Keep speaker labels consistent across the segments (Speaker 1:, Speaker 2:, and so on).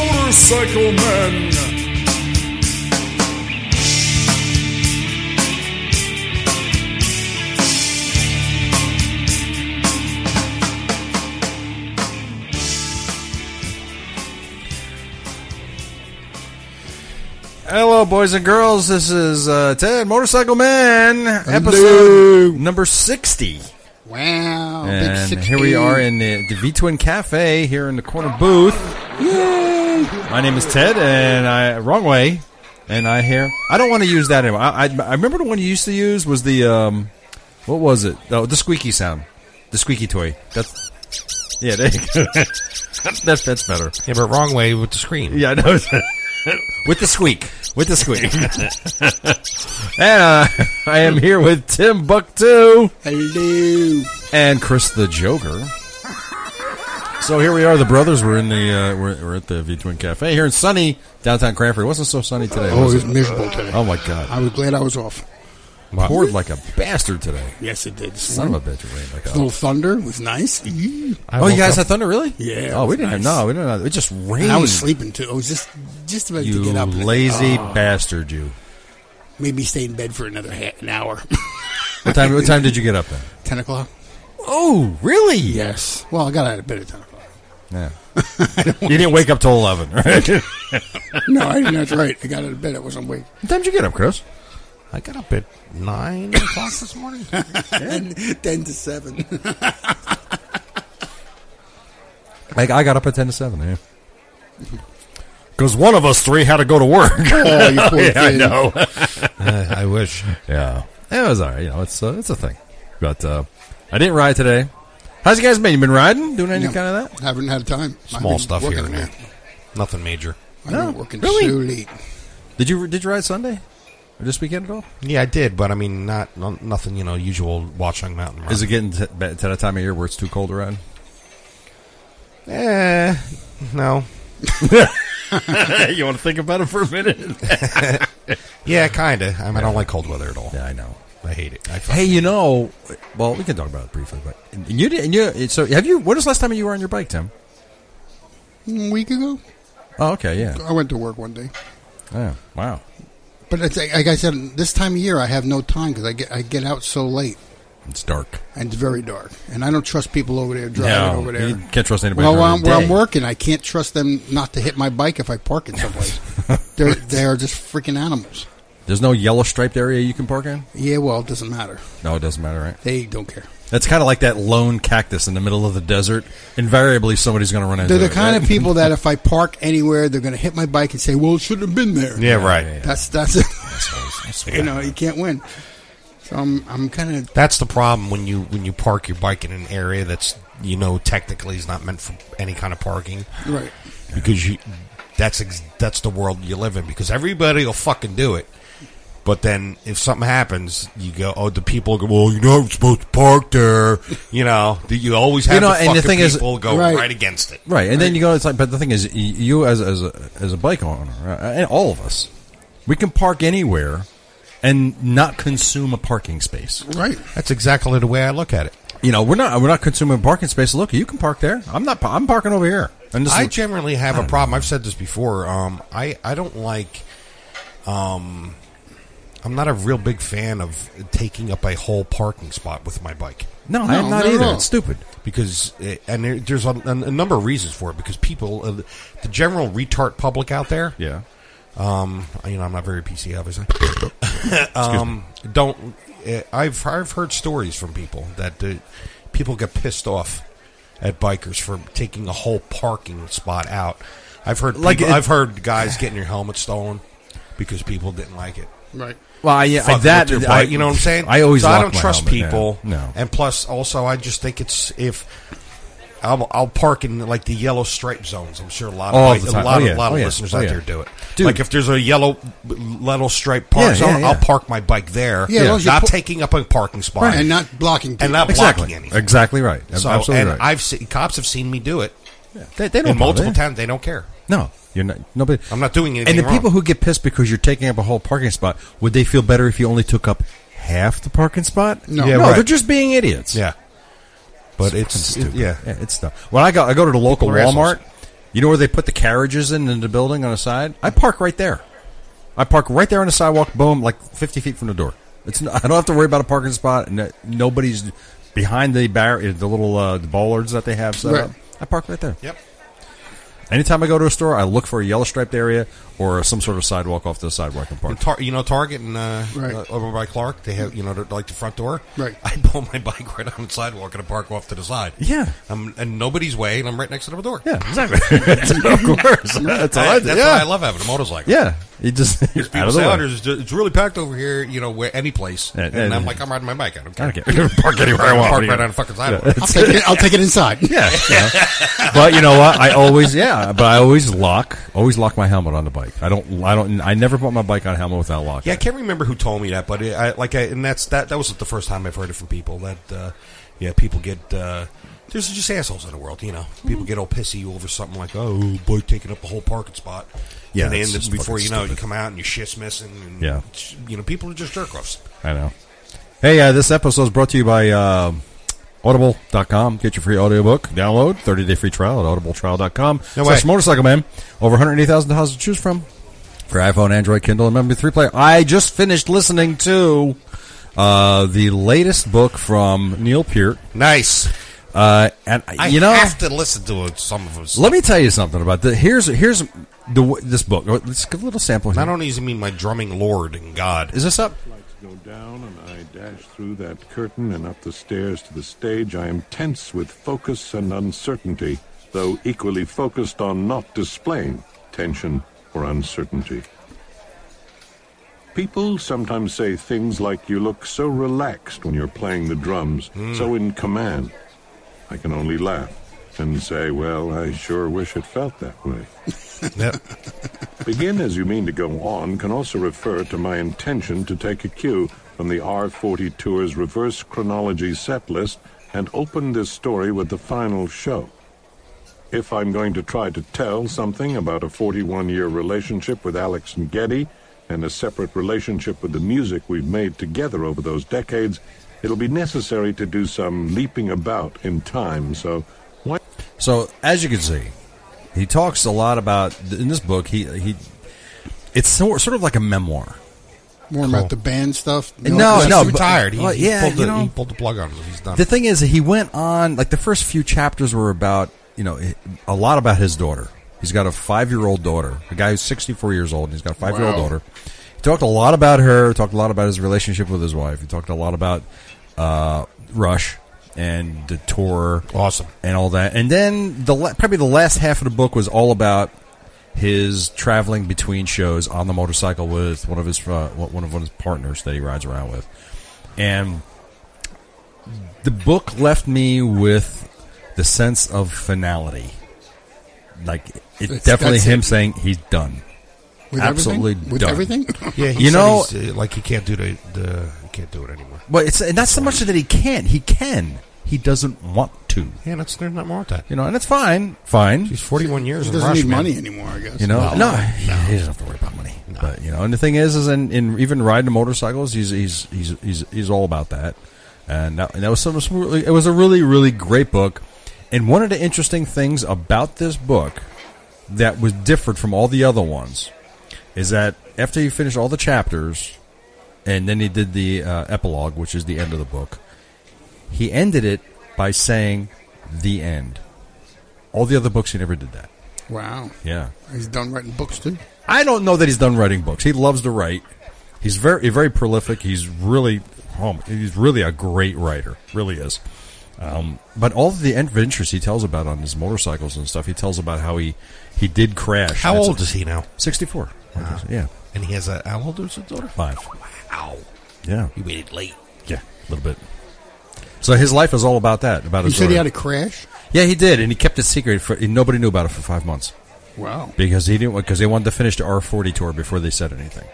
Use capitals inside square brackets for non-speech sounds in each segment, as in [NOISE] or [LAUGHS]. Speaker 1: Motorcycle Men.
Speaker 2: Hello, boys and girls. This is uh, Ted Motorcycle Man, episode number 60.
Speaker 3: Wow. big
Speaker 2: And
Speaker 3: 60.
Speaker 2: here we are in the, the V Twin Cafe here in the corner booth. My name is Ted, and I wrong way, and I hear I don't want to use that anymore. I, I, I remember the one you used to use was the um, what was it? Oh, the squeaky sound, the squeaky toy. That's yeah, there you go. [LAUGHS] that's that's better.
Speaker 4: Yeah, but wrong way with the scream.
Speaker 2: Yeah, I know. [LAUGHS] with the squeak. With the squeak. [LAUGHS] and uh, [LAUGHS] I am here with Tim Buck Two
Speaker 3: Hello.
Speaker 2: and Chris the Joker. So here we are, the brothers. We're in the uh, we're, we're at the V Twin Cafe here in sunny downtown Cranford. It wasn't so sunny today.
Speaker 3: Oh,
Speaker 2: was
Speaker 3: it was
Speaker 2: it?
Speaker 3: miserable today.
Speaker 2: Oh my god!
Speaker 3: uh, I was glad I was off.
Speaker 2: I poured like a bastard today.
Speaker 3: Yes, it did.
Speaker 2: Son of a bitch! It rained like
Speaker 3: Little thunder was nice.
Speaker 4: I
Speaker 2: Oh, you
Speaker 4: woke
Speaker 2: guys
Speaker 4: up-
Speaker 2: had thunder, really?
Speaker 3: Yeah,
Speaker 2: Oh, we
Speaker 3: it was
Speaker 2: didn't. have
Speaker 3: nice.
Speaker 2: No, we didn't. Have, it just rained.
Speaker 3: And I was sleeping too. I was just just about
Speaker 2: you
Speaker 3: to get up.
Speaker 2: lazy bastard! You.
Speaker 3: Made me stay in bed for another half an hour. [LAUGHS]
Speaker 2: What time? What time did you get up then?
Speaker 3: ten o'clock.
Speaker 2: Oh, really?
Speaker 3: [LAUGHS] Yes. Well, I got out of bed at ten o'clock.
Speaker 2: Yeah. you didn't wake up till 11, right? what
Speaker 3: No, I didn't. That's right. I got out of bed. I wasn't awake.
Speaker 2: time did you get up, Chris?
Speaker 4: I got up at nine o'clock this
Speaker 2: [LAUGHS]
Speaker 3: [LAUGHS]
Speaker 4: morning.
Speaker 3: ten to seven. [LAUGHS]
Speaker 2: Like, I got up at 10 to 7, yeah. [LAUGHS] Because one of us three had to go to work. [LAUGHS]
Speaker 3: oh, you poor
Speaker 2: yeah, I
Speaker 3: thing. [LAUGHS]
Speaker 2: know.
Speaker 4: Uh, I wish.
Speaker 2: yeah. It was all right. You know, it's, uh, it's a thing. But uh, I didn't ride today. How's you guys been? You been riding? Doing any
Speaker 3: No.
Speaker 2: kind of that?
Speaker 3: Haven't had time. I've
Speaker 4: Small
Speaker 3: been
Speaker 4: stuff
Speaker 3: working
Speaker 4: here and there.
Speaker 3: now.
Speaker 4: Nothing major.
Speaker 3: I've
Speaker 2: No,
Speaker 3: been working
Speaker 2: really?
Speaker 3: so late.
Speaker 2: Did you did you ride Sunday? Or this weekend at all?
Speaker 4: Yeah, I did, but I mean, not no, nothing. You know, usual Watchung Mountain. Run.
Speaker 2: Is it getting to, to that time of year where it's too cold to [LAUGHS] ride?
Speaker 4: Eh, no.
Speaker 2: you want to think about it for a minute?
Speaker 4: Yeah, kind of. I mean, I don't like cold weather at all.
Speaker 2: yeah, I know.
Speaker 4: I hate it. I
Speaker 2: Hey, you know, well, we can talk about it briefly, but and you did. And you so have you? When was the last time you were on your bike, Tim?
Speaker 3: A week ago,
Speaker 2: Oh, okay, yeah,
Speaker 3: I went to work one day.
Speaker 2: yeah, wow,
Speaker 3: But it's, like like I said, this time of year I have no time because I get I get out so late
Speaker 2: it's dark.
Speaker 3: and it's very dark, and I don't trust people over there driving over there.
Speaker 2: you can't trust anybody.
Speaker 3: well,
Speaker 2: during
Speaker 3: where
Speaker 2: the
Speaker 3: I'm, where I'm
Speaker 2: day.
Speaker 3: working, I can't trust them not to hit my bike if I park it someplace. They're they are just freaking animals.
Speaker 2: There's no yellow striped area you can park in.
Speaker 3: Yeah, well, it doesn't matter.
Speaker 2: No, it doesn't matter, right?
Speaker 3: They don't care.
Speaker 2: That's kind of like that lone cactus in the middle of the desert. Invariably, somebody's going to run into.
Speaker 3: They're the
Speaker 2: it,
Speaker 3: kind of
Speaker 2: right?
Speaker 3: people that if I park anywhere, they're going to hit my bike and say, "Well, it shouldn't have been there."
Speaker 4: yeah, right.
Speaker 3: That's that's it. [LAUGHS]
Speaker 2: That's
Speaker 3: you know, you can't win. So I'm I'm kind of
Speaker 4: That's the problem when you when you park your bike in an area that's you know technically is not meant for any kind of parking.
Speaker 3: right.
Speaker 4: because you that's ex- that's the world you live in because everybody will fucking do it but then if something happens you go oh the people go well you know i'm supposed to park there you know that you always have
Speaker 2: know,
Speaker 4: the
Speaker 2: and the
Speaker 4: fucking
Speaker 2: thing is-
Speaker 4: people go
Speaker 3: Right.
Speaker 4: right. against it
Speaker 2: right? And then you go. It's like, but the thing is, y- you as as a, as a bike owner, uh, and all of us, we can park anywhere and not consume a parking space.
Speaker 3: Right.
Speaker 4: that's exactly the way i look at it
Speaker 2: You know, we're not we're not consuming parking space. Look, you can park there. I'm not. pa- I'm parking over here. And this
Speaker 4: i
Speaker 2: is-
Speaker 4: generally have a problem i've said this before um i i don't like um i'm not a real big fan of taking up a whole parking spot with my bike
Speaker 2: no, I'm
Speaker 3: No,
Speaker 2: not
Speaker 3: not at
Speaker 2: either.
Speaker 3: all.
Speaker 2: It's stupid.
Speaker 4: because uh, and there, there's a, a, a number of reasons for it because people uh, the general retard public out there
Speaker 2: Yeah.
Speaker 4: um you know I'm not very
Speaker 2: [COUGHS]
Speaker 4: PC obviously um don't uh, I've I've heard stories from people that uh, people get pissed off at bikers for taking a whole parking spot out I've heard
Speaker 2: Like
Speaker 4: people-
Speaker 2: it-
Speaker 4: I've heard guys getting their helmet stolen because people didn't like it
Speaker 3: Right.
Speaker 2: Well, yeah,
Speaker 4: fucking
Speaker 2: that
Speaker 4: with your
Speaker 2: I-
Speaker 4: bike, uh, you know what I'm saying?
Speaker 2: I always
Speaker 4: so
Speaker 2: lock
Speaker 4: I don't
Speaker 2: my
Speaker 4: trust
Speaker 2: helmet, yeah.
Speaker 4: people.
Speaker 2: No,
Speaker 4: and plus, also, I just think it's if I'll, I'll park in like the yellow stripe zones. I'm sure a lot of
Speaker 2: All
Speaker 4: bike-
Speaker 2: the time.
Speaker 4: a lot
Speaker 2: Oh,
Speaker 4: of
Speaker 2: yeah.
Speaker 4: lot of
Speaker 2: Oh, yeah.
Speaker 4: listeners
Speaker 2: Oh,
Speaker 4: out
Speaker 2: yeah.
Speaker 4: there do it.
Speaker 2: Dude.
Speaker 4: Like if there's a yellow little stripe park
Speaker 2: Yeah,
Speaker 4: zone,
Speaker 2: yeah, yeah.
Speaker 4: I'll park my bike there.
Speaker 3: Yeah, as long as you
Speaker 4: not
Speaker 3: par-
Speaker 4: taking up a parking spot
Speaker 3: And not blocking. People.
Speaker 4: and not
Speaker 2: exactly,
Speaker 4: blocking anything.
Speaker 2: exactly right.
Speaker 4: So,
Speaker 2: Absolutely
Speaker 4: and
Speaker 2: right.
Speaker 4: I've seen cops have seen me do it
Speaker 2: they, they
Speaker 4: in
Speaker 2: bother.
Speaker 4: multiple times. They don't care.
Speaker 2: No, you're not. Nobody.
Speaker 4: I'm not doing
Speaker 2: And
Speaker 4: anything
Speaker 2: the
Speaker 4: wrong.
Speaker 2: people who get pissed because you're taking up a whole parking spot, would they feel better if you only took up half the parking spot?
Speaker 3: No.
Speaker 2: no,
Speaker 3: Yeah,
Speaker 4: right.
Speaker 2: they're just being idiots.
Speaker 4: Yeah, but it's,
Speaker 2: Fucking stupid.
Speaker 4: yeah.
Speaker 2: it's stuff. When I go, I go to the local
Speaker 4: People are assholes.
Speaker 2: Walmart. You know where they put the carriages in in the building on the side? I park right there. I park right there on the sidewalk. Boom, like fifty feet from the door. It's n I don't have to worry about a parking spot, and that- nobody's behind the bar, the little uh, the bollards that they have set
Speaker 3: Right.
Speaker 2: up. I park right there.
Speaker 4: Yep.
Speaker 2: Anytime I go to a store, I look for a yellow striped area or some sort of sidewalk off the sidewalk and
Speaker 4: [LAUGHS]
Speaker 2: park.
Speaker 4: And tar- you know Target and uh,
Speaker 3: Right.
Speaker 4: uh, over by Clark, they have you know they're like the front door.
Speaker 3: Right.
Speaker 4: [LAUGHS] I pull my bike right on the sidewalk and I park off to the side.
Speaker 2: Yeah.
Speaker 4: I'm in nobody's way, and I'm right next to the door.
Speaker 2: Yeah, exactly. [LAUGHS] of course, that's all I,
Speaker 4: I,
Speaker 2: do.
Speaker 4: that's
Speaker 2: yeah.
Speaker 4: why I love having a motorcycle.
Speaker 2: Yeah, you just [LAUGHS] out
Speaker 4: People
Speaker 2: of the
Speaker 4: say,
Speaker 2: way.
Speaker 4: "Oh, there's ju- it's really packed over here, you know, where, any place.
Speaker 2: Yeah,
Speaker 4: and
Speaker 2: yeah,
Speaker 4: I'm
Speaker 2: yeah.
Speaker 4: like, I'm riding my bike. I don't care.
Speaker 2: I don't care. [LAUGHS] You can park anywhere I want.
Speaker 4: Park
Speaker 2: Yeah.
Speaker 4: right on the fucking sidewalk.
Speaker 3: I'll take it. I'll take it inside.
Speaker 2: Yeah,
Speaker 4: [LAUGHS]
Speaker 2: you know. but you know what? I always yeah, but I always lock, always lock my helmet on the bike. I don't, I don't, I never put my bike on a helmet without locking.
Speaker 4: Yeah, I can't remember who told me that, but it, I like, I, and that's that. That was the first time I've heard it from people. That uh, yeah, people get uh, there's just assholes in the world, you know.
Speaker 2: Mm-hmm.
Speaker 4: People get all pissy over something like, oh, boy, taking up a whole parking spot.
Speaker 2: Yeah,
Speaker 4: and they
Speaker 2: it's
Speaker 4: end up
Speaker 2: fucking
Speaker 4: before you know you
Speaker 2: stupid.
Speaker 4: come out and your shit's missing. And,
Speaker 2: Yeah.
Speaker 4: you know, people are just jerk offs.
Speaker 2: I know. Hey, uh, this episode is brought to you by uh, Audible.com. Get your free audiobook download, 30-day free trial at audibletrial.com.
Speaker 4: No
Speaker 2: slash
Speaker 4: way.
Speaker 2: Motorcycle Man. Over 180,000 titles to choose from for iPhone, Android, Kindle, and MP3 player. I just finished listening to uh, the latest book from Neil Peart.
Speaker 4: Nice.
Speaker 2: Uh, and
Speaker 4: I
Speaker 2: you know,
Speaker 4: have to listen to it, some of us.
Speaker 2: Let me tell you something about the here's here's the w- this book. Let's give a little sample. Here.
Speaker 4: Not only does he mean my drumming lord and God,
Speaker 2: Is this up?
Speaker 1: Lights go down, and I dash through that curtain and up the stairs to the stage. I am tense with focus and uncertainty, though equally focused on not displaying tension or uncertainty. People sometimes say things like, You look so relaxed when you're playing the drums, so in command. I can only laugh and say, Well, I sure wish it felt that way.
Speaker 4: [LAUGHS] Yep.
Speaker 1: Begin as you mean to go on can also refer to my intention to take a cue from the R40 Tour's reverse chronology set list and open this story with the final show. If I'm going to try to tell something about a 41 year relationship with Alex and Getty and a separate relationship with the music we've made together over those decades, it'll be necessary to do some leaping about in time, so why
Speaker 2: So as you can see, he talks a lot about in this book. He he, it's so, sort of like a memoir.
Speaker 3: More about the band stuff.
Speaker 2: No,
Speaker 4: he's
Speaker 2: no, but-
Speaker 4: retired. He,
Speaker 2: well,
Speaker 4: he
Speaker 2: yeah,
Speaker 4: pulled the,
Speaker 2: you know-
Speaker 4: he pulled the plug on him. He's done.
Speaker 2: The thing is, he went on like the first few chapters were about you know a lot about his daughter. He's got a five year old daughter, a guy who's sixty four years old. and He's got a five year old
Speaker 3: Wow.
Speaker 2: daughter. He talked a lot about her. Talked a lot about his relationship with his wife. He talked a lot about uh, Rush and the tour.
Speaker 4: awesome.
Speaker 2: and all that. And then the la- probably the last half of the book was all about his traveling between shows on the motorcycle with one of his uh, one of his partners that he rides around with. And the book left me with the sense of finality. Like it
Speaker 3: It's-
Speaker 2: definitely
Speaker 3: that's
Speaker 2: him
Speaker 3: it.
Speaker 2: saying he's done.
Speaker 3: with
Speaker 2: absolutely
Speaker 3: everything? with
Speaker 2: done. [LAUGHS]
Speaker 3: everything.
Speaker 4: Yeah, he
Speaker 2: You
Speaker 4: said
Speaker 2: know-
Speaker 4: he's, uh, like he can't do the, the he can't do it anymore.
Speaker 2: But it's not so much that he can't. He can. He doesn't want to.
Speaker 4: Yeah, that's there's not more of that.
Speaker 2: You know, and it's fine. Fine.
Speaker 4: He's 41 years.
Speaker 3: He
Speaker 4: in
Speaker 3: doesn't
Speaker 4: Rush,
Speaker 3: need
Speaker 4: man.
Speaker 3: money anymore. I guess.
Speaker 2: You know,
Speaker 4: No.
Speaker 2: no, he doesn't have to worry about money. But you know, and the thing is, is in, in even riding motorcycles, he's he's he's he's he's all about that. And that, and that was some, some really, it was a really really great book. And one of the interesting things about this book that was different from all the other ones is that after you finish all the chapters, and then he did the uh, epilogue, which is the end of the book. He ended it by saying the end. All the other books, he never did that.
Speaker 3: Wow.
Speaker 2: Yeah.
Speaker 3: He's done writing books too.
Speaker 2: I don't know that he's done writing books. He loves to write. He's very very prolific. He's really oh, he's really a great writer. Really is. Um, but all of the adventures he tells about on his motorcycles and stuff, he tells about how he he did crash.
Speaker 4: How old is he now?
Speaker 2: Sixty four. Yeah,
Speaker 4: And he has a how old is his daughter?
Speaker 2: five.
Speaker 4: Wow,
Speaker 2: Yeah,
Speaker 4: he waited late.
Speaker 2: yeah, a little bit. So his life is all about that. About
Speaker 3: You
Speaker 2: his
Speaker 3: said he
Speaker 2: daughter.
Speaker 3: had a crash.
Speaker 2: yeah, he did, and he kept it secret for and nobody knew about it for five months
Speaker 3: Wow.
Speaker 2: because he didn't because they wanted to finish the R40 tour before they said anything.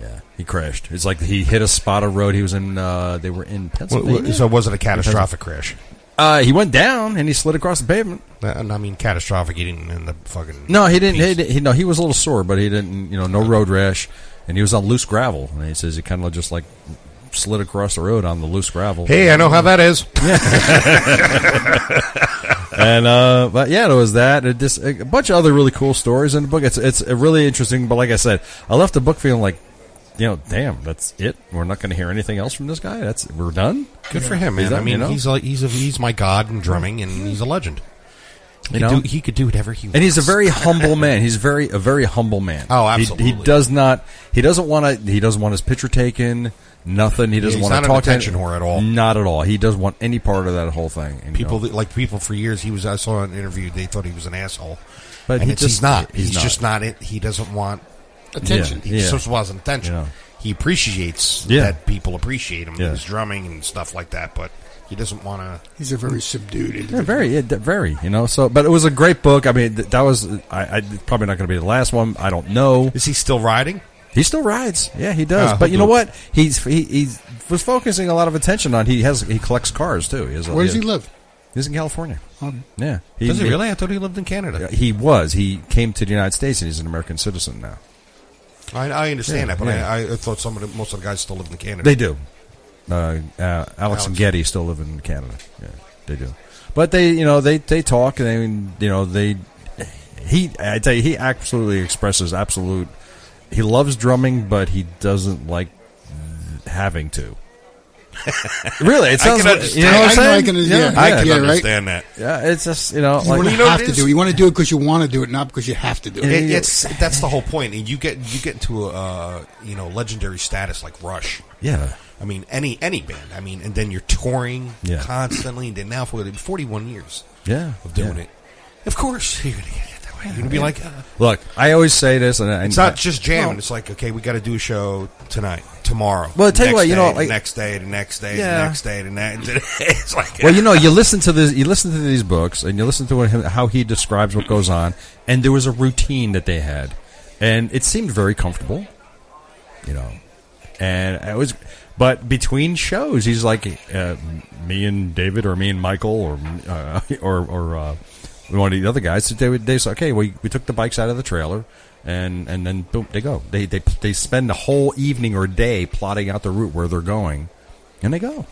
Speaker 2: Yeah, he crashed. It's like he hit a spot of road. He was in. Uh, they were in Pennsylvania.
Speaker 4: so it wasn't a catastrophic crash.
Speaker 2: uh, he went down and he slid across the pavement.
Speaker 4: Uh, and I mean, catastrophic. He didn't end up fucking.
Speaker 2: No, he didn't. He, didn't- he, no, he was a little sore, but he didn't. You know, no road rash, and he was on loose gravel. And he says he kind of just like slid across the road on the loose gravel.
Speaker 4: Hey, I know how that is.
Speaker 2: and uh, but yeah, it was that. It just a bunch of other really cool stories in the book. It's it's really interesting. But like I said, I left the book feeling like, you know, damn, that's it. We're not going to hear anything else from this guy. That's we're done.
Speaker 4: Good for him, man.
Speaker 2: He's up,
Speaker 4: I mean,
Speaker 2: you know?
Speaker 4: he's like he's a, he's my god in drumming, and he's a legend. He,
Speaker 2: You
Speaker 4: could
Speaker 2: know?
Speaker 4: do, he could do whatever he wants.
Speaker 2: And he's a very humble man. He's very a very humble man.
Speaker 4: Oh,
Speaker 2: He- He,
Speaker 4: absolutely.
Speaker 2: does not. He doesn't want to. He doesn't want his picture taken. Nothing. He doesn't
Speaker 4: he's
Speaker 2: want
Speaker 4: not
Speaker 2: to
Speaker 4: an
Speaker 2: talk to any-
Speaker 4: attention whore at all.
Speaker 2: Not at all. He doesn't want any part of that whole thing. and, you
Speaker 4: people
Speaker 2: know.
Speaker 4: that, like people for years. He was I saw an interview. They thought he was an asshole,
Speaker 2: But
Speaker 4: and
Speaker 2: he
Speaker 4: it's,
Speaker 2: just-
Speaker 4: he's not.
Speaker 2: he's
Speaker 4: He's,
Speaker 2: not.
Speaker 4: just not it. He doesn't want
Speaker 3: Attention.
Speaker 4: he
Speaker 2: Yeah.
Speaker 4: just wasn't attention.
Speaker 2: You know.
Speaker 4: He appreciates
Speaker 2: Yeah.
Speaker 4: that people appreciate him.
Speaker 2: Yeah.
Speaker 4: His drumming and stuff like that, but he doesn't want to.
Speaker 3: He's a very subdued
Speaker 2: Yeah,
Speaker 3: individual.
Speaker 2: very, yeah, d- very. You know, so but it was a great book. I mean, th- that was I, I probably not going to be the last one. I don't know.
Speaker 4: Is he still riding?
Speaker 2: He still rides. Yeah, he does.
Speaker 4: Ah,
Speaker 2: but you know
Speaker 4: who-
Speaker 2: what? He's he he's, was focusing a lot of attention on. He has he collects cars too. He has, a-
Speaker 3: Where does he
Speaker 2: has-
Speaker 3: live? Um,
Speaker 2: He's in California.
Speaker 3: Okay.
Speaker 2: Yeah,
Speaker 4: Does he really? I thought he lived in Canada.
Speaker 2: He was. He came to the United States and he's an American citizen now.
Speaker 4: I, I understand
Speaker 2: Yeah,
Speaker 4: that, but
Speaker 2: yeah.
Speaker 4: I, I thought some of the, most of the guys still lived in Canada.
Speaker 2: They do. Uh, uh, Alex, and
Speaker 4: Alex.
Speaker 2: Getty still live in Canada. Yeah, they do. But they, you know, they they talk and they, you know, they he I tell you he absolutely expresses absolute he loves drumming, but he doesn't like having
Speaker 4: [LAUGHS]
Speaker 2: to. really, it sounds like,
Speaker 4: understand-
Speaker 2: you know what I'm
Speaker 3: I know I
Speaker 2: saying?
Speaker 3: can- yeah,
Speaker 4: I can
Speaker 3: Yeah, right?
Speaker 4: understand that.
Speaker 2: Yeah, it's just you know,
Speaker 3: you
Speaker 2: like,
Speaker 4: You know
Speaker 3: have
Speaker 4: it
Speaker 3: to
Speaker 4: is-
Speaker 3: do it. You want to do it because you want to do it, not because you have to do it.
Speaker 4: It- it's that's the whole point, and you get you get into a uh, you know legendary status like Rush.
Speaker 2: yeah,
Speaker 4: I mean, any any band. I mean, and then you're touring
Speaker 2: Yeah.
Speaker 4: constantly, and then now for 41 years
Speaker 2: yeah,
Speaker 4: of doing
Speaker 2: yeah.
Speaker 4: it. Of course, [LAUGHS] you're gonna get it that way. You're gonna be like, uh,
Speaker 2: Look, I always say this, and I-
Speaker 4: it's not just jamming. It's like, okay, we got to do a show tonight, tomorrow.
Speaker 2: Well, I tell
Speaker 4: the
Speaker 2: you
Speaker 4: next
Speaker 2: what, you know,
Speaker 4: day,
Speaker 2: like-
Speaker 4: the next day, the next day,
Speaker 2: Yeah.
Speaker 4: the next day, the next. [LAUGHS] It's like,
Speaker 2: well, you know, you listen to this, you listen to these books, and you listen to him, how he describes what goes on, and there was a routine that they had, and it seemed very comfortable, you know, and I was, but between shows, he's like, uh, me and David, or me and Michael, or uh, [LAUGHS] or or uh, one of the other guys, they would they say, okay, we we took the bikes out of the trailer. And, and then boom, they go. They, they they spend the whole evening or day plotting out the route where they're going, and they go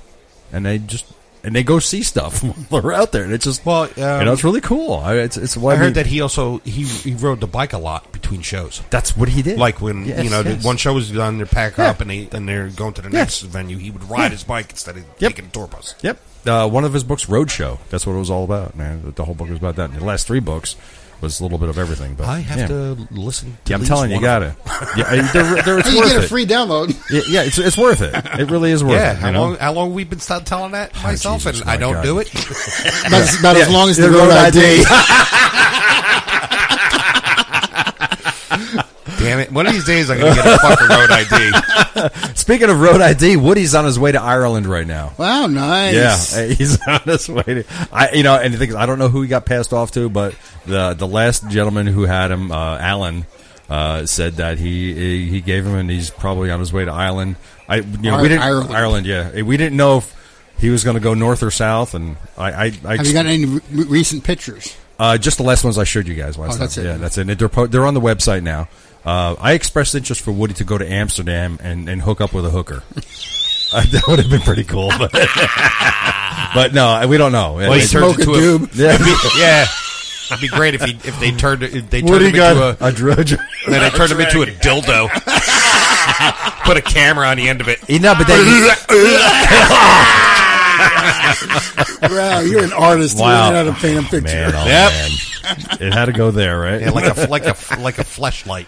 Speaker 2: and they just and they go see stuff [LAUGHS] while they're out there, and it's just
Speaker 4: Well,
Speaker 2: you know,
Speaker 4: um,
Speaker 2: it's really cool. I, it's it's why
Speaker 4: I
Speaker 2: we-
Speaker 4: heard that he also he he rode the bike a lot between shows.
Speaker 2: that's what he did.
Speaker 4: Like when
Speaker 2: Yes,
Speaker 4: you know
Speaker 2: yes.
Speaker 4: the one show was done, they pack
Speaker 2: Yeah.
Speaker 4: up and they and they're going to the
Speaker 2: Yeah.
Speaker 4: next venue. He would ride his bike instead of
Speaker 2: Yep.
Speaker 4: taking a tour bus.
Speaker 2: Yep, uh, one of his books, Roadshow. That's what it was all about, man. The- The whole book was about that. And the last three books was a little bit of everything. But
Speaker 4: I have
Speaker 2: yeah.
Speaker 4: to listen. to
Speaker 2: Yeah, I'm
Speaker 4: at
Speaker 2: telling
Speaker 4: least
Speaker 2: you,
Speaker 4: one of
Speaker 2: gotta. [LAUGHS] Yeah, I- they're,
Speaker 4: [LAUGHS]
Speaker 2: they're, it's
Speaker 3: Hey, you
Speaker 2: worth
Speaker 3: get a
Speaker 2: it.
Speaker 3: free
Speaker 2: [LAUGHS]
Speaker 3: download.
Speaker 2: yeah, yeah, it's, it's worth it. It really is worth
Speaker 4: [LAUGHS] Yeah,
Speaker 2: it.
Speaker 4: how
Speaker 2: you know? Oh,
Speaker 4: long? How long we been st- telling that myself,
Speaker 2: Jesus,
Speaker 4: and I
Speaker 2: my
Speaker 4: don't
Speaker 2: God.
Speaker 4: do
Speaker 2: [LAUGHS]
Speaker 4: it.
Speaker 3: Not, as- not as
Speaker 2: Yeah,
Speaker 3: long as
Speaker 2: the
Speaker 3: the road
Speaker 2: road
Speaker 3: [LAUGHS] ID.
Speaker 4: Damn it! One of these days, I'm
Speaker 2: [LAUGHS]
Speaker 4: gonna get a fucking road ID.
Speaker 2: Speaking of road ID, Woody's on his way to Ireland right now.
Speaker 3: wow, nice.
Speaker 2: Yeah, [LAUGHS] he's on his way. To, I, you know, and the thing is, I don't know who he got passed off to, but the the last gentleman who had him, uh, Alan, uh, said that he, he he gave him, and he's probably on his way to Ireland. I, you know,
Speaker 3: Ir-
Speaker 2: we didn't
Speaker 3: Ireland.
Speaker 2: Ireland, yeah, we didn't know if he was going to go north or south, and I, I, I
Speaker 3: Have you got any re-
Speaker 2: [LAUGHS]
Speaker 3: recent pictures?
Speaker 2: uh, just the last ones I showed you guys last
Speaker 3: Oh, that's
Speaker 2: time.
Speaker 3: it.
Speaker 2: Yeah, that's it. And They're, po- they're on the website now. Uh, I expressed interest for Woody to go to Amsterdam and, and hook up with a hooker. [LAUGHS] Uh, that would have been pretty cool, but, [LAUGHS] but no, we don't know.
Speaker 4: Well, he
Speaker 2: It's-
Speaker 4: turned
Speaker 3: Smoke a
Speaker 4: into a-
Speaker 3: dube.
Speaker 2: yeah.
Speaker 4: [LAUGHS] yeah, it'd be great if he if they turned if they turned
Speaker 2: Woody
Speaker 4: him
Speaker 2: got
Speaker 4: into
Speaker 2: a,
Speaker 4: a, [LAUGHS]
Speaker 2: drudge.
Speaker 4: then they turned him into a dildo. Put a camera on the end of it.
Speaker 2: You know, but then,
Speaker 3: wow, you're an artist.
Speaker 2: [LAUGHS] Wow.
Speaker 3: You really know how to paint a picture.
Speaker 2: man, oh,
Speaker 4: Yep.
Speaker 2: man. it had to go there, right?
Speaker 4: Yeah, like a like a like a flashlight.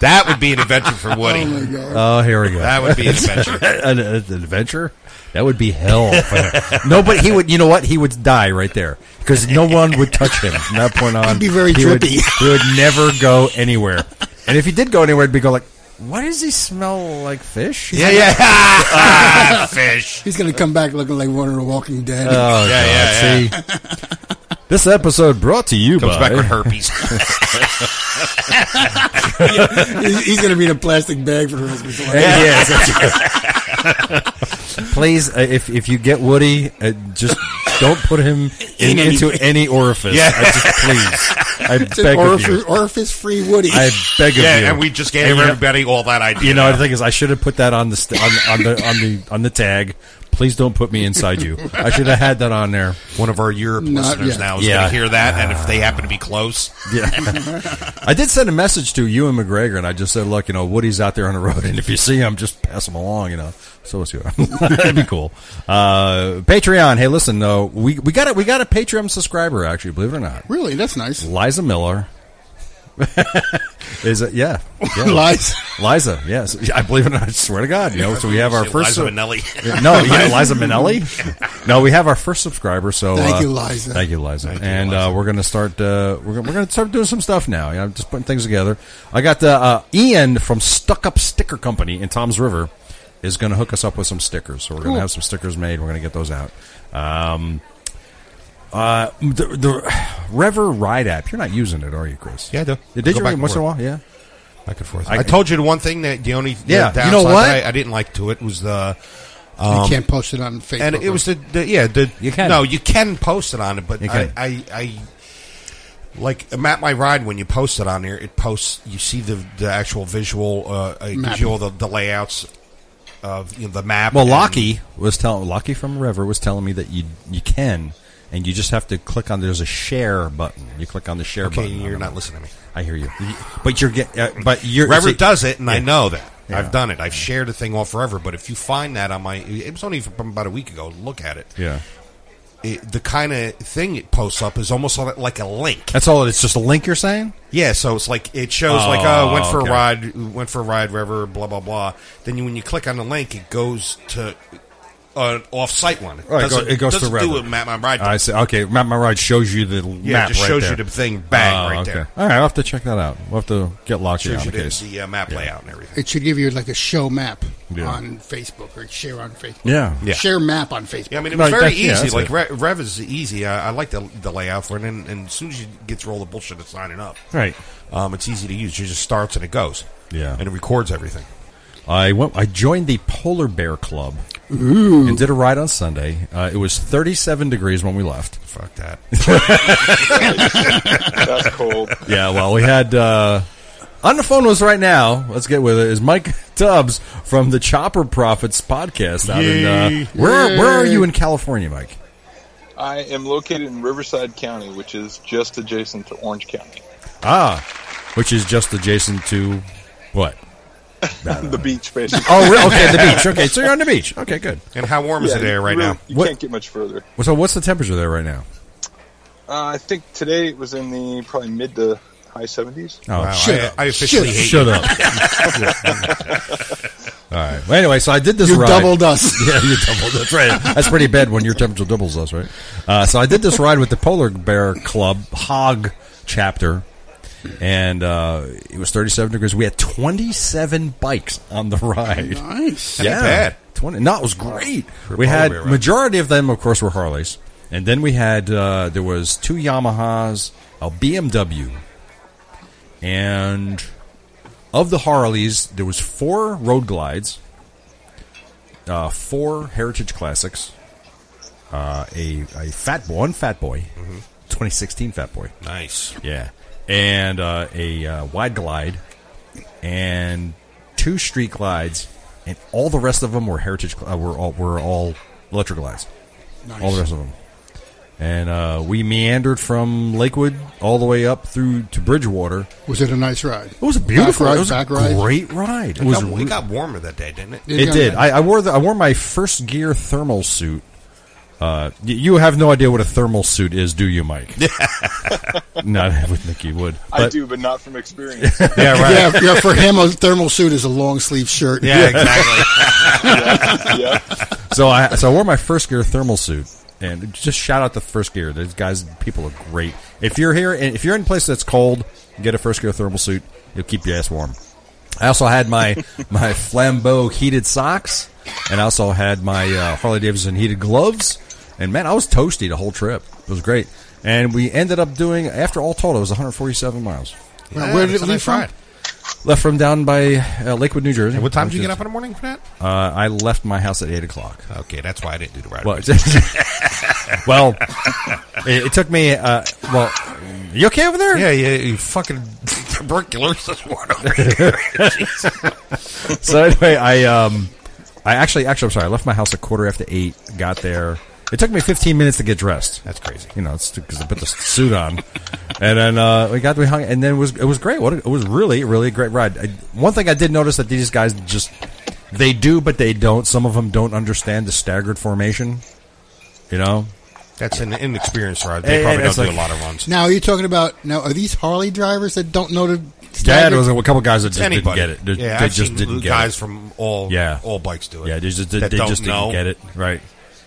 Speaker 4: that would be an adventure for Woody.
Speaker 3: oh my god.
Speaker 2: oh, here we go.
Speaker 4: that would be an adventure.
Speaker 2: an, an adventure? That would be hell. for- no, but he would. You know what? He would die right there because no one would touch him from that point on. He'd
Speaker 3: be very
Speaker 2: he would-
Speaker 3: drippy.
Speaker 2: he would never go anywhere. And if he did go anywhere, it'd be go like, why does he smell like fish?
Speaker 4: Yeah, yeah. ah, fish.
Speaker 3: He's gonna come back looking like one of the Walking Dead. [LAUGHS]
Speaker 2: Oh,
Speaker 4: Yeah, yeah,
Speaker 2: God, see? This episode brought to you
Speaker 4: Comes
Speaker 2: by
Speaker 4: back with herpes.
Speaker 3: he's, he's gonna be in a plastic bag for the rest of his [LAUGHS] life.
Speaker 2: Yeah, yes, that's right. Please, uh, if if you get Woody, uh, just don't put him in,
Speaker 4: [LAUGHS]
Speaker 3: In any-
Speaker 2: into any orifice.
Speaker 4: Yeah.
Speaker 2: I just, please. I beg of
Speaker 3: Orifice,
Speaker 2: you.
Speaker 3: orifice free Woody.
Speaker 2: I beg of
Speaker 4: yeah,
Speaker 2: you.
Speaker 4: and we just gave
Speaker 2: Hey, re-
Speaker 4: everybody all that idea.
Speaker 2: You know, the thing is, I should have put that on the st- on, on the on the on the tag. Please don't put me inside you. I should have had that on there.
Speaker 4: one of our Europe
Speaker 3: Not
Speaker 4: listeners
Speaker 3: yet. Ah.
Speaker 4: now is
Speaker 2: Yeah.
Speaker 4: going to hear that, and if they happen to be close,
Speaker 2: Yeah, [LAUGHS] I did send a message to you and McGregor, and I just said, "Look, you know, Woody's out there on the road, and if you see him, just pass him along." You know, so it's you. [LAUGHS] That'd be cool. Uh, Patreon. Hey, listen, though, we we got it. We got a Patreon subscriber. Actually, believe it or not,
Speaker 3: [LAUGHS] really, that's nice.
Speaker 2: Liza Miller. [LAUGHS] is it? Yeah, yeah.
Speaker 3: [LAUGHS] Lies.
Speaker 2: Liza. Yes, I believe it. or not, I swear to God. You know, so we have our
Speaker 4: Say
Speaker 2: first.
Speaker 4: Liza Minnelli.
Speaker 2: no, yeah, Liza Minnelli. No, we have our first subscriber. So
Speaker 3: Thank
Speaker 2: uh,
Speaker 3: you, Liza.
Speaker 2: Thank you, Liza. and Uh, we're gonna start. Uh, we're, gonna, we're gonna start doing some stuff now. You know, just putting things together. I got the uh, Ian from Stuck Up Sticker Company in Tom's River is gonna hook us up with some stickers. So we're gonna have some stickers made. We're gonna get those out. Um, uh, the, the Rever Ride app. You're not using it, are you, Chris?
Speaker 4: Yeah, I do. I
Speaker 2: Did
Speaker 4: go
Speaker 2: you
Speaker 4: back
Speaker 2: once
Speaker 4: and
Speaker 2: in a
Speaker 4: forth.
Speaker 2: while? Yeah.
Speaker 4: [LAUGHS] back and forth. I, told you the one thing that the only
Speaker 2: Yeah,
Speaker 4: the
Speaker 2: you know
Speaker 4: downside
Speaker 2: what?
Speaker 4: that I, I didn't like to it was the
Speaker 2: Um,
Speaker 3: you can't post it on Facebook.
Speaker 4: and it was the, the yeah the
Speaker 2: You can.
Speaker 4: no you can post it on it but
Speaker 2: You
Speaker 4: I,
Speaker 2: can.
Speaker 4: I I like map my ride when you post it on there it posts you see the the actual visual uh it gives you all the, the layouts of you know, the map
Speaker 2: Well,
Speaker 4: and-
Speaker 2: Lockie was telling Lockie from River was telling me that you you can, and you just have to click on. There's a share button. You click on the share
Speaker 4: okay
Speaker 2: button.
Speaker 4: you're
Speaker 2: I
Speaker 4: not
Speaker 2: don't know.
Speaker 4: listening to me
Speaker 2: I hear you, but you're get. Uh, but you're
Speaker 4: Rever
Speaker 2: see-
Speaker 4: does it and I
Speaker 2: Yeah.
Speaker 4: know that
Speaker 2: Yeah.
Speaker 4: I've done it I've shared a thing off Rever but if you find that on my it was only from about a week ago look at it
Speaker 2: Yeah,
Speaker 4: it, the kind of thing it posts up is almost like a link
Speaker 2: that's all. It's just a link. You're saying?
Speaker 4: Yeah, so it's like it shows like oh, went for
Speaker 2: okay.
Speaker 4: a ride, went for a ride, wherever, blah blah blah. Then you, when you click on the link, it goes to an off-site one. It
Speaker 2: Oh, it go-
Speaker 4: doesn't-
Speaker 2: it goes to
Speaker 4: doesn't
Speaker 2: Rever.
Speaker 4: do it map my ride.
Speaker 2: I see. Okay, map my ride shows you the
Speaker 4: yeah,
Speaker 2: map.
Speaker 4: it just
Speaker 2: right
Speaker 4: shows
Speaker 2: there.
Speaker 4: you the thing bang
Speaker 2: Oh,
Speaker 4: right
Speaker 2: okay.
Speaker 4: there.
Speaker 2: All right, I'll have to check that out. We'll have to get Lockie
Speaker 4: Shows
Speaker 2: on
Speaker 4: you
Speaker 2: the
Speaker 4: the,
Speaker 2: case.
Speaker 4: the uh, map layout and everything.
Speaker 3: It should give you like a show map
Speaker 2: Yeah.
Speaker 3: on Facebook or share on Facebook.
Speaker 2: yeah,
Speaker 4: Yeah.
Speaker 3: Share map on Facebook.
Speaker 4: Yeah, I mean it
Speaker 2: No,
Speaker 4: was very
Speaker 2: that's- yeah,
Speaker 4: easy.
Speaker 2: that's
Speaker 4: like
Speaker 2: it.
Speaker 4: Re- Rev is easy. I, I like the, the layout for it, and, and as soon as you get through all the bullshit of signing up,
Speaker 2: Right.
Speaker 4: um, it's easy to use. It just starts and it goes.
Speaker 2: Yeah.
Speaker 4: and it records everything.
Speaker 2: I went. I joined the Polar Bear Club and did a ride on Sunday. Uh, it was 37 degrees when we left.
Speaker 4: Fuck that.
Speaker 5: That's cool.
Speaker 2: Yeah, well, we had uh, on the phone with us right now. Let's get with it. Is Mike Tubbs from the Chopper Profits podcast out in uh, where? Where are you in California, Mike?
Speaker 5: I am located in Riverside County, which is just adjacent to
Speaker 2: [LAUGHS]
Speaker 5: Orange County.
Speaker 2: Ah, which is just adjacent to what?
Speaker 5: the beach, basically.
Speaker 2: Oh, re- okay, the beach. [LAUGHS] Okay, so you're on the beach. Okay, good.
Speaker 4: And how warm is
Speaker 5: Yeah,
Speaker 4: it there right
Speaker 5: really-
Speaker 4: now?
Speaker 5: You
Speaker 2: What-
Speaker 5: can't get much further.
Speaker 2: So, what's the temperature there right now?
Speaker 5: Uh, I think today it was in the probably mid to high 70s.
Speaker 2: Oh,
Speaker 4: Wow,
Speaker 3: Shut
Speaker 4: I,
Speaker 3: up.
Speaker 4: I officially hate
Speaker 2: shut
Speaker 4: [LAUGHS]
Speaker 2: up. All right. Well, anyway, so I did this.
Speaker 3: you
Speaker 2: ride.
Speaker 3: doubled us.
Speaker 2: [LAUGHS] Yeah, you doubled. That's right. That's pretty bad when your temperature doubles us, right? Uh, so I did this ride with the Polar Bear Club Hog chapter, and uh, it was 37 degrees. We had 27 bikes on the ride.
Speaker 3: Nice.
Speaker 2: yeah,
Speaker 4: bad.
Speaker 2: 20. No, it was great.
Speaker 4: For a
Speaker 2: we
Speaker 4: Polar
Speaker 2: had
Speaker 4: Bear ride.
Speaker 2: majority of them, of course, were Harleys, and then we had uh, there was two Yamahas, a BMW, and of the Harleys, there was four Road Glides, uh, four Heritage Classics, uh, a a Fat Boy, one Fat Boy,
Speaker 4: Mm-hmm.
Speaker 2: 2016 Fat Boy,
Speaker 4: Nice.
Speaker 2: yeah, and uh, a uh, wide glide, and two street glides, and all the rest of them were heritage. Cl- uh, were all were all electric glides. All the rest of them, and uh, we meandered from Lakewood all the way up through to Bridgewater.
Speaker 3: Was it a nice ride?
Speaker 2: It was a beautiful.
Speaker 3: Back ride,
Speaker 2: it was
Speaker 3: back
Speaker 2: a
Speaker 3: ride.
Speaker 2: great ride. It
Speaker 4: It,
Speaker 2: was.
Speaker 4: got,
Speaker 2: re-
Speaker 4: it got warmer that day, didn't it?
Speaker 2: it did. I, I wore the I wore my first gear thermal suit. Uh, y- you have no idea what a thermal suit is, do you, Mike? [LAUGHS] Not with Mickey Wood.
Speaker 5: I
Speaker 2: But-
Speaker 5: do, but not from
Speaker 2: [LAUGHS]
Speaker 5: experience.
Speaker 4: Yeah, [LAUGHS]
Speaker 3: yeah, yeah, for him, a thermal suit is a long sleeve shirt.
Speaker 4: Yeah, exactly.
Speaker 5: yeah. yeah.
Speaker 2: so I so I wore my first gear thermal suit, and just shout out to first gear. These guys, people are great. If you're here and if you're in a place that's cold, get a first gear thermal suit. It'll keep your ass warm. I also had
Speaker 4: [LAUGHS]
Speaker 2: my my flambeau heated socks, and I also had my uh, Harley Davidson heated gloves. And man, I was toasty the whole trip. It was great. And we ended up doing, after all told, it was 147 miles.
Speaker 3: Now, where did
Speaker 4: that's
Speaker 3: it
Speaker 4: a
Speaker 3: leave
Speaker 4: nice
Speaker 3: from?
Speaker 4: ride.
Speaker 2: Left from down by uh, Lakewood, New Jersey.
Speaker 4: What time did you get up in the morning for that?
Speaker 2: Uh, I left my house at 8 o'clock.
Speaker 4: Okay, that's why I didn't do the ride.
Speaker 2: [LAUGHS] Well, well, it, it took me. Uh, well, You okay over there?
Speaker 4: Yeah, yeah, you fucking [LAUGHS] tuberculosis one over here.
Speaker 2: so anyway, I um, I actually actually I'm sorry, I left my house a quarter after eight. Got there. It took me 15 minutes to get dressed.
Speaker 4: That's crazy.
Speaker 2: You know, it's because I put the suit on, and then uh, we got we hung, and then it was it was great. What a, it was really really a great ride. I, one thing I did notice that these guys just they do, but they don't. Some of them don't understand the staggered formation. You know,
Speaker 4: That's an inexperienced ride.
Speaker 2: Hey,
Speaker 4: They probably
Speaker 2: that's
Speaker 4: don't do
Speaker 2: like-
Speaker 4: a lot of runs.
Speaker 3: Now, are you talking about now? Are these Harley drivers that don't know to?
Speaker 2: yeah,
Speaker 3: stagger?
Speaker 2: there was a couple guys that just
Speaker 4: Anybody
Speaker 2: didn't get it. They,
Speaker 4: yeah,
Speaker 2: they
Speaker 4: I've
Speaker 2: just
Speaker 4: seen
Speaker 2: didn't get it.
Speaker 4: guys from all
Speaker 2: Yeah.
Speaker 4: all bikes do it.
Speaker 2: Yeah, they just, they,
Speaker 4: that
Speaker 2: they
Speaker 4: don't
Speaker 2: just didn't
Speaker 4: know.
Speaker 2: get it right.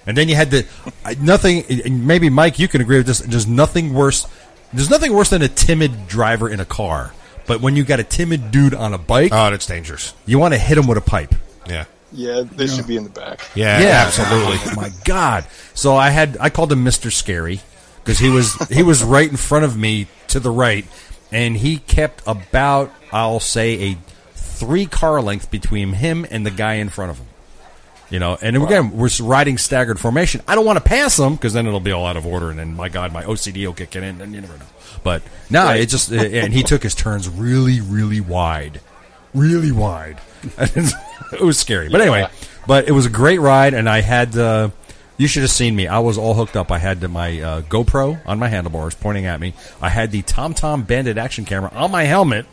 Speaker 2: And then you had the I- nothing. And maybe Mike, you can agree with this. There's nothing worse. There's nothing worse than a timid driver in a car. But when you got a timid dude on a bike,
Speaker 4: Oh, that's dangerous.
Speaker 2: you want to hit him with a pipe.
Speaker 4: Yeah,
Speaker 5: Yeah, they should be in the back.
Speaker 4: yeah, absolutely.
Speaker 2: Oh my god. So I had I called him Mister Scary because he was he was right in front of me to the right, and he kept about I'll say a three car length between him and the guy in front of him. You know, and again, we're riding staggered formation. I don't want to pass him because then it'll be all out of order, and then my God, my OCD will kick in, and you never know. But no, it just and he took his turns really, really wide, really wide. [LAUGHS] it was scary, but anyway, but it was a great ride, and I had. Uh, you should have seen me. I was all hooked up. I had my uh, GoPro on my handlebars pointing at me. I had the TomTom Bandit action camera on my helmet.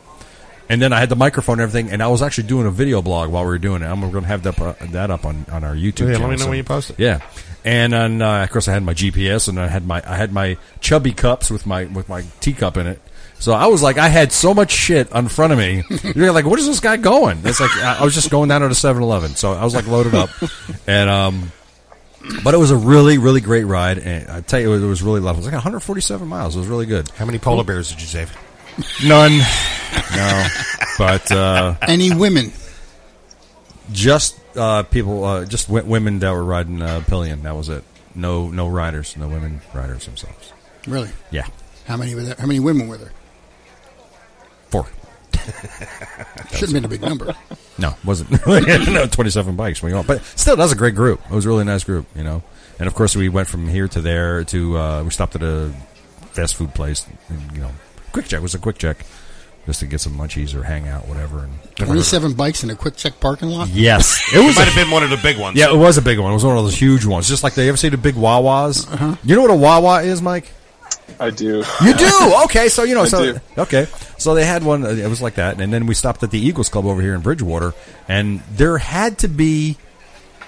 Speaker 2: And then I had the microphone and everything, and I was actually doing a video blog while we were doing it. I'm going to have that, uh, that up on, on our YouTube
Speaker 4: Yeah, let
Speaker 2: channel.
Speaker 4: me know
Speaker 2: so-
Speaker 4: when you post it.
Speaker 2: Yeah, and then, uh, of course I had my GPS, and I had my I had my chubby cups with my with my teacup in it. So I was like, I had so much shit in front of me. [LAUGHS] You're like, where is this guy going? It's like I I was just going down to the 7-Eleven, so I was like loaded
Speaker 4: [LAUGHS]
Speaker 2: up, and um, but it was a really really great ride, and I tell you, it was really lovely. It was like 147 miles. It was really good.
Speaker 4: How many polar bears did you save?
Speaker 2: None, no, but. uh
Speaker 3: Any women?
Speaker 2: just uh, people, uh, just w- women that were riding uh, pillion. That was it. No, no riders, no women riders themselves.
Speaker 3: Really?
Speaker 2: Yeah,
Speaker 3: How many were there? How many women were there?
Speaker 2: four.
Speaker 3: Should have been a big number.
Speaker 2: No, wasn't. [LAUGHS] no, twenty-seven bikes. We all, but still, that was a great group. It was a really nice group, you know. And of course, we went from here to there. To uh, we stopped at a fast food place. And, you know, quick check it was a quick check, just to get some munchies or hang out, whatever. And
Speaker 3: Twenty-seven bikes in a quick check parking lot.
Speaker 4: [LAUGHS]
Speaker 2: yes, it was.
Speaker 4: Might
Speaker 2: a
Speaker 4: have been one of the big ones.
Speaker 2: Yeah, it was a big one. It was one of those huge ones. Just like they ever see the big Wawas.
Speaker 4: Uh-huh.
Speaker 2: You know what a Wawa is, Mike?
Speaker 5: I do.
Speaker 2: You do okay. So you know,
Speaker 5: I
Speaker 2: so
Speaker 5: do.
Speaker 2: okay. So they had one. uh, It was like that, and then we stopped at the Eagles Club over here in Bridgewater, and there had to be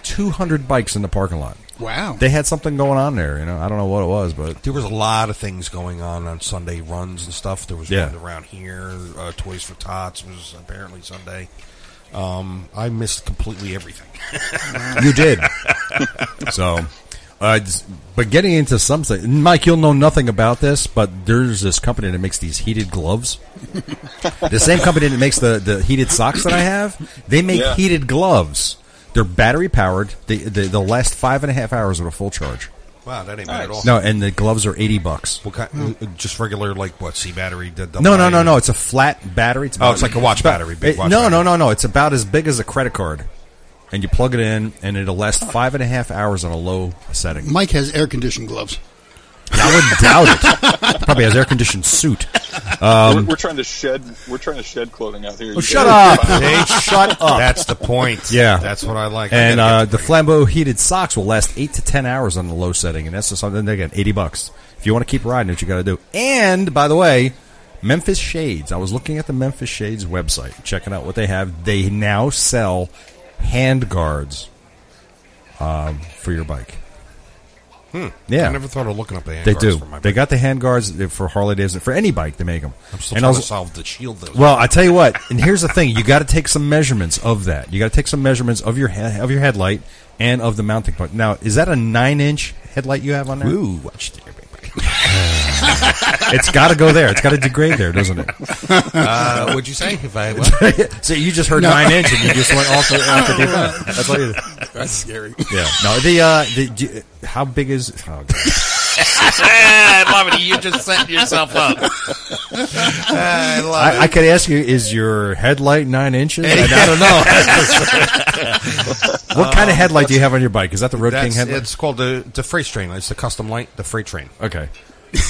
Speaker 2: two hundred bikes in the parking lot.
Speaker 3: Wow.
Speaker 2: They had something going on there. You know, I don't know what it was, but
Speaker 4: There was a lot of things going on on Sunday runs and stuff. There was
Speaker 2: Yeah.
Speaker 4: one around here. Uh, Toys for Tots was apparently Sunday. Um, I missed completely everything.
Speaker 2: you did. so, uh, it's- but getting into something, Mike, you'll know nothing about this, but there's this company that makes these heated gloves. the same company that makes the, the heated socks that I have, they make
Speaker 5: Yeah.
Speaker 2: heated gloves. They're battery powered. They, they they'll last five and a half hours with a full charge.
Speaker 4: Wow, that ain't bad at all.
Speaker 5: Nice.
Speaker 2: No, and the gloves are eighty bucks.
Speaker 4: What kind, uh, Just regular, like what? C battery? The double
Speaker 2: No, no, no,
Speaker 4: A?
Speaker 2: no. It's a flat battery.
Speaker 4: Oh, it's like a watch battery, big
Speaker 2: It-
Speaker 4: watch
Speaker 2: no,
Speaker 4: battery.
Speaker 2: no, no, no. It's about as big as a credit card, and you plug it in, and it'll last five and a half hours on a low setting.
Speaker 3: Mike has air conditioned gloves.
Speaker 2: I would doubt it. Probably has air conditioned suit.
Speaker 4: Oh,
Speaker 5: we're, we're trying to shed. We're trying to shed clothing out here.
Speaker 2: Um, Oh,
Speaker 5: You
Speaker 2: shut
Speaker 5: guys-
Speaker 2: up! Hey, [LAUGHS] shut up!
Speaker 4: That's the point.
Speaker 2: Yeah.
Speaker 4: that's what I like. I
Speaker 2: and
Speaker 4: gotta
Speaker 2: uh,
Speaker 4: get to
Speaker 2: the Flambeau heated socks will last eight to ten hours on the low setting, and that's just something they get eighty bucks. If you want to keep riding it, you got to do. And by the way, Memphis Shades. I was looking at the Memphis Shades website, checking out what they have. They now sell hand guards um, for your bike. Hmm.
Speaker 4: break.
Speaker 2: Yeah,
Speaker 4: I never thought of looking up the. Hand
Speaker 2: they
Speaker 4: guards
Speaker 2: do.
Speaker 4: For my
Speaker 2: They
Speaker 4: bike.
Speaker 2: got the hand guards uh, for Harley Davidson for any bike. They make them.
Speaker 4: I'm still
Speaker 2: and I
Speaker 4: trying
Speaker 2: was,
Speaker 4: to solve the shield though.
Speaker 2: well, I tell you what, and here's the thing: you got to take some measurements of that. You got to take some measurements of your he- of your headlight and of the mounting point. Now, is that a nine inch headlight you have on there?
Speaker 4: Ooh, watch there, baby.
Speaker 2: [LAUGHS] It's got to go there. It's got to degrade there, doesn't
Speaker 4: Uh, what'd you
Speaker 2: [LAUGHS]
Speaker 4: say? If I what?
Speaker 2: it? so you just heard nine inch, and you just went off the, off the deep
Speaker 3: [LAUGHS]
Speaker 2: end. That's all you.
Speaker 3: That's scary.
Speaker 2: Yeah. No. The uh, the do you- how big is? Oh, God.
Speaker 4: I love it. You just set yourself up. [LAUGHS] I love
Speaker 2: I, I could ask you: Is your headlight nine inches? I, I don't know.
Speaker 4: [LAUGHS]
Speaker 2: what kind of headlight do you have on your bike? Is that the Road King
Speaker 4: Um, That's,
Speaker 2: headlight?
Speaker 4: it's called the the freight train. It's the custom light, the freight train.
Speaker 2: Okay.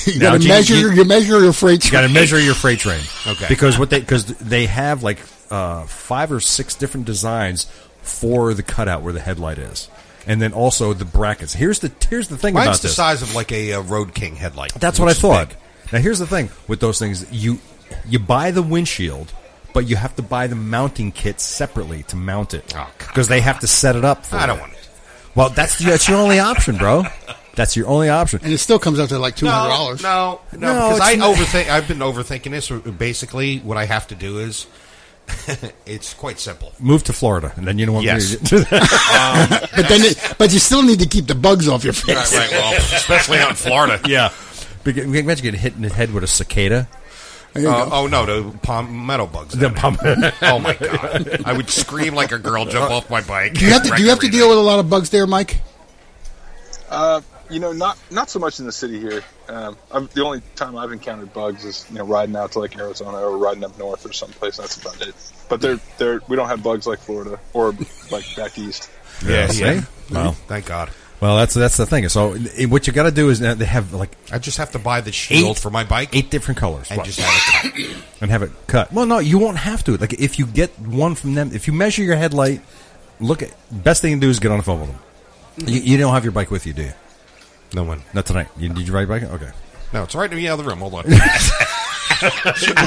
Speaker 3: You
Speaker 2: Now,
Speaker 3: got to
Speaker 2: do you-
Speaker 3: measure.
Speaker 2: you-
Speaker 3: You, measure your freight.
Speaker 2: You got to measure your freight train.
Speaker 4: Okay.
Speaker 2: Because what they because they have like uh, five or six different designs for the cutout where the headlight is, and then also the brackets. Here's the here's the thing
Speaker 4: Mine's
Speaker 2: about
Speaker 4: the
Speaker 2: this.
Speaker 4: size of like a, uh Road King headlight.
Speaker 2: That's what I
Speaker 4: which is
Speaker 2: thought.
Speaker 4: big.
Speaker 2: Now here's the thing with those things you you buy the windshield, but you have to buy the mounting kit separately to mount it
Speaker 4: Oh, God.
Speaker 2: because they have to set it up. For
Speaker 4: I don't
Speaker 2: you.
Speaker 4: want it.
Speaker 2: Well, that's that's your only option, bro. That's your only option.
Speaker 3: and it still comes out to like two hundred dollars.
Speaker 4: No, no,
Speaker 2: No,
Speaker 4: because
Speaker 2: it's
Speaker 4: I
Speaker 2: not-
Speaker 4: overthink. I've been overthinking this. Basically, what I have to do is, [LAUGHS] it's quite simple.
Speaker 2: Move to Florida, and then you don't want
Speaker 4: Yes.
Speaker 2: me
Speaker 4: [LAUGHS]
Speaker 2: to-
Speaker 3: But then, it, but you still need to keep the bugs off your face.
Speaker 4: right. Well, especially on [LAUGHS] Florida.
Speaker 2: yeah. Beca- Imagine getting hit in the head with a cicada.
Speaker 4: Uh, oh no, the palm metal bugs.
Speaker 2: The
Speaker 4: down
Speaker 2: palm-
Speaker 4: there. [LAUGHS] oh my god, I would scream like a girl, jump off my bike.
Speaker 3: Do you have to? Do you have to deal with a lot of bugs there,
Speaker 2: [LAUGHS]
Speaker 3: Mike?
Speaker 5: Uh, you know, not not so much in the city here. Um, I've, the only time I've encountered bugs is you know riding out to like Arizona or riding up north or someplace. That's about it. But they're they're we don't have bugs like Florida or like back east.
Speaker 4: Yeah,
Speaker 2: See?
Speaker 4: yeah.
Speaker 2: Wow.
Speaker 4: Thank God.
Speaker 2: Well, that's that's the thing. So i- what you got to do is now they have like
Speaker 4: I just have to buy the shield
Speaker 2: eight
Speaker 4: for my bike
Speaker 2: eight different colors,
Speaker 4: and
Speaker 2: Right.
Speaker 4: just have it cut.
Speaker 2: and have it cut. Well, no, you won't have to. Like if you get one from them, if you measure your headlight, look at best thing to do is get on the phone with them. You, you don't have your bike with you, do you?
Speaker 4: Mm-hmm. No one.
Speaker 2: Not tonight. You, did you ride your bike? Okay.
Speaker 4: No, it's right in the other room. Hold on. [LAUGHS] yeah,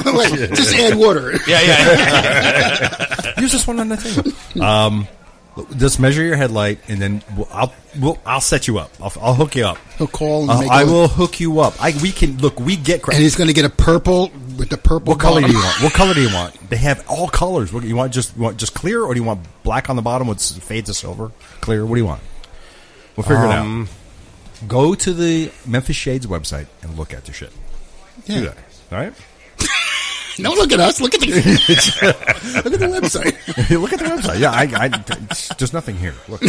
Speaker 3: Wait, just add water.
Speaker 4: yeah.
Speaker 2: Use this one on the table. [LAUGHS] Um, just measure your headlight, and then we'll, I'll we'll, I'll set you up. I'll, I'll hook you up.
Speaker 3: He'll call and
Speaker 2: Uh,
Speaker 3: make
Speaker 2: I
Speaker 3: a-
Speaker 2: will hook you up. I we can look. We get crap.
Speaker 3: And he's going to get a purple with the purple.
Speaker 2: What color do
Speaker 3: bottom.
Speaker 2: you want? What color do you want? They have all colors. What, you want just you want just clear, or do you want black on the bottom with s- fades of silver? Clear. What do you want? We'll figure it
Speaker 4: Um,
Speaker 2: out. Go to the Memphis Shades website and look at the shit. Do
Speaker 3: Yeah.
Speaker 2: that. All right. [LAUGHS]
Speaker 3: No, look at us. Look at the [LAUGHS] look at the website.
Speaker 2: look at the website. Yeah, I, I, it's- there's nothing here. Look.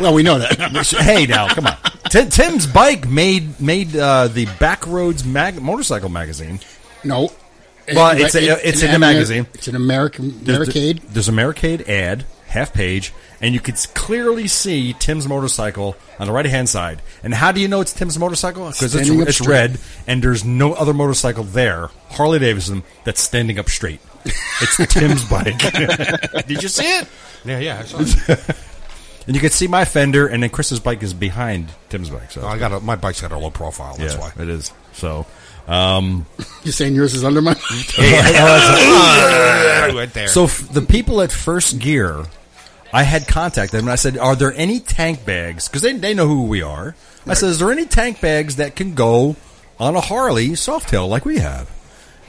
Speaker 3: Well, we know that.
Speaker 2: hey, now come on. Tim, Tim's bike made made uh, the Backroads mag- motorcycle magazine.
Speaker 3: No.
Speaker 2: Well, it's a- it's in the
Speaker 3: Amer-
Speaker 2: magazine.
Speaker 3: It's an American Americade.
Speaker 2: There's, there's a Americade ad, half page, and you could s- clearly see Tim's motorcycle on the right hand side. And how do you know it's Tim's motorcycle? Because it's,
Speaker 3: Standing up
Speaker 2: it's
Speaker 3: straight.
Speaker 2: red, and there's no other motorcycle there, Harley Davidson, that's standing up
Speaker 3: [LAUGHS]
Speaker 2: straight. It's Tim's bike. [LAUGHS] Did you see it?
Speaker 4: Yeah, yeah. I saw it.
Speaker 2: And you could see my fender, and then Chris's bike is behind Tim's bike. So
Speaker 4: I got a, my bike's got a low profile. That's
Speaker 2: yeah,
Speaker 4: why.
Speaker 2: it is. So.
Speaker 3: [LAUGHS]
Speaker 2: Um, [LAUGHS]
Speaker 3: You're saying yours is under mine?
Speaker 4: I went there.
Speaker 2: So f- the people at First Gear, I had contacted them and I said, "Are there any tank bags?" Because they they know who we are. I said, "Is there any tank bags that can go on a Harley Softail like we have?"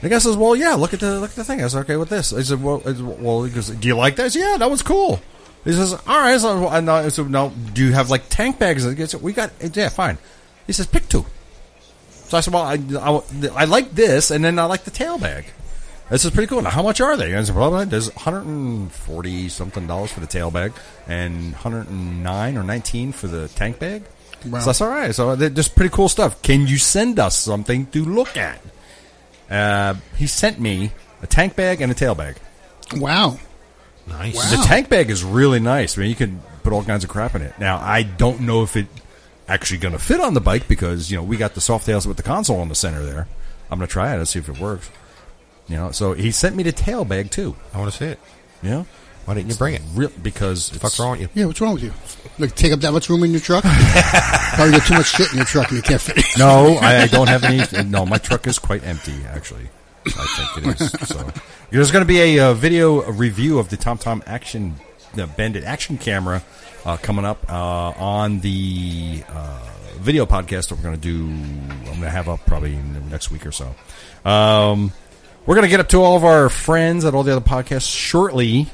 Speaker 2: The guy says, "Well, yeah. Look at the look at the thing." I said, "Okay, with this?" I said, "Well, it's- well." He goes, "Do you like that?" I said, yeah, that was cool. He says, "All right." So, and I said, "No, do you have like tank bags?" I said, "We got yeah, fine." He says, "Pick two. So I said, well, I, I, I like this, and then I like the tail bag. This is pretty cool. Now, how much are they? And I said, well, there's 140 something dollars for the tail bag and 109 or 19 for the tank bag.
Speaker 3: Wow.
Speaker 2: So that's all right. So they're just pretty cool stuff. Can you send us something to look at? Uh, he sent me a tank bag and a tail bag.
Speaker 3: [LAUGHS] Wow.
Speaker 4: nice.
Speaker 3: Wow.
Speaker 2: The tank bag is really nice. I mean, you can put all kinds of crap in it. Now, I don't know if it actually going to fit on the bike because you know we got the soft tails with the console in the center there. I'm going to try it and see if it works. You know, so he sent me the tail bag too.
Speaker 4: I want to see it.
Speaker 2: You know,
Speaker 4: Why didn't you bring it?
Speaker 2: real because it's,
Speaker 4: Fuck's wrong with you?
Speaker 3: Yeah, what's wrong with you? Like, take up that much room in your
Speaker 2: [LAUGHS]
Speaker 3: truck? Probably got too much shit in your truck and you can't fit it.
Speaker 2: No, I, I don't have any. No, my truck is quite empty actually. I think it is. So there's going to be a, uh video review of the TomTom action the Bandit action camera uh, coming up uh, on the uh, video podcast that we're going to do. I'm going to have up probably in the next week or so. Um, we're going to get up to all of our friends at all the other podcasts shortly.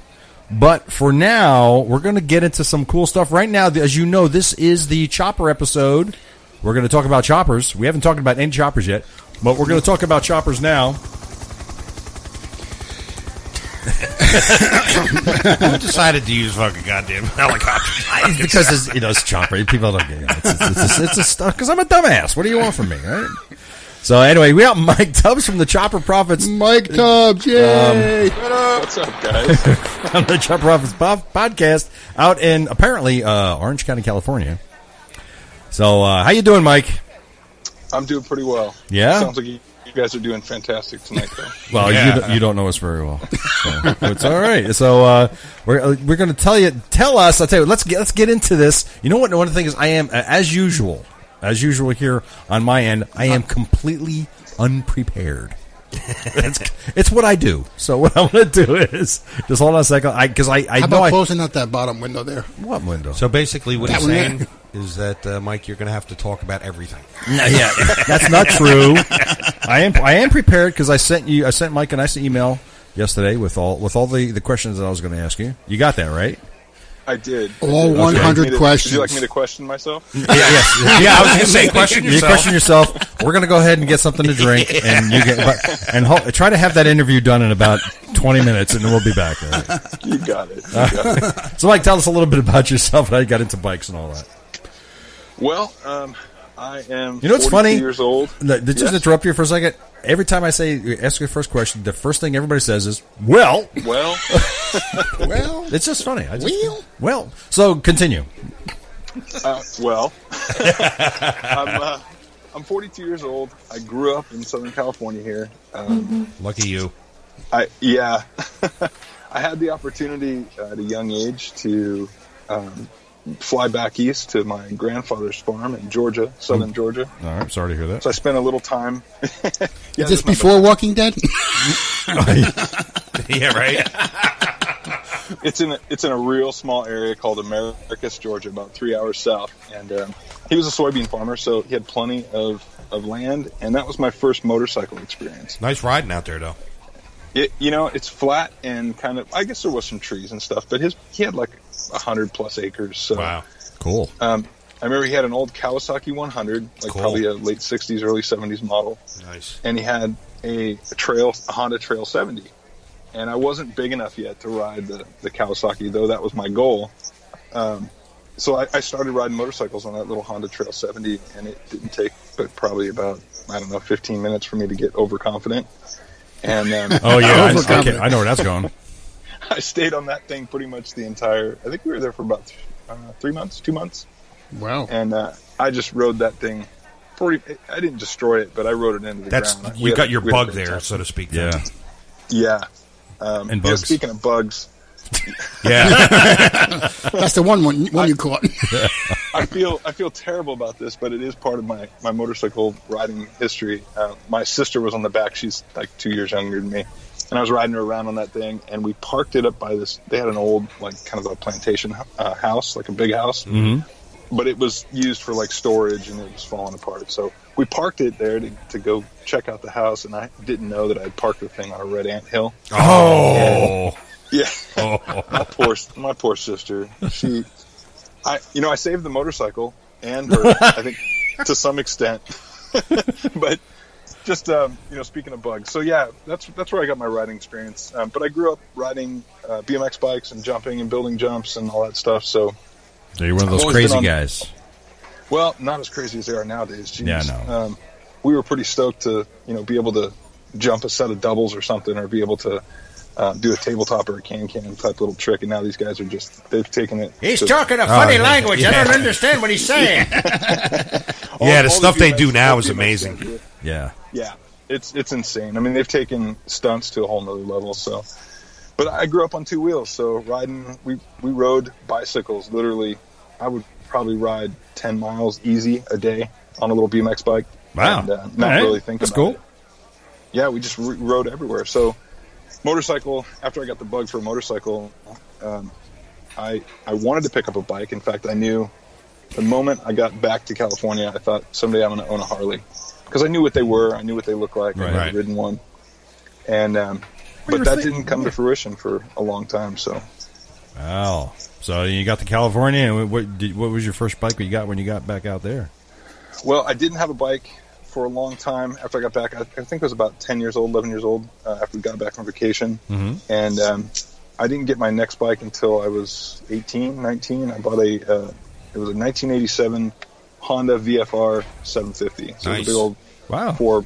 Speaker 2: But for now, we're going to get into some cool stuff. Right now, as you know, this is the chopper episode. We're going to talk about choppers. We haven't talked about any choppers yet, but we're going to talk about choppers now.
Speaker 4: Who decided to use fucking goddamn helicopter?
Speaker 2: because it's, you know it's chopper. People don't get it. It's, it's, it's, it's a stuff because I'm a dumbass. What do you want from me, right? So anyway, we got Mike Tubbs from the Chopper Profits
Speaker 3: Mike Tubbs,
Speaker 2: Um,
Speaker 3: yay!
Speaker 5: What's up, guys?
Speaker 2: [LAUGHS] on the Chopper Profits po- podcast out in apparently uh, Orange County, California. So uh, how you doing, Mike?
Speaker 5: I'm doing pretty well.
Speaker 2: Yeah?
Speaker 5: Sounds like you, you guys are doing fantastic tonight, though.
Speaker 2: [LAUGHS] Well,
Speaker 4: Yeah.
Speaker 2: you, don't, you don't know us very well. So, it's all right. So uh, we're uh, we're going to tell you tell us. I'll tell you. Let's get let's get into this. You know what? One of the things I am uh, as usual, as usual here on my end, I am completely unprepared. it's, it's what I do. So what I'm going to do is just hold on a second. I because I I
Speaker 3: How
Speaker 2: know
Speaker 3: about
Speaker 2: I,
Speaker 3: closing out that bottom window there?
Speaker 2: what window.
Speaker 4: So [LAUGHS] basically, what
Speaker 3: That
Speaker 4: he's
Speaker 3: one there.
Speaker 4: saying is that uh, Mike, you're going to have to talk about everything.
Speaker 2: No, yeah, that's not true. I am I am prepared because I sent you I sent Mike a nice email yesterday with all with all the the questions that I was going to ask you. You got that right?
Speaker 5: I did.
Speaker 3: All
Speaker 5: Would you like
Speaker 3: 100
Speaker 5: me to- Would
Speaker 3: questions.
Speaker 5: you like me to
Speaker 2: [LAUGHS]
Speaker 5: question myself?
Speaker 2: Yeah, yes. yeah. I was going to say
Speaker 4: question
Speaker 2: you
Speaker 4: yourself.
Speaker 2: question yourself. We're going to go ahead and get something to [LAUGHS] drink, and you get but, and ho- try to have that interview done in about twenty minutes, and then we'll be back. All right.
Speaker 5: You got it. You got
Speaker 2: [LAUGHS]
Speaker 5: it.
Speaker 2: So, Mike, tell us a little bit about yourself and how you got into bikes and all that.
Speaker 5: Well, um, I am.
Speaker 2: You know what's
Speaker 5: 42
Speaker 2: funny?
Speaker 5: Years old.
Speaker 2: Look, Did you just
Speaker 5: Yes.
Speaker 2: interrupt you for a second? Every time I say ask your first question, the first thing everybody says is "well."
Speaker 5: Well,
Speaker 3: Well,
Speaker 2: It's just funny. I just,
Speaker 3: Well.
Speaker 2: well, so continue.
Speaker 5: uh,
Speaker 3: [LAUGHS]
Speaker 5: well. I'm, uh, I'm 42 years old. I grew up in Southern California here. Um,
Speaker 4: Lucky you.
Speaker 5: I yeah, [LAUGHS] I had the opportunity at a young age to um, fly back east to my grandfather's farm in Georgia, southern Georgia.
Speaker 2: All right, sorry to hear that.
Speaker 5: So I spent a little time. [LAUGHS] yeah,
Speaker 3: Mm. is this before Walking Dead?
Speaker 4: [LAUGHS]
Speaker 3: [LAUGHS]
Speaker 4: yeah, right.
Speaker 5: It's in a, it's in a real small area called Americus, Georgia, about three hours south. And um, he was a soybean farmer, so he had plenty of of land, and that was my first motorcycle experience.
Speaker 4: Nice riding out there, though.
Speaker 5: It, you know, it's flat and kind of. I guess there was some trees and stuff, but his he had like a hundred plus acres. So
Speaker 2: Cool.
Speaker 5: Um, I remember he had an old Kawasaki 100, like
Speaker 4: Cool.
Speaker 5: probably a late 60s, early 70s model,
Speaker 4: Nice.
Speaker 5: and he had a, a trail, a Honda Trail 70. And I wasn't big enough yet to ride the, the Kawasaki, though that was my goal. Um, so I, I started riding motorcycles on that little Honda Trail 70, and it didn't take but probably about I don't know 15 minutes for me to get overconfident. And um,
Speaker 2: Oh yeah, I,
Speaker 3: Overconfident.
Speaker 2: okay, I know where that's
Speaker 3: [LAUGHS]
Speaker 2: going.
Speaker 5: [LAUGHS] I stayed on that thing pretty much the entire. I think we were there for about uh, three months, two months.
Speaker 3: wow.
Speaker 5: and uh, I just rode that thing. Pretty, I didn't destroy it, but I rode it into the
Speaker 4: That's
Speaker 5: ground. We
Speaker 4: you
Speaker 5: had
Speaker 4: got
Speaker 5: a-
Speaker 4: your
Speaker 5: we had a
Speaker 4: bug
Speaker 5: great
Speaker 4: there,
Speaker 5: time.
Speaker 4: so to speak.
Speaker 2: Yeah,
Speaker 5: Yeah. Um,
Speaker 2: And
Speaker 5: yeah,
Speaker 2: bugs.
Speaker 5: speaking of bugs,
Speaker 2: [LAUGHS]
Speaker 4: yeah.
Speaker 3: That's the one one, one you
Speaker 5: [LAUGHS]
Speaker 3: caught.
Speaker 5: I feel I feel terrible about this, but it is part of my my motorcycle riding history. Uh, my sister was on the back; she's like two years younger than me, and I was riding her around on that thing. And we parked it up by this. They had an old like kind of a plantation uh, house, like a big house, but it was used for like storage, and it was falling apart. So we parked it there to, to go check out the house, and I didn't know that I had parked the thing on a red ant hill.
Speaker 4: Oh.
Speaker 5: Yeah.
Speaker 4: Oh.
Speaker 5: my poor my poor sister. She, I you know I saved the motorcycle and her. I think to some extent, [LAUGHS] but just um, you know speaking of bugs. So yeah, that's that's where I got my riding experience. Um, but I grew up riding uh, BMX bikes and jumping and building jumps and all that stuff. So
Speaker 2: so you're one of
Speaker 5: I've
Speaker 2: those
Speaker 5: always been
Speaker 2: crazy
Speaker 5: on-
Speaker 2: guys.
Speaker 5: well, not as crazy as they are nowadays. Jeez.
Speaker 2: Yeah, I know.
Speaker 5: Um, we were pretty stoked to you know be able to jump a set of doubles or something, or be able to. Uh, do a tabletop or a can can type little trick, and now these guys are just—they've taken it.
Speaker 6: He's
Speaker 5: to-
Speaker 6: talking
Speaker 2: Oh,
Speaker 6: a funny
Speaker 4: yeah.
Speaker 6: language.
Speaker 4: Yeah.
Speaker 6: I don't understand
Speaker 2: [LAUGHS]
Speaker 6: what he's saying.
Speaker 4: Yeah, the
Speaker 5: all
Speaker 4: stuff they do now
Speaker 5: all
Speaker 4: is
Speaker 5: the BMX
Speaker 4: amazing.
Speaker 5: guys do it.
Speaker 2: Yeah,
Speaker 5: Yeah, it's it's insane. I mean, they've taken stunts to a whole nother level. So, but I grew up on two wheels, so riding we we rode bicycles. Literally, I would probably ride ten miles easy a day on a little BMX bike.
Speaker 2: Wow.
Speaker 5: and, uh, not
Speaker 2: All right.
Speaker 5: really thinking.
Speaker 2: That's
Speaker 5: about
Speaker 2: cool.
Speaker 5: it. Yeah, we just r rode everywhere. So, motorcycle. After I got the bug for a motorcycle, um, I I wanted to pick up a bike. In fact, I knew the moment I got back to California, I thought someday I'm going to own a Harley because I knew what they were, I knew what they looked like,
Speaker 2: Right.
Speaker 5: I would
Speaker 4: Right.
Speaker 5: ridden one, and um,
Speaker 2: you
Speaker 5: but
Speaker 2: were
Speaker 5: that
Speaker 2: thinking-
Speaker 5: didn't come to fruition for a long time. So
Speaker 2: Wow. So you got to California, and what did, what was your first bike you got when you got back out there?
Speaker 5: Well, I didn't have a bike for a long time after I got back. I, I think I was about 10 years old, 11 years old uh, after we got back from vacation.
Speaker 2: Mm-hmm.
Speaker 5: And um, I didn't get my next bike until I was 18, 19. I bought a, uh, it was a 1987 Honda VFR 750. So it was
Speaker 4: Nice.
Speaker 5: a big old
Speaker 2: Wow.
Speaker 5: four,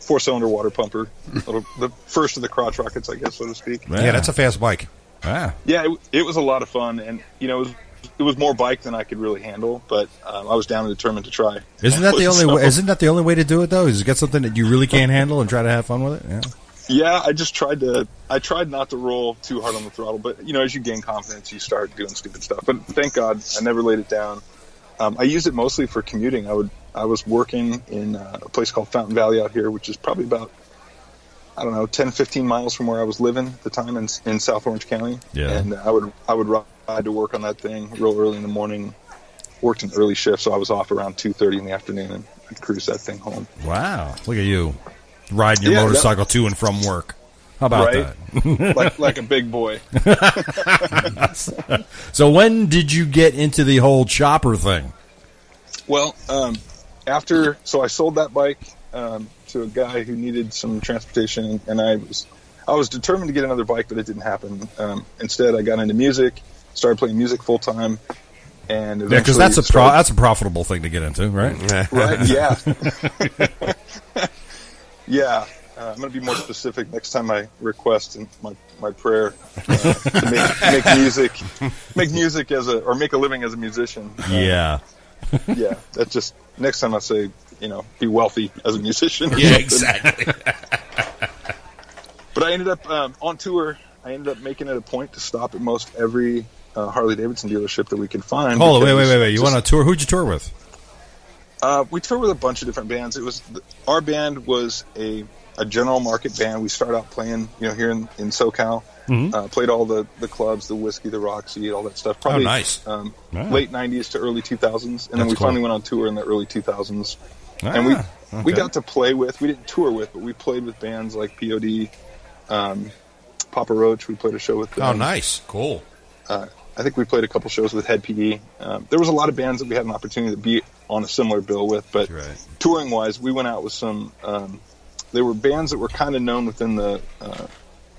Speaker 5: four cylinder water pumper. Little, the first of the crotch rockets, I guess, so to speak.
Speaker 4: [LAUGHS] Yeah, that's a fast bike.
Speaker 2: ah.
Speaker 5: Yeah, it, it was a lot of fun, and you know, it was it was more bike than I could really handle, but um, I was down and determined to try.
Speaker 2: Isn't
Speaker 5: [LAUGHS]
Speaker 2: that the only?
Speaker 5: So-
Speaker 2: way, isn't that the only way to do it though? Is to get something that you really can't handle and try to have fun with it. Yeah.
Speaker 5: Yeah, I just tried to. I tried not to roll too hard on the throttle, but you know, as you gain confidence, you start doing stupid stuff. But thank God, I never laid it down. Um, I used it mostly for commuting. I would. I was working in uh, a place called Fountain Valley out here, which is probably about I don't know 10, 15 miles from where I was living at the time in, in South Orange County.
Speaker 2: Yeah.
Speaker 5: And I would I would ride to work on that thing real early in the morning. Worked an early shift, so I was off around two thirty in the afternoon, and I'd cruise that thing home.
Speaker 2: Wow. Look at you riding your
Speaker 5: Yeah, that-
Speaker 2: motorcycle to and from work. How about
Speaker 5: Right. like like a big boy.
Speaker 2: that? so when did you get into the whole chopper thing?
Speaker 5: Well, um, after so I sold that bike um, to a guy who needed some transportation, and I was I was determined to get another bike, but it didn't happen. Um, instead, I got into music, started playing music full time, and
Speaker 2: Yeah, because
Speaker 5: eventually
Speaker 2: that's a pro-
Speaker 5: started-
Speaker 2: that's a profitable thing to get into, right?
Speaker 5: right? Yeah,
Speaker 2: [LAUGHS]
Speaker 5: [LAUGHS] yeah. Uh, I'm going to be more specific next time I request in my my prayer uh, to make, make music, make music as a or make a living as a musician. Uh,
Speaker 2: [LAUGHS] Yeah.
Speaker 5: yeah, that's just next time I say, you know, be wealthy as a musician. or
Speaker 4: Yeah,
Speaker 5: something.
Speaker 4: exactly.
Speaker 5: But I ended up um, on tour. I ended up making it a point to stop at most every uh, Harley Davidson dealership that we could find.
Speaker 2: Hold on, Oh, wait,
Speaker 5: because
Speaker 2: wait, wait, wait. You
Speaker 5: just-
Speaker 2: went on tour? Who'd you tour with?
Speaker 5: Uh, we toured with a bunch of different bands. It was th- our band was a, a general market band. We started out playing, you know, here in in SoCal.
Speaker 2: Mm-hmm.
Speaker 5: Uh, played all the, the clubs, the whiskey, the Roxy, all that stuff. Probably
Speaker 4: nice.
Speaker 5: um,
Speaker 2: Wow.
Speaker 5: late '90s to early 2000s, and then
Speaker 2: That's
Speaker 5: we
Speaker 2: cool.
Speaker 5: finally went on tour in the early 2000s. and we
Speaker 2: Ah, okay.
Speaker 5: we got to play with. We didn't tour with, but we played with bands like POD, um, Papa Roach. We played a show with. Them.
Speaker 4: Oh, nice, cool.
Speaker 5: Uh, I think we played a couple shows with Head PD. Um, there was a lot of bands that we had an opportunity to be on a similar bill with, but
Speaker 4: Right.
Speaker 5: touring wise, we went out with some. Um, they were bands that were kind of known within the uh,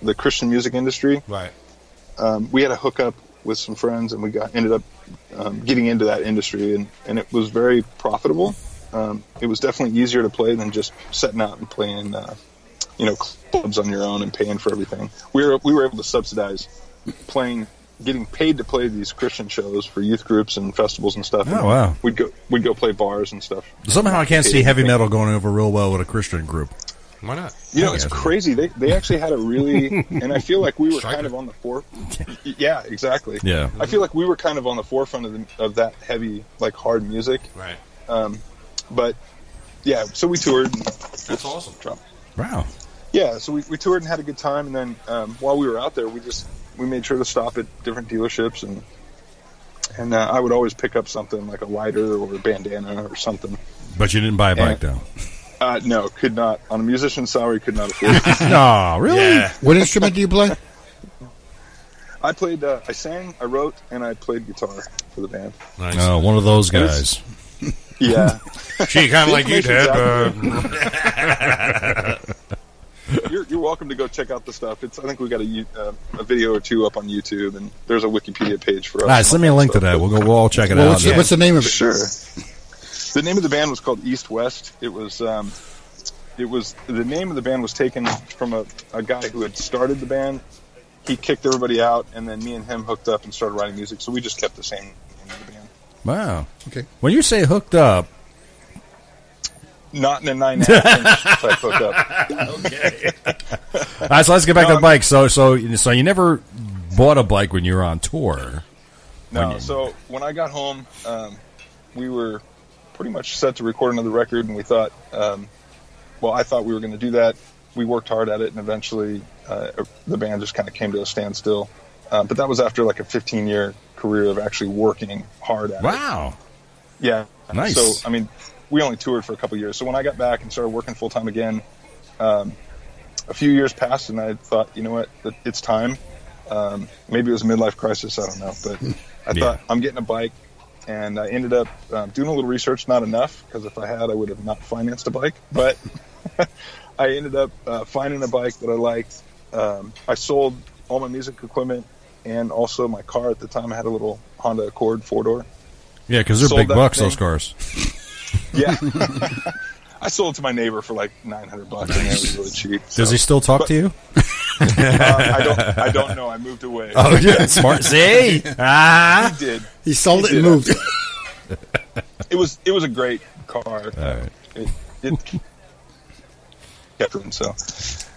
Speaker 5: the Christian music industry.
Speaker 4: Right.
Speaker 5: Um, we had a hookup with some friends, and we got ended up um, getting into that industry, and, and it was very profitable. Um, it was definitely easier to play than just setting out and playing, uh, you know, clubs on your own and paying for everything. We were we were able to subsidize playing, getting paid to play these Christian shows for youth groups and festivals and stuff.
Speaker 2: Oh,
Speaker 5: And
Speaker 2: wow.
Speaker 5: We'd go we'd go play bars and stuff.
Speaker 2: Somehow I can't see heavy metal going over real well with a Christian group.
Speaker 4: Why not?
Speaker 5: You know,
Speaker 2: Yeah,
Speaker 5: it's
Speaker 2: that's-
Speaker 5: crazy. They, they actually had
Speaker 2: [LAUGHS]
Speaker 5: a really, and I feel like we were
Speaker 4: Striker.
Speaker 5: kind of on the fore. Yeah, exactly.
Speaker 2: Yeah.
Speaker 5: I feel like we were kind of on the forefront of, the, of that heavy, like hard music.
Speaker 4: Right.
Speaker 5: But yeah, so we toured. And,
Speaker 4: That's awesome.
Speaker 2: Wow.
Speaker 5: yeah, so we, we toured and had a good time. And then um, while we were out there, we just we made sure to stop at different dealerships and and uh, I would always pick up something like a lighter or a bandana or something.
Speaker 2: But you didn't buy a bike, though.
Speaker 5: Uh, no, could not on a musician's salary could not afford.
Speaker 2: [LAUGHS]
Speaker 5: it.
Speaker 2: No, really?
Speaker 4: Yeah.
Speaker 3: What instrument do you play?
Speaker 5: I played, uh, I sang, I wrote, and I played guitar for the
Speaker 2: [LAUGHS]
Speaker 5: band.
Speaker 4: Nice.
Speaker 2: No, Oh, one of those guys.
Speaker 5: It's- Yeah.
Speaker 4: She kind of like you did.
Speaker 5: Information's
Speaker 4: uh,
Speaker 5: you're, you're welcome to go check out the stuff. It's I think we got a you- uh, a video or two up on YouTube, and there's a Wikipedia page for us.
Speaker 2: All right, send me a link to that. We'll go. We'll all check it
Speaker 3: Well,
Speaker 2: out.
Speaker 3: what's, what's the name of it?
Speaker 5: Sure. The name of the band was called East West. It was um, it was the name of the band was taken from a, a guy who had started the band. He kicked everybody out, and then me and him hooked up and started writing music. So we just kept the same name of the band.
Speaker 2: Wow.
Speaker 3: Okay.
Speaker 2: When you say hooked up,
Speaker 5: Not in a nine and a half inch type hookup.
Speaker 2: all right. So let's get back to
Speaker 5: No,
Speaker 2: the bike. So, so, so you never bought a bike when you were on tour.
Speaker 5: No. So when I got home, um, we were pretty much set to record another record, and we thought, um, well, I thought we were going to do that. We worked hard at it, and eventually uh, the band just kind of came to a standstill. Uh, but that was after like a 15 year career of actually working hard at it.
Speaker 2: Wow.
Speaker 5: Yeah.
Speaker 2: Nice.
Speaker 5: So, I mean, we only toured for a couple years. So when I got back and started working full time again, um, a few years passed, and I thought, you know what, that it's time. Um, maybe it was a midlife crisis, I don't know,
Speaker 2: [LAUGHS]
Speaker 5: but I
Speaker 2: Yeah.
Speaker 5: thought I'm getting a bike, and I ended up um, doing a little research. Not enough, because if I had, I would have not financed a bike. But [LAUGHS] I ended up uh, finding a bike that I liked. Um, I sold all my music equipment and also my car at the time. I had a little Honda Accord four door.
Speaker 2: Yeah, because they're
Speaker 5: Sold
Speaker 2: big
Speaker 5: that
Speaker 2: bucks.
Speaker 5: thing.
Speaker 2: Those cars.
Speaker 5: Yeah. I sold it to my neighbor for like 900 bucks and it was really cheap.
Speaker 2: Does
Speaker 5: so-
Speaker 2: he still talk to you?
Speaker 5: Uh, I don't. I don't know. I moved away.
Speaker 4: Oh, yeah.
Speaker 2: Smart. [LAUGHS] See? Ah.
Speaker 5: He did.
Speaker 3: He sold it
Speaker 5: did.
Speaker 3: and moved. [LAUGHS]
Speaker 5: It was. It was a great car.
Speaker 2: All right.
Speaker 5: It, it kept him. So,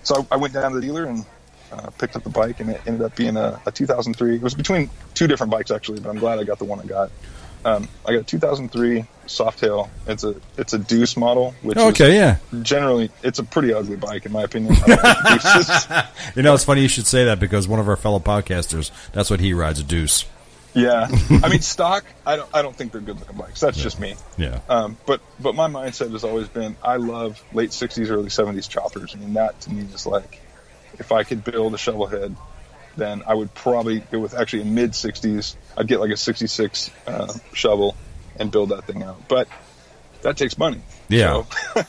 Speaker 5: so I, I went down to the dealer and uh, picked up the bike, and it ended up being a, a 2003. It was between two different bikes actually, but I'm glad I got the one I got. Um, I got a 2003 Softail. It's a it's a Deuce model, which is
Speaker 2: Okay, yeah.
Speaker 5: generally it's a pretty ugly bike in my opinion. I
Speaker 2: [LAUGHS]
Speaker 5: don't like Deuces.
Speaker 2: You know, it's funny you should say that because one of our fellow podcasters, that's what he rides, a deuce. [LAUGHS]
Speaker 5: yeah, I mean stock. I don't I don't think they're good looking bikes. That's just me.
Speaker 2: Yeah.
Speaker 5: Um, but but my mindset has always been I love late '60s, early '70s choppers. I mean that to me is like if I could build a shovel head, then I would probably go with actually a mid '60s. I'd get like a '66 uh, shovel and build that thing out. But that takes money.
Speaker 2: Yeah.
Speaker 5: So,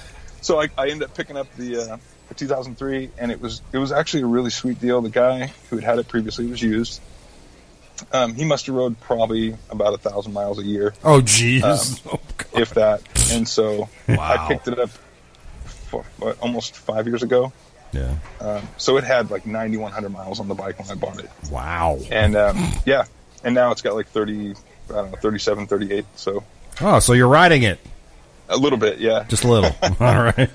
Speaker 5: [LAUGHS] so I, I ended up picking up the, uh, the 2003, and it was it was actually a really sweet deal. The guy who had had it previously was used. Um, he must have rode probably about a thousand miles a year
Speaker 4: [LAUGHS] Oh, jeez.
Speaker 5: Uh, if that.
Speaker 2: [LAUGHS]
Speaker 5: And so
Speaker 4: Wow.
Speaker 5: I picked it up for, what, almost five years ago.
Speaker 2: Yeah.
Speaker 5: Um, so it had like 9,100 miles on the bike when I bought it.
Speaker 2: Wow.
Speaker 5: And um, yeah, and now it's got like 30, I don't know, 37, 38. So
Speaker 2: Oh, so you're riding it.
Speaker 5: a little bit, yeah.
Speaker 2: Just a
Speaker 5: [LAUGHS]
Speaker 2: little. all right.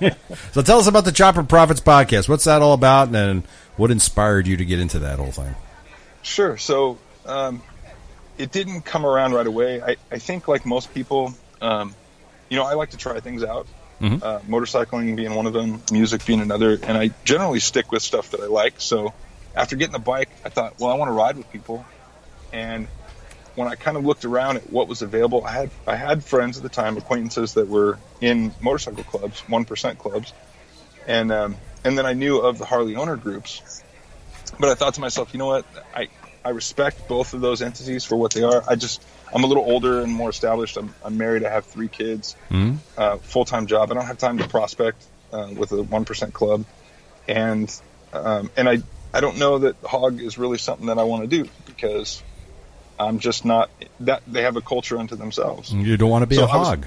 Speaker 2: So tell us about the Chopper Profits podcast. What's that all about and what inspired you to get into that whole thing?
Speaker 5: Sure. So um, it didn't come around right away. I, I think, like most people, um, you know, I like to try things out. Uh, motorcycling being one of them, music being another, and I generally stick with stuff that I like. So after getting the bike, I thought, well, I want to ride with people. And when I kind of looked around at what was available, I had I had friends at the time, acquaintances that were in motorcycle clubs, one percent clubs, and um, and then I knew of the Harley owner groups, but I thought to myself, you know what? I I respect both of those entities for what they are. I just I'm a little older and more established. I'm, I'm married. I have three kids, uh, full time job. I don't have time to prospect uh, with a one percent club, and um, and I I don't know that hog is really something that I want to do because I'm just not that they have a culture unto themselves.
Speaker 2: You don't want to be
Speaker 5: So
Speaker 2: a
Speaker 5: I was-
Speaker 2: hog.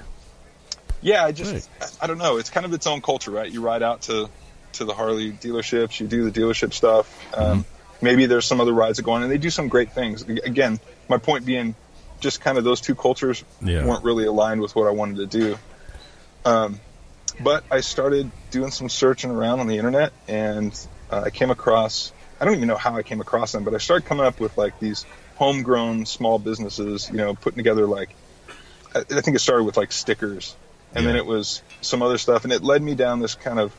Speaker 5: Yeah, I just I I don't know. It's kind of its own culture, right? You ride out to to the Harley dealerships, you do the dealership stuff. Um, Maybe there's some other rides that go on, and they do some great things. Again, my point being, just kind of those two cultures
Speaker 2: Yeah.
Speaker 5: weren't really aligned with what I wanted to do. Um, but I started doing some searching around on the internet, and uh, I came across. I don't even know how I came across them, but I started coming up with like these homegrown small businesses, you know, putting together like I I think it started with like stickers, and then it was some other stuff, and it led me down this kind of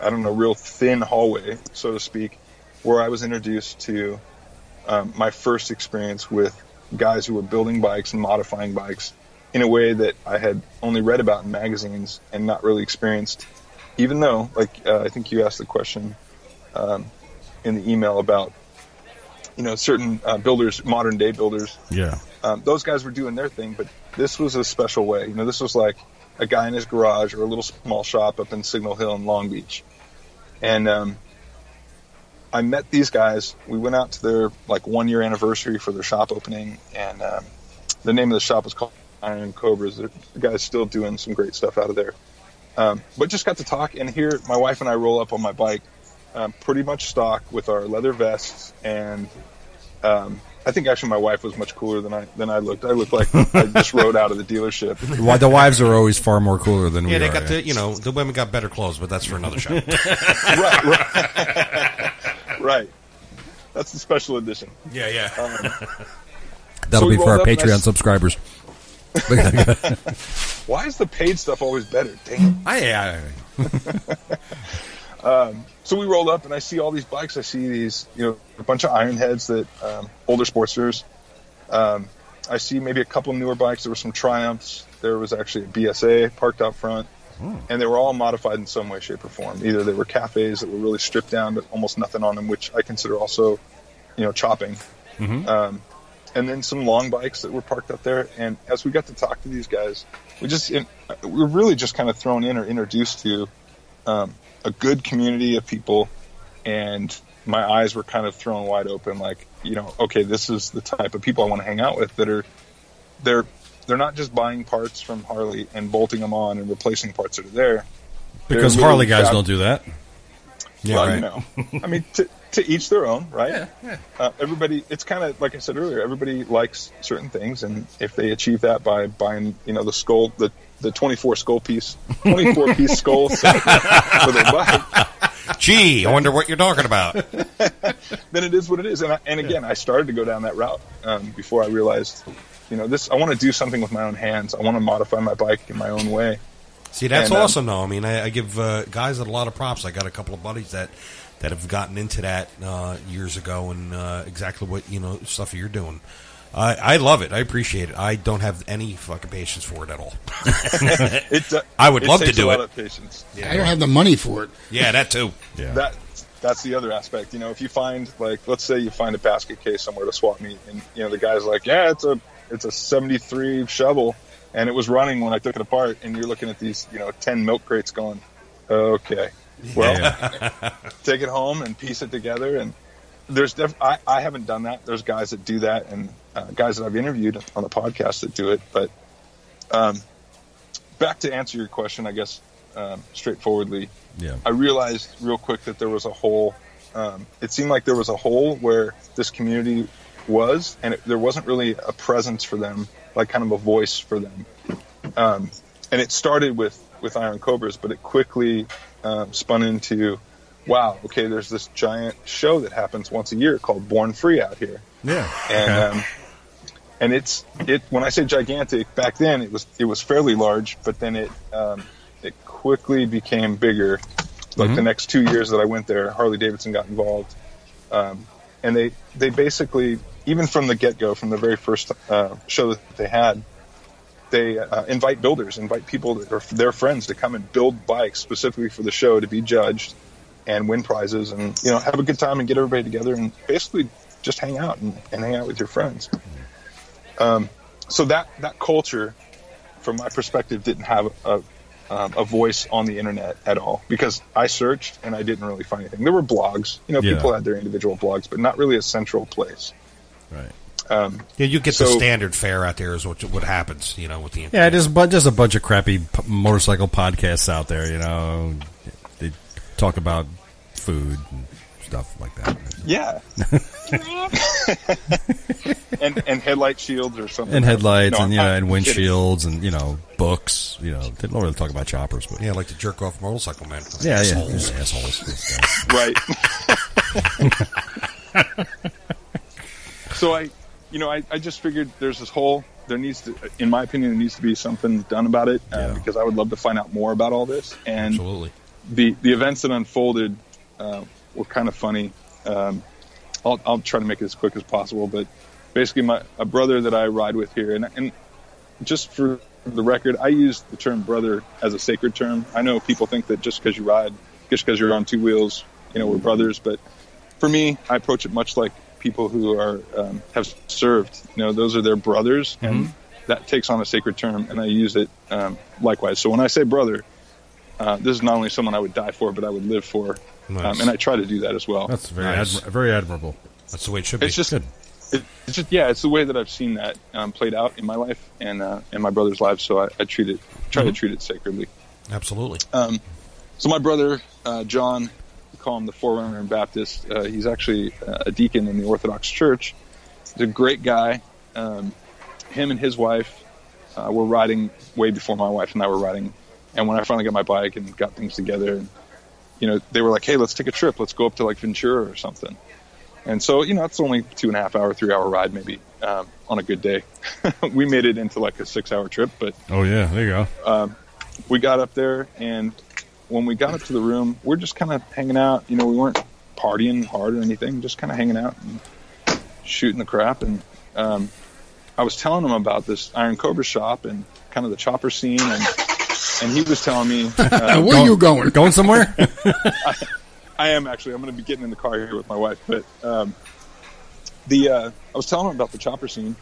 Speaker 5: I don't know, real thin hallway, so to speak, where I was introduced to um, my first experience with guys who were building bikes and modifying bikes in a way that I had only read about in magazines and not really experienced. Even though, like, uh, I think you asked the question um, in the email about, you know, certain uh, builders, modern day builders,
Speaker 2: Yeah.
Speaker 5: um, those guys were doing their thing, but this was a special way. You know, this was like a guy in his garage or a little small shop up in Signal Hill in Long Beach, and um, I met these guys. We went out to their like one year anniversary for their shop opening, and um, the name of the shop was called Iron Cobras. The the guys still doing some great stuff out of there. Um, but just got to talk, and here my wife and I roll up on my bike, um, pretty much stock with our leather vests and um, I think actually my wife was much cooler than I than I looked. I looked like I just [LAUGHS] rode out of the dealership.
Speaker 2: Why the wives are always far more cooler than we
Speaker 4: Yeah, they
Speaker 2: are.
Speaker 4: got the, you know, the women got better clothes, but that's for another show.
Speaker 5: [LAUGHS] right, right, [LAUGHS] right. That's the special edition.
Speaker 4: [LAUGHS] yeah, yeah.
Speaker 5: Um,
Speaker 2: That'll
Speaker 5: So
Speaker 2: be
Speaker 5: we
Speaker 2: for our
Speaker 5: rolled up and I
Speaker 2: Patreon
Speaker 5: s-
Speaker 2: subscribers.
Speaker 5: why is the paid stuff always better? Dang. it.
Speaker 2: I, I,
Speaker 5: So we rolled up, and I see all these bikes. I see these, you know, a bunch of iron heads that um, older sportsters. Um, I see maybe a couple newer bikes. There were some Triumphs. There was actually a BSA parked out front, and they were all modified in some way, shape, or form. Either they were cafes that were really stripped down to almost nothing on them, which I consider also, you know, chopping. and then some long bikes that were parked up there. And as we got to talk to these guys, we just in, we were really just kind of thrown in or introduced to um, a good community of people. And my eyes were kind of thrown wide open, like you know, okay, this is the type of people I want to hang out with that are they're they're not just buying parts from Harley and bolting them on and replacing parts that are there.
Speaker 2: because
Speaker 5: They're
Speaker 2: Harley
Speaker 5: really
Speaker 2: guys
Speaker 5: fab-
Speaker 2: don't do that.
Speaker 4: Yeah,
Speaker 5: well,
Speaker 4: right.
Speaker 5: you
Speaker 4: [LAUGHS]
Speaker 5: know, I mean, to, to each their own, right? Yeah, Uh, everybody, it's kind of like I said earlier. Everybody likes certain things, and if they achieve that by buying, you know, the skull, the the twenty four skull piece,
Speaker 4: [LAUGHS]
Speaker 5: twenty four piece skull set [LAUGHS] for their bike,
Speaker 4: Gee, I wonder what you're talking about.
Speaker 5: then it is what it is. And I, and again, I started to go down that route um, before I realized, you know, this. I want to do something with my own hands. I want to modify my bike in my own way.
Speaker 4: See, that's
Speaker 5: And, um,
Speaker 4: awesome, though. I mean, I, I give uh, guys a lot of props. I got a couple of buddies that that have gotten into that uh, years ago, and uh, exactly what you know stuff you're doing. I, I love it. I appreciate it. I don't have any fucking patience for it at all.
Speaker 5: [LAUGHS] It, do-
Speaker 4: I would
Speaker 5: it
Speaker 4: love to
Speaker 5: takes
Speaker 4: do
Speaker 5: a
Speaker 4: it.
Speaker 5: Lot of patience.
Speaker 3: I don't have the money for it.
Speaker 4: Yeah, that too.
Speaker 2: Yeah.
Speaker 5: that that's the other aspect. You know, if you find like let's say you find a basket case somewhere to swap meet, and you know the guy's like, yeah, it's a it's a '73 shovel, and it was running when I took it apart, and you're looking at these you know ten milk crates going, okay, well, [LAUGHS] take it home and piece it together and. There's def- I, I haven't done that. There's guys that do that, and uh, guys that I've interviewed on the podcast that do it. But um, back to answer your question, I guess um, straightforwardly,
Speaker 2: Yeah.
Speaker 5: I realized real quick that there was a hole. Um, it seemed like there was a hole where this community was, and it, there wasn't really a presence for them, like kind of a voice for them. Um, and it started with with Iron Cobras, but it quickly um, spun into, wow, okay, there's this giant show that happens once a year called Born Free out here
Speaker 2: Yeah.
Speaker 5: and
Speaker 2: Okay.
Speaker 5: um, and it's it when I say gigantic back then it was it was fairly large, but then it um, it quickly became bigger. Like the next two years that I went there, Harley Davidson got involved, um, and they they basically even from the get go, from the very first uh, show that they had, they uh, invite builders, invite people that are their friends to come and build bikes specifically for the show to be judged and win prizes and you know have a good time and get everybody together and basically just hang out and, and hang out with your friends. Um, so that that culture, from my perspective, didn't have a um, a voice on the internet at all because I searched and I didn't really find anything. There were blogs, you know,
Speaker 2: Yeah.
Speaker 5: people had their individual blogs, but not really a central place.
Speaker 2: Right.
Speaker 4: Yeah, you get the
Speaker 5: So-
Speaker 4: standard fare out there is what what happens. You know, with the
Speaker 2: Yeah, just but just a bunch of crappy p- motorcycle podcasts out there. You know, they talk about food and stuff like that,
Speaker 5: Yeah. [LAUGHS] and and headlight shields or something.
Speaker 2: and headlights,
Speaker 5: No,
Speaker 2: and you know,
Speaker 5: I'm
Speaker 2: and
Speaker 5: kidding.
Speaker 2: windshields, and you know, books. You know, they don't really talk about choppers, but
Speaker 4: yeah, like the jerk off motorcycle man.
Speaker 2: yeah, yeah,
Speaker 4: Assholes.
Speaker 2: yeah, assholes. Those guys.
Speaker 5: Right. so I, you know, I, I just figured there's this hole. There needs to, in my opinion, there needs to be something done about it uh,
Speaker 2: Yeah.
Speaker 5: because I would love to find out more about all this. And
Speaker 4: Absolutely.
Speaker 5: the the events that unfolded uh, were kind of funny. Um, I'll, I'll try to make it as quick as possible, but basically, my a brother that I ride with here, and and just for the record, I use the term brother as a sacred term. I know people think that just because you ride, just because you're on two wheels, you know, we're brothers. But for me, I approach it much like people who are um, have served. You know, those are their brothers, and that takes on a sacred term, and I use it um, likewise. So when I say brother, uh, this is not only someone I would die for, but I would live for,
Speaker 4: Nice.
Speaker 5: um, and I try to do that as well.
Speaker 2: That's very
Speaker 4: Nice.
Speaker 2: admir- very admirable.
Speaker 4: That's the way it should be.
Speaker 5: it's just,
Speaker 2: good.
Speaker 5: it, it's just, yeah, it's the way that I've seen that um, played out in my life and uh, in my brother's lives. So I, I treat it, try
Speaker 2: Mm-hmm.
Speaker 5: to treat it sacredly.
Speaker 4: absolutely.
Speaker 5: Uh, So my brother uh, John, we call him the forerunner in Baptist. Uh, he's actually uh, a deacon in the Orthodox Church. He's a great guy. Um, him and his wife uh, were riding way before my wife and I were riding. And when I finally got my bike and got things together, and, you know, they were like, "Hey, let's take a trip. Let's go up to like Ventura or something." And so, you know, it's only two and a half hour, three hour ride maybe um, on a good day. [LAUGHS] we made it into like a six hour trip, but
Speaker 2: Oh yeah, there you go.
Speaker 5: we got up there and when we got up to the room we're just kind of hanging out you know we weren't partying hard or anything just kind of hanging out and shooting the crap and um, i was telling him about this iron cobra shop and kind of the chopper scene and and he was telling me uh,
Speaker 3: Now, where are you going?
Speaker 2: Going somewhere?
Speaker 5: I am actually. I'm going to be getting in the car here with my wife. But um, the uh, I was telling him about the chopper scene,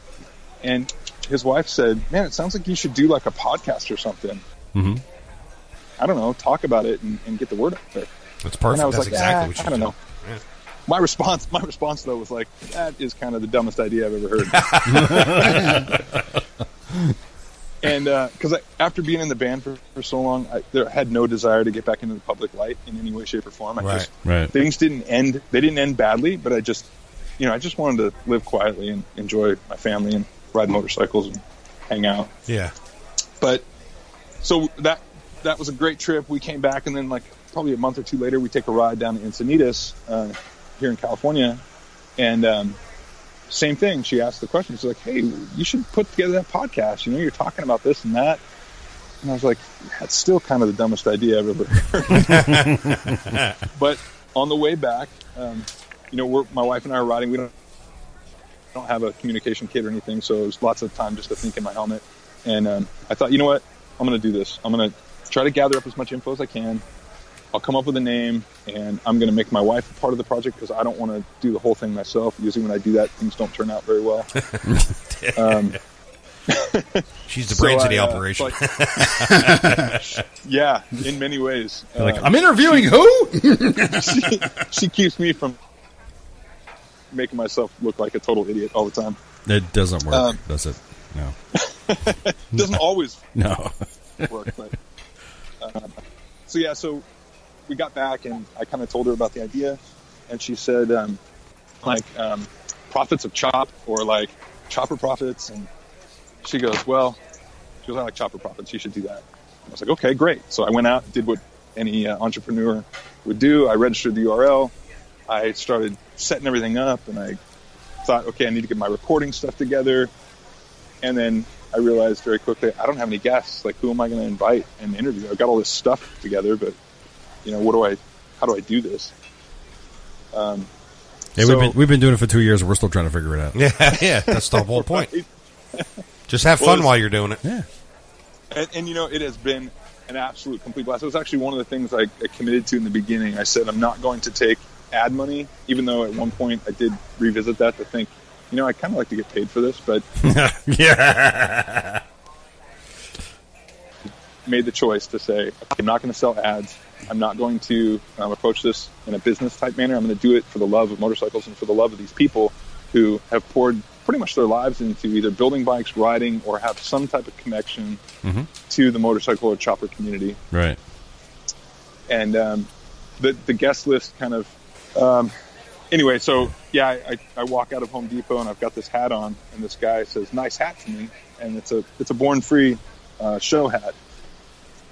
Speaker 5: and his wife said, "Man, it sounds like you should do like a podcast or something.
Speaker 4: Mm-hmm.
Speaker 5: I don't know, talk about it and, and get the word out there."
Speaker 4: That's perfect.
Speaker 5: And I was
Speaker 4: That's
Speaker 5: like,
Speaker 4: exactly
Speaker 5: "Ah,
Speaker 4: what you
Speaker 5: I don't
Speaker 4: do.
Speaker 5: know. My response, my response though was like,
Speaker 4: [LAUGHS]
Speaker 5: "That is kind of the dumbest idea I've ever heard." and because after being in the band for, for so long, I there, had no desire to get back into the public light in any way, shape, or form. I
Speaker 4: Right.
Speaker 5: just
Speaker 2: [LAUGHS] Right.
Speaker 5: things didn't end. They didn't end badly, but I just, you know, I just wanted to live quietly and enjoy my family and ride motorcycles and hang out.
Speaker 4: Yeah.
Speaker 5: But so that that was a great trip. We came back, and then like probably a month or two later, we take a ride down to Encinitas uh, here in California, and um, same thing. She asked the question. She's like, "Hey, you should put together that podcast. You know, you're talking about this and that." And I was like, "That's still kind of the dumbest idea I've ever heard." [LAUGHS] but on the way back, um, you know, we're, my wife and I are riding. We don't don't have a communication kit or anything, so it was lots of time just to think in my helmet. And um, I thought, you know what? I'm going to do this. I'm going to try to gather up as much info as I can. I'll come up with a name, and I'm going to make my wife a part of the project because I don't want to do the whole thing myself. Usually, when I do that, things don't turn out very well. um,
Speaker 4: She's [LAUGHS] the
Speaker 5: so
Speaker 4: brains of the
Speaker 5: I, uh,
Speaker 4: operation. [LAUGHS]
Speaker 5: like- [LAUGHS] yeah, in many ways.
Speaker 2: Like,
Speaker 5: Um,
Speaker 2: I'm interviewing who?
Speaker 5: she, she keeps me from making myself look like a total idiot all the time.
Speaker 2: It doesn't work,
Speaker 5: Um,
Speaker 2: does it? No.
Speaker 5: Doesn't always
Speaker 2: No.
Speaker 5: work. But, uh, so yeah, so we got back and I kind of told her about the idea, and she said um, like um, profits of chop or like chopper profits, and she goes, well, she goes, I like chopper profits. You should do that. And I was like, okay, great. So I went out, did what any uh, entrepreneur would do. I registered the URL. I started setting everything up, and I thought, okay, I need to get my recording stuff together. And then I realized very quickly, I don't have any guests. Like, who am I going to invite and interview? I've got all this stuff together, but you know, what do I? How do I do this? Um,
Speaker 2: Hey,
Speaker 5: So-
Speaker 2: we've been we've been doing it for two years. and We're still trying to figure it out.
Speaker 4: [LAUGHS] yeah, yeah. That's the whole point. Just have
Speaker 5: Well,
Speaker 4: fun
Speaker 5: it's-
Speaker 4: while you're doing it. [LAUGHS]
Speaker 2: Yeah.
Speaker 5: and, and you know, it has been an absolute complete blast. It was actually one of the things I, I committed to in the beginning. I said I'm not going to take ad money, even though at one point I did revisit that to think, you know, I kind of like to get paid for this, but made the choice to say, "Okay, I'm not going to sell ads. I'm not going to um, approach this in a business type manner. I'm going to do it for the love of motorcycles and for the love of these people who have poured pretty much their lives into either building bikes, riding, or have some type of connection to the motorcycle or chopper community.
Speaker 2: Right.
Speaker 5: And um, the, the guest list kind of. Um, anyway, so yeah, I, I, I walk out of Home Depot and I've got this hat on, and this guy says, "Nice hat to me," and it's a it's a Born Free uh, show hat.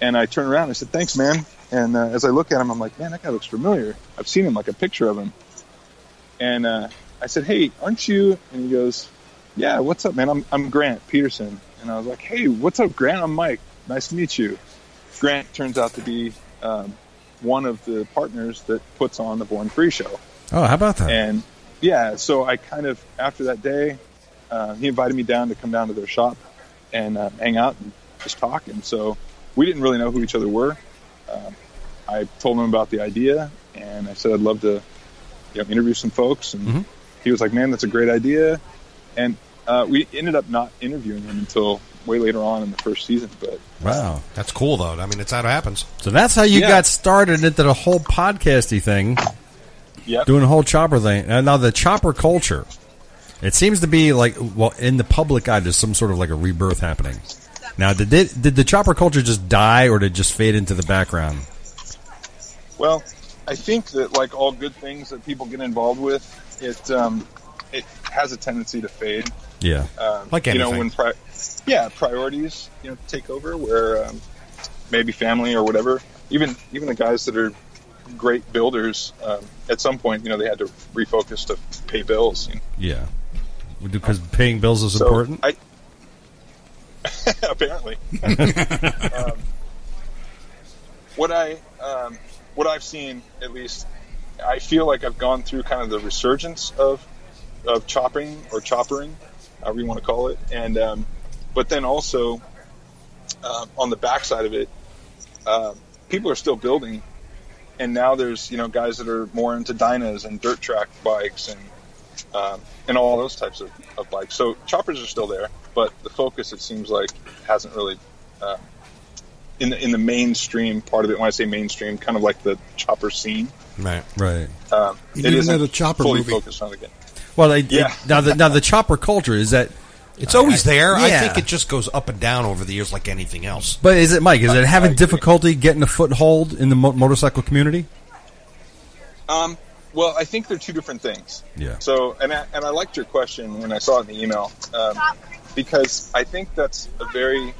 Speaker 5: And I turn around and I said, "Thanks, man." And uh, as I look at him, I'm like, "Man, that guy looks familiar. I've seen him like a picture of him." And uh, I said, "Hey, aren't you?" And he goes, "Yeah, what's up, man? I'm I'm Grant Peterson." And I was like, "Hey, what's up, Grant? I'm Mike. Nice to meet you." Grant turns out to be um, one of the partners that puts on the Born Free show.
Speaker 2: Oh, how about that?
Speaker 5: And yeah, so I kind of after that day, uh, he invited me down to come down to their shop and uh, hang out and just talk. And so we didn't really know who each other were. Um, I told him about the idea, and I said I'd love to you know, interview some folks. And he was like, "Man, that's a great idea." And uh, we ended up not interviewing him until way later on in the first season. But
Speaker 2: Wow.
Speaker 4: That's cool, though. I mean, it's how it happens.
Speaker 2: So that's how you
Speaker 5: Yeah.
Speaker 2: got started into the whole podcasty thing,
Speaker 5: yeah,
Speaker 2: doing the whole chopper thing. And now the chopper culture. It seems to be like well in the public eye there's some sort of like a rebirth happening. Now did it, did the chopper culture just die or did it just fade into the background?
Speaker 5: Well, I think that like all good things that people get involved with, it um, it has a tendency to fade.
Speaker 2: Yeah.
Speaker 5: Um,
Speaker 4: Like
Speaker 5: you know
Speaker 4: anything.
Speaker 5: when pri- yeah priorities you know take over where um, maybe family or whatever. Even even the guys that are great builders um, at some point you know they had to refocus to pay bills. You know?
Speaker 2: Yeah. Because paying bills is
Speaker 5: So,
Speaker 2: important.
Speaker 5: I, [LAUGHS] apparently, um, what I um, what I've seen, at least, I feel like I've gone through kind of the resurgence of of chopping or choppering, however you want to call it, and um, but then also um, on the backside of it, um, people are still building. And now there's you know guys that are more into dynas and dirt track bikes and um, and all those types of, of bikes. So choppers are still there, but the focus it seems like hasn't really uh, in the in the mainstream part of it. When I say mainstream, kind of like the chopper scene.
Speaker 4: Right.
Speaker 2: right.
Speaker 5: Um,
Speaker 3: You
Speaker 5: it
Speaker 3: need
Speaker 5: isn't
Speaker 3: another chopper
Speaker 5: fully
Speaker 3: movie.
Speaker 5: focused on again.
Speaker 2: Well, they, they-
Speaker 5: Yeah.
Speaker 2: now the now the chopper culture is that
Speaker 4: It's always there. I
Speaker 2: yeah.
Speaker 4: think it just goes up and down over the years like anything else.
Speaker 2: But is it Mike? Is it having difficulty getting a foothold in the mo- motorcycle community?
Speaker 5: Um, well, I think they're two different things.
Speaker 2: Yeah.
Speaker 5: So, and I, and I liked your question when I saw it in the email um, because I think that's a very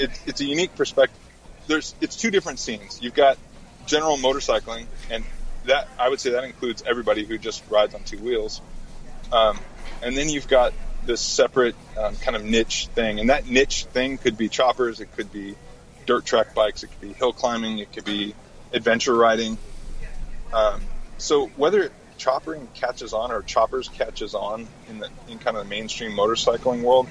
Speaker 5: it, it's a unique perspective. There's it's two different scenes. You've got general motorcycling, and that I would say that includes everybody who just rides on two wheels, um, and then you've got this separate um, kind of niche thing, and that niche thing could be choppers, it could be dirt track bikes, it could be hill climbing, it could be adventure riding. Um, so whether choppering catches on or choppers catches on in the in kind of the mainstream motorcycling world,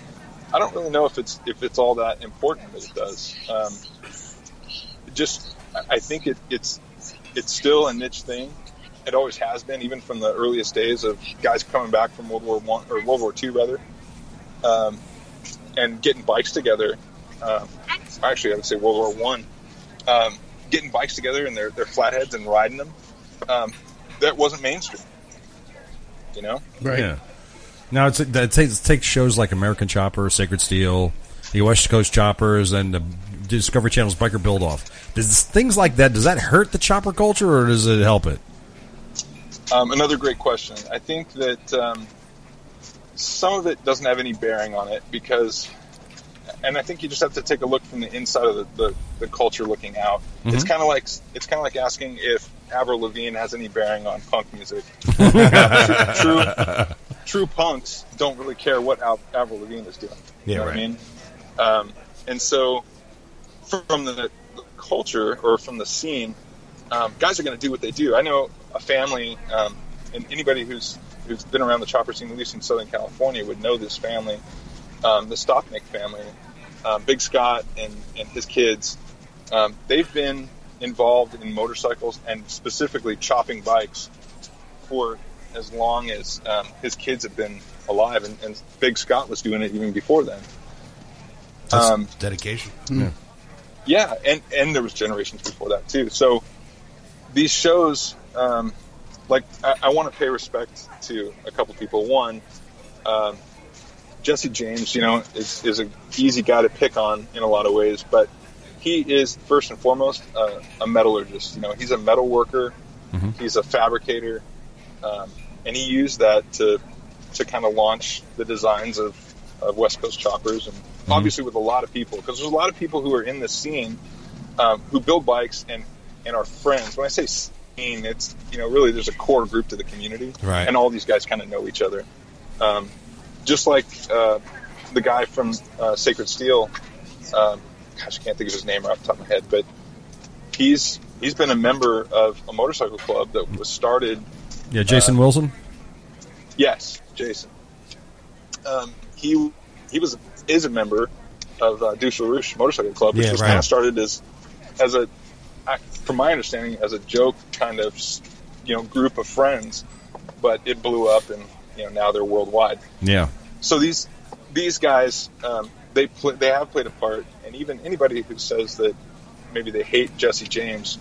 Speaker 5: I don't really know if it's if it's all that important that it does. Um, just I- I think it, it's it's still a niche thing. It always has been, even from the earliest days of guys coming back from World War One or World War Two rather, um, and getting bikes together. Um, actually, I would say World War One, um, getting bikes together and their their flatheads and riding them um, that wasn't mainstream. You know,
Speaker 3: Right.
Speaker 2: Yeah. Now it's, it takes it takes shows like American Chopper, Sacred Steel, the West Coast Choppers, and the Discovery Channel's Biker Build Off. Does things like that does that hurt the chopper culture or does it help it?
Speaker 5: um, another great question. I think that um, some of it doesn't have any bearing on it because, and I think you just have to take a look from the inside of the, the, the culture looking out.
Speaker 4: Mm-hmm.
Speaker 5: It's kind of like it's kind of like asking if Avril Lavigne has any bearing on punk
Speaker 4: [LAUGHS]
Speaker 5: music. true, true punks don't really care what Av- Avril Lavigne is doing. You
Speaker 4: Yeah,
Speaker 5: know what
Speaker 4: right.
Speaker 5: I mean, um, and so from the, the culture or from the scene, um, guys are going to do what they do. I know a family, um, and anybody who's who's been around the chopper scene, at least in Southern California, would know this family, um, the Stopnick family, um, Big Scott and and his kids. Um, they've been involved in motorcycles and specifically chopping bikes for as long as um, his kids have been alive, and, and Big Scott was doing it even before then.
Speaker 4: That's
Speaker 5: Um,
Speaker 4: dedication.
Speaker 5: Yeah, and and there was generations before that too. So these shows, um, like I, I want to pay respect to a couple people. One, um, Jesse James, you know, is is an easy guy to pick on in a lot of ways, but he is first and foremost uh, a metallurgist. You know, he's a metal worker, he's a fabricator, um, and he used that to to kind of launch the designs of, of West Coast choppers, and obviously with a lot of people because there's a lot of people who are in this scene um, who build bikes and and are friends. When I say scene, it's you know really there's a core group to the community,
Speaker 4: Right.
Speaker 5: and all these guys kind of know each other, um, just like uh, the guy from uh, Sacred Steel. Um, gosh, I can't think of his name right off the top of my head, but he's he's been a member of a motorcycle club that was started
Speaker 2: Yeah, Jason Wilson.
Speaker 5: Yes, Jason. Um, he he was is a member of uh, Douche LaRouche Motorcycle Club, which
Speaker 4: Yeah,
Speaker 5: was
Speaker 4: right.
Speaker 5: kind of started as as a, I, from my understanding, as a joke kind of you know group of friends, but it blew up and you know now they're worldwide
Speaker 2: Yeah,
Speaker 5: so these these guys um, they play, they have played a part, and even anybody who says that maybe they hate Jesse James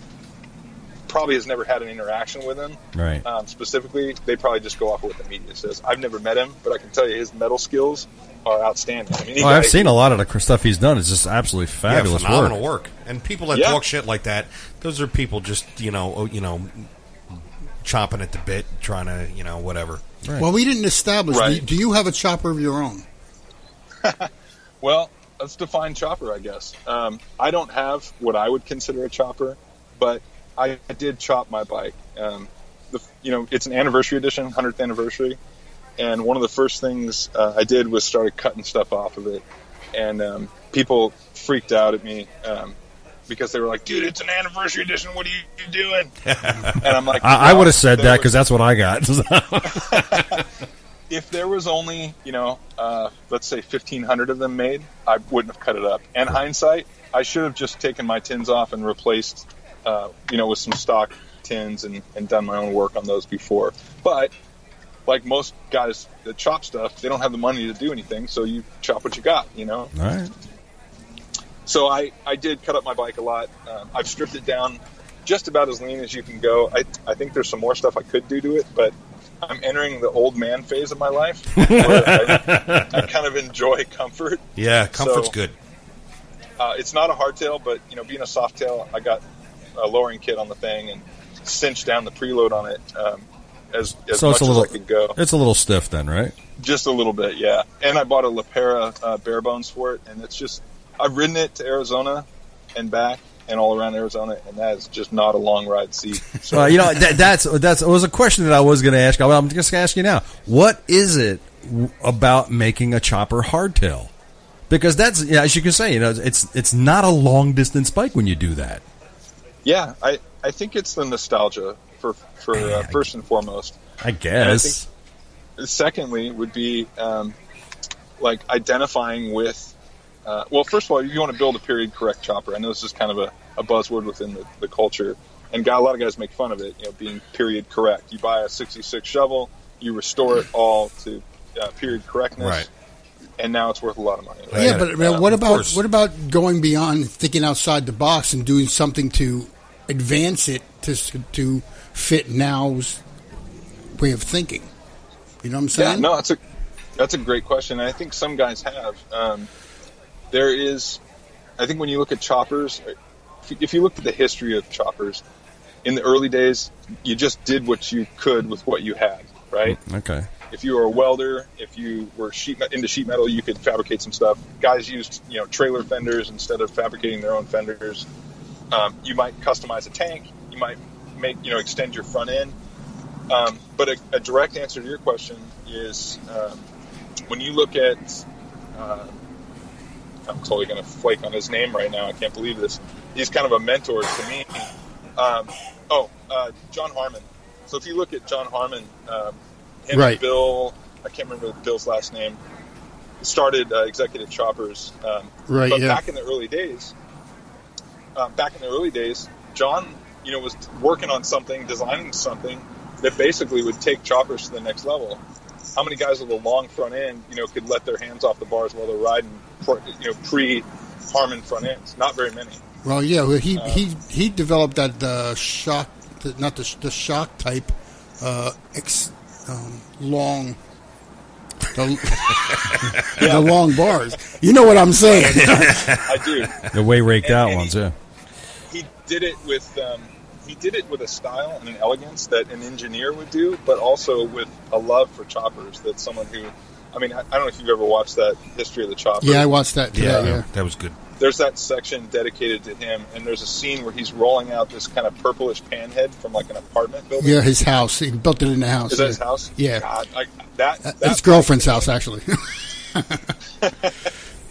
Speaker 5: probably has never had an interaction with him.
Speaker 2: Right.
Speaker 5: Um, specifically, they probably just go off of what the media says. I've never met him, but I can tell you his metal skills are outstanding. I mean, he
Speaker 2: oh, I've
Speaker 5: got-
Speaker 2: seen a lot of the cr- stuff he's done. It's just absolutely
Speaker 4: Yeah,
Speaker 2: fabulous
Speaker 4: phenomenal
Speaker 2: work.
Speaker 4: work. And people that
Speaker 5: Yeah.
Speaker 4: talk shit like that, those are people just you know oh, you know chomping at the bit, trying to you know whatever.
Speaker 3: Well, we didn't establish. do-
Speaker 5: Right.
Speaker 3: Do you have a chopper of your own?
Speaker 5: Well, let's define chopper, I guess. Um, I don't have what I would consider a chopper, but I, I did chop my bike. Um, the, you know, it's an anniversary edition, 100th anniversary, and one of the first things uh, I did was started cutting stuff off of it, and um, people freaked out at me um, because they were like, "Dude, it's an anniversary edition. What are you, you doing?" and I'm like,
Speaker 2: I, I
Speaker 5: "Well,
Speaker 2: would have said
Speaker 5: there
Speaker 2: that
Speaker 5: was-
Speaker 2: because that's what I got. [LAUGHS]
Speaker 5: if there was only you know uh, let's say 1500 of them made i wouldn't have cut it up and hindsight i should have just taken my tins off and replaced uh, you know with some stock tins and, and done my own work on those before but like most guys that chop stuff they don't have the money to do anything so you chop what you got you know
Speaker 2: All right.
Speaker 5: so I, I did cut up my bike a lot. Um, I've stripped it down just about as lean as you can go. I, I think there's some more stuff I could do to it, but I'm entering the old man phase of my life. [LAUGHS] where I, I kind of enjoy comfort.
Speaker 4: Yeah, comfort's
Speaker 5: So-
Speaker 4: good.
Speaker 5: Uh, it's not a hardtail, but you know, being a softtail, I got a lowering kit on the thing and cinched down the preload on it um, as, as
Speaker 2: So
Speaker 5: much
Speaker 2: it's a little.
Speaker 5: as I could go.
Speaker 2: It's a little stiff then, right?
Speaker 5: Just a little bit, yeah. And I bought a Lapera uh, bare bones for it, and it's just I've ridden it to Arizona and back and all around Arizona, and that is just not a long ride seat.
Speaker 2: [LAUGHS]
Speaker 5: So
Speaker 2: Well, Uh, you know that, that's that's it was a question that I was going to ask. I'm just going to ask you now. What is it w- about making a chopper hardtail? Because that's yeah, as you can say, you know, it's it's not a long distance bike when you do that.
Speaker 5: yeah, I I think it's the nostalgia for for uh, first and foremost.
Speaker 2: I guess.
Speaker 5: secondly would be um, like identifying with uh, well first of all you want to build a period correct chopper i know this is kind of a, a buzzword within the, the culture and guy, a lot of guys make fun of it you know being period correct you buy a 66 shovel you restore it all to uh, period correctness
Speaker 4: Right.
Speaker 5: and now it's worth a lot of money
Speaker 4: Right.
Speaker 5: right?
Speaker 4: Yeah,
Speaker 3: Yeah, but man,
Speaker 5: um,
Speaker 3: what
Speaker 4: of
Speaker 3: about
Speaker 4: course.
Speaker 3: what about going beyond thinking outside the box and doing something to advance it to s- to fit now's way of thinking? You know what I'm
Speaker 5: Yeah,
Speaker 3: saying?
Speaker 5: no, that's a that's a great question. And I think some guys have. Um, there is, I think when you look at choppers, if you- if you look at the history of choppers, in the early days, you just did what you could with what you had, right?
Speaker 2: okay.
Speaker 5: If you were a welder, if you were sheet me- into sheet metal, you could fabricate some stuff. Guys used you know trailer fenders instead of fabricating their own fenders. Um, you might customize a tank. You might make you know extend your front end. Um, but a, a direct answer to your question is um, when you look at. Uh, I'm totally going to flake on his name right now. I can't believe this. He's kind of a mentor to me. Um, oh, uh, John Harmon. So if you look at John Harmon, um, him and
Speaker 3: Right.
Speaker 5: Bill, I can't remember Bill's last name, started uh, Executive Choppers. Um,
Speaker 3: Right,
Speaker 5: But
Speaker 3: yeah.
Speaker 5: back in the early days, uh, back in the early days, John, you know, was working on something, designing something that basically would take choppers to the next level. How many guys with a long front end, you know, could let their hands off the bars while they're riding, pre- you know, pre Harmon front ends? Not very many.
Speaker 3: Well, yeah. Well, he he he developed that uh, shock, the, not the sh- the shock type, uh, ex, um, long. The, [LAUGHS] the long bars. You know what I'm saying.
Speaker 5: I do.
Speaker 3: [LAUGHS]
Speaker 2: The way raked
Speaker 5: And-
Speaker 2: out
Speaker 5: and
Speaker 2: ones,
Speaker 5: he-
Speaker 2: yeah.
Speaker 5: he did it with um, he did it with a style and an elegance that an engineer would do, but also with a love for choppers that someone who, I mean, I, I don't know if you've ever watched that history of the chopper.
Speaker 3: yeah, I watched that today.
Speaker 4: Yeah,
Speaker 3: yeah.
Speaker 4: that was good.
Speaker 5: there's that section dedicated to him, and there's a scene where he's rolling out this kind of purplish panhead from like an apartment building.
Speaker 3: Yeah, his house. He built it in the house.
Speaker 5: Is that his house?
Speaker 3: Yeah.
Speaker 5: God, I, that,
Speaker 3: At
Speaker 5: that
Speaker 3: his girlfriend's house, actually. [LAUGHS]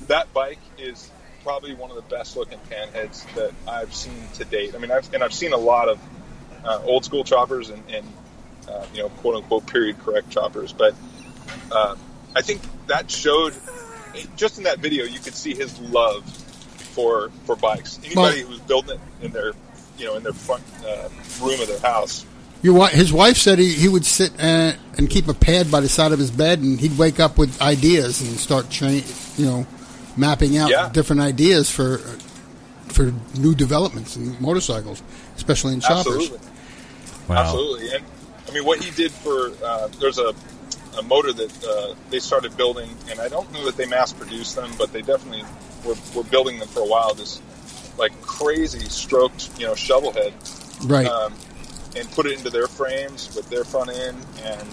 Speaker 5: that bike is probably one of the best looking panheads that I've seen to date. I mean, I've and I've seen a lot of uh, old school choppers and, and uh, you know quote unquote period correct choppers, but uh, I think that showed just in that video you could see his love for for bikes. Anybody who's building it in their you know in their front uh, room of their house
Speaker 3: Your wi his wife said he, he would sit and, and keep a pad by the side of his bed, and he'd wake up with ideas and start, tra- you know, mapping out
Speaker 5: Yeah.
Speaker 3: different ideas for for new developments in motorcycles, especially in choppers.
Speaker 5: Absolutely.
Speaker 2: Wow.
Speaker 5: Absolutely. And I mean, what he did for uh, there's a, a motor that uh, they started building, and I don't know that they mass produced them, but they definitely were, were building them for a while. This like crazy stroked, you know, shovel head,
Speaker 3: Right.
Speaker 5: um, and put it into their frames with their front end. And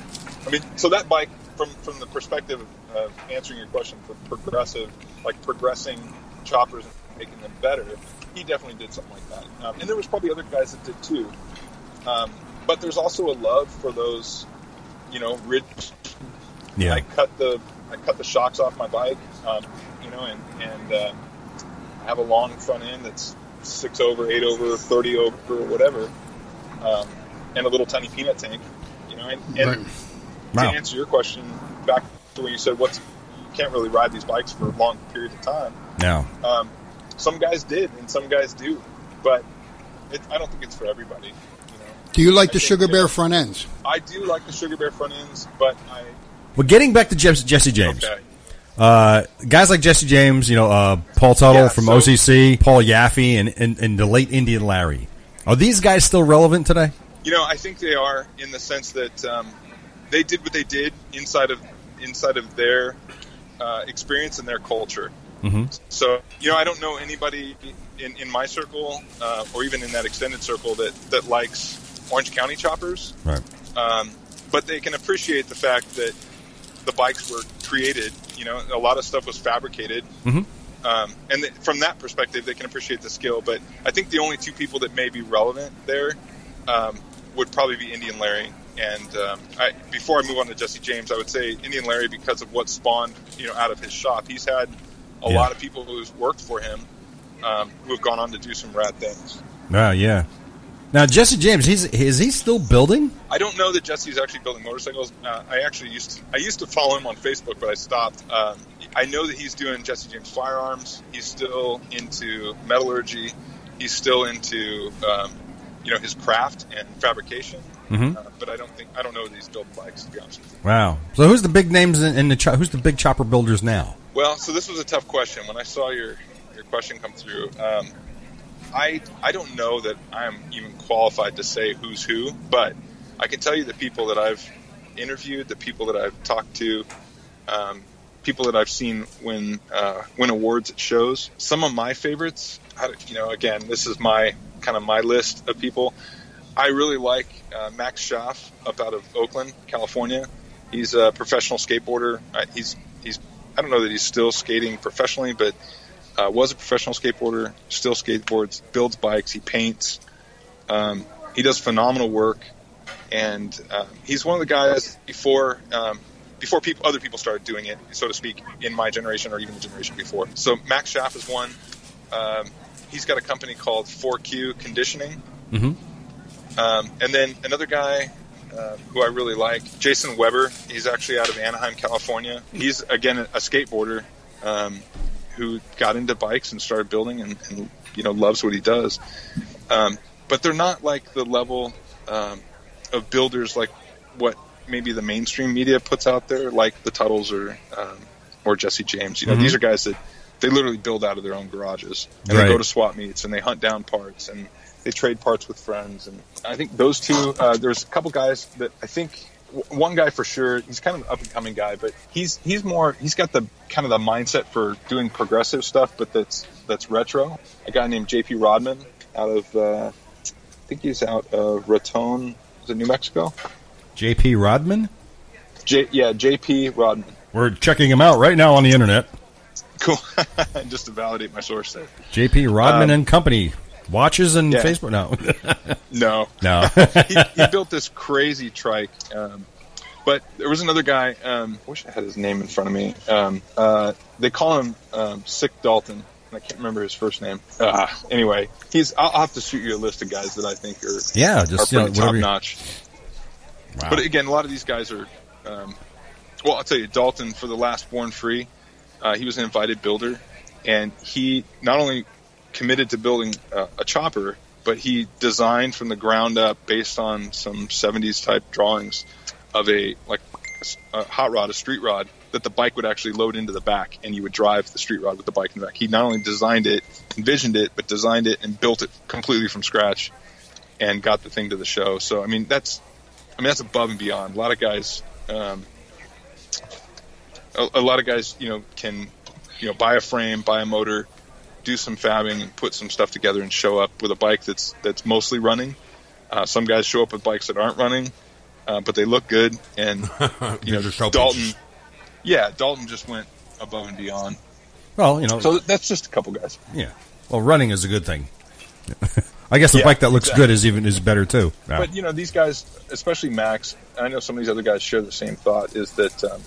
Speaker 5: I mean, so that bike, from from the perspective of answering your question for progressive, like progressing choppers and making them better, he definitely did something like that. Um, and there was probably other guys that did too. Um, but there's also a love for those, you know, rich
Speaker 2: Yeah.
Speaker 5: I cut the I cut the shocks off my bike, um, you know, and and uh, I have a long front end that's six over, eight over, thirty over, whatever, um, and a little tiny peanut tank, you know. And,
Speaker 3: Right.
Speaker 5: and
Speaker 2: Wow.
Speaker 5: to answer your question, back to when you said what's you can't really ride these bikes for long periods of time.
Speaker 2: Now,
Speaker 5: Um, some guys did, and some guys do, but it, I don't think it's for everybody. You know,
Speaker 3: Do you like
Speaker 5: I
Speaker 3: the
Speaker 5: think,
Speaker 3: Sugar
Speaker 5: yeah.
Speaker 3: Bear front ends?
Speaker 5: I do like the Sugar Bear front ends, but I
Speaker 2: well, getting back to Jesse, Jesse James,
Speaker 5: okay.
Speaker 2: uh, guys like Jesse James, you know, uh, Paul Tuttle
Speaker 5: Yeah,
Speaker 2: from
Speaker 5: so-
Speaker 2: OCC, Paul Yaffe, and, and and the late Indian Larry. Are these guys still relevant today?
Speaker 5: You know, I think they are in the sense that um, they did what they did inside of inside of their uh, experience and their culture. So you know, I don't know anybody in, in my circle uh, or even in that extended circle that that likes Orange County choppers,
Speaker 2: Right.
Speaker 5: um, but they can appreciate the fact that the bikes were created. You know, a lot of stuff was fabricated. Um, and th- from that perspective, they can appreciate the skill. But I think the only two people that may be relevant there um, would probably be Indian Larry. And um, I, before I move on to Jesse James, I would say Indian Larry because of what spawned, you know, out of his shop. He's had a
Speaker 2: Yeah.
Speaker 5: lot of people who've worked for him um, who have gone on to do some rad things.
Speaker 2: Wow. Yeah. Now Jesse James, he's is he still building?
Speaker 5: I don't know that Jesse's actually building motorcycles. Uh, I actually used to, I used to follow him on Facebook, but I stopped. Um, I know that he's doing Jesse James firearms. He's still into metallurgy. He's still into um, you know his craft and fabrication. Uh, but I don't think I don't know that he's built bikes to be honest with you.
Speaker 2: Wow. So who's the big names in, in the cho- who's the big chopper builders now?
Speaker 5: Well, so this was a tough question. When I saw your your question come through, um, I I don't know that I'm even qualified to say who's who, but I can tell you the people that I've interviewed, the people that I've talked to, um, people that I've seen win uh, win awards at shows. Some of my favorites, I don't- you know, again, this is my kind of my list of people. I really like uh, Max Schaff up out of Oakland, California. He's a professional skateboarder. I, he's he's I don't know that he's still skating professionally, but uh, was a professional skateboarder. Still skateboards, builds bikes, he paints. Um, he does phenomenal work, and um, he's one of the guys before um, before people other people started doing it, so to speak, in my generation or even the generation before. So Max Schaff is one. Um, he's got a company called 4Q Conditioning. Um, and then another guy uh, who I really like, Jason Weber. He's actually out of Anaheim, California. He's again a skateboarder um, who got into bikes and started building, and, and you know loves what he does. Um, but they're not like the level um, of builders like what maybe the mainstream media puts out there, like the Tuttles or um, or Jesse James. You know, these are guys that they literally build out of their own garages and
Speaker 2: Right.
Speaker 5: they go to swap meets and they hunt down parts and they trade parts with friends. And I think those two, uh, there's a couple guys that I think w- one guy for sure, he's kind of an up and coming guy, but he's, he's more, he's got the kind of the mindset for doing progressive stuff, but that's, that's retro. A guy named JP Rodman out of, uh, I think he's out of Raton, is it New Mexico?
Speaker 2: J.P. Rodman.
Speaker 5: J, yeah, JP Rodman.
Speaker 2: We're checking him out right now on the internet.
Speaker 5: Cool. [LAUGHS] Just to validate my source there.
Speaker 2: J.P. Rodman and Company watches and
Speaker 5: Um, yeah.
Speaker 2: Facebook.
Speaker 5: [LAUGHS]
Speaker 2: No,
Speaker 5: No, [LAUGHS]
Speaker 2: no.
Speaker 5: he, he built this crazy trike. Um, but there was another guy. Um, I wish I had his name in front of me. Um, uh, they call him um, Sick Dalton. and I can't remember his first name. Uh, anyway, he's. I'll, I'll have to shoot you a list of guys that I think are
Speaker 2: yeah, just you
Speaker 5: are
Speaker 2: know, whatever.
Speaker 5: pretty top
Speaker 2: you-
Speaker 5: notch.
Speaker 2: Wow.
Speaker 5: But again, a lot of these guys are. Um, well, I'll tell you, Dalton for the last Born Free, uh, he was an invited builder, and he not only committed to building uh, a chopper, but he designed from the ground up based on some '70s type drawings of a like a hot rod, a street rod that the bike would actually load into the back, and you would drive the street rod with the bike in the back. He not only designed it, envisioned it, but designed it and built it completely from scratch, and got the thing to the show. So I mean, that's I mean, that's above and beyond. A lot of guys, um, a, a lot of guys, you know, can, you know, buy a frame, buy a motor, do some fabbing, and put some stuff together, and show up with a bike that's that's mostly running. Uh, some guys show up with bikes that aren't running, uh, but they look good.
Speaker 4: [LAUGHS]
Speaker 5: And you know,
Speaker 4: They're just helping.
Speaker 5: Dalton, yeah, Dalton just went above and beyond.
Speaker 2: well, you know,
Speaker 5: So that's just a couple guys.
Speaker 2: yeah. Well, running is a good thing. [LAUGHS] I guess a
Speaker 5: Yeah,
Speaker 2: bike that looks
Speaker 5: exactly.
Speaker 2: good is even is better too. Wow.
Speaker 5: But you know, these guys, especially Max, and I know some of these other guys share the same thought: is that um,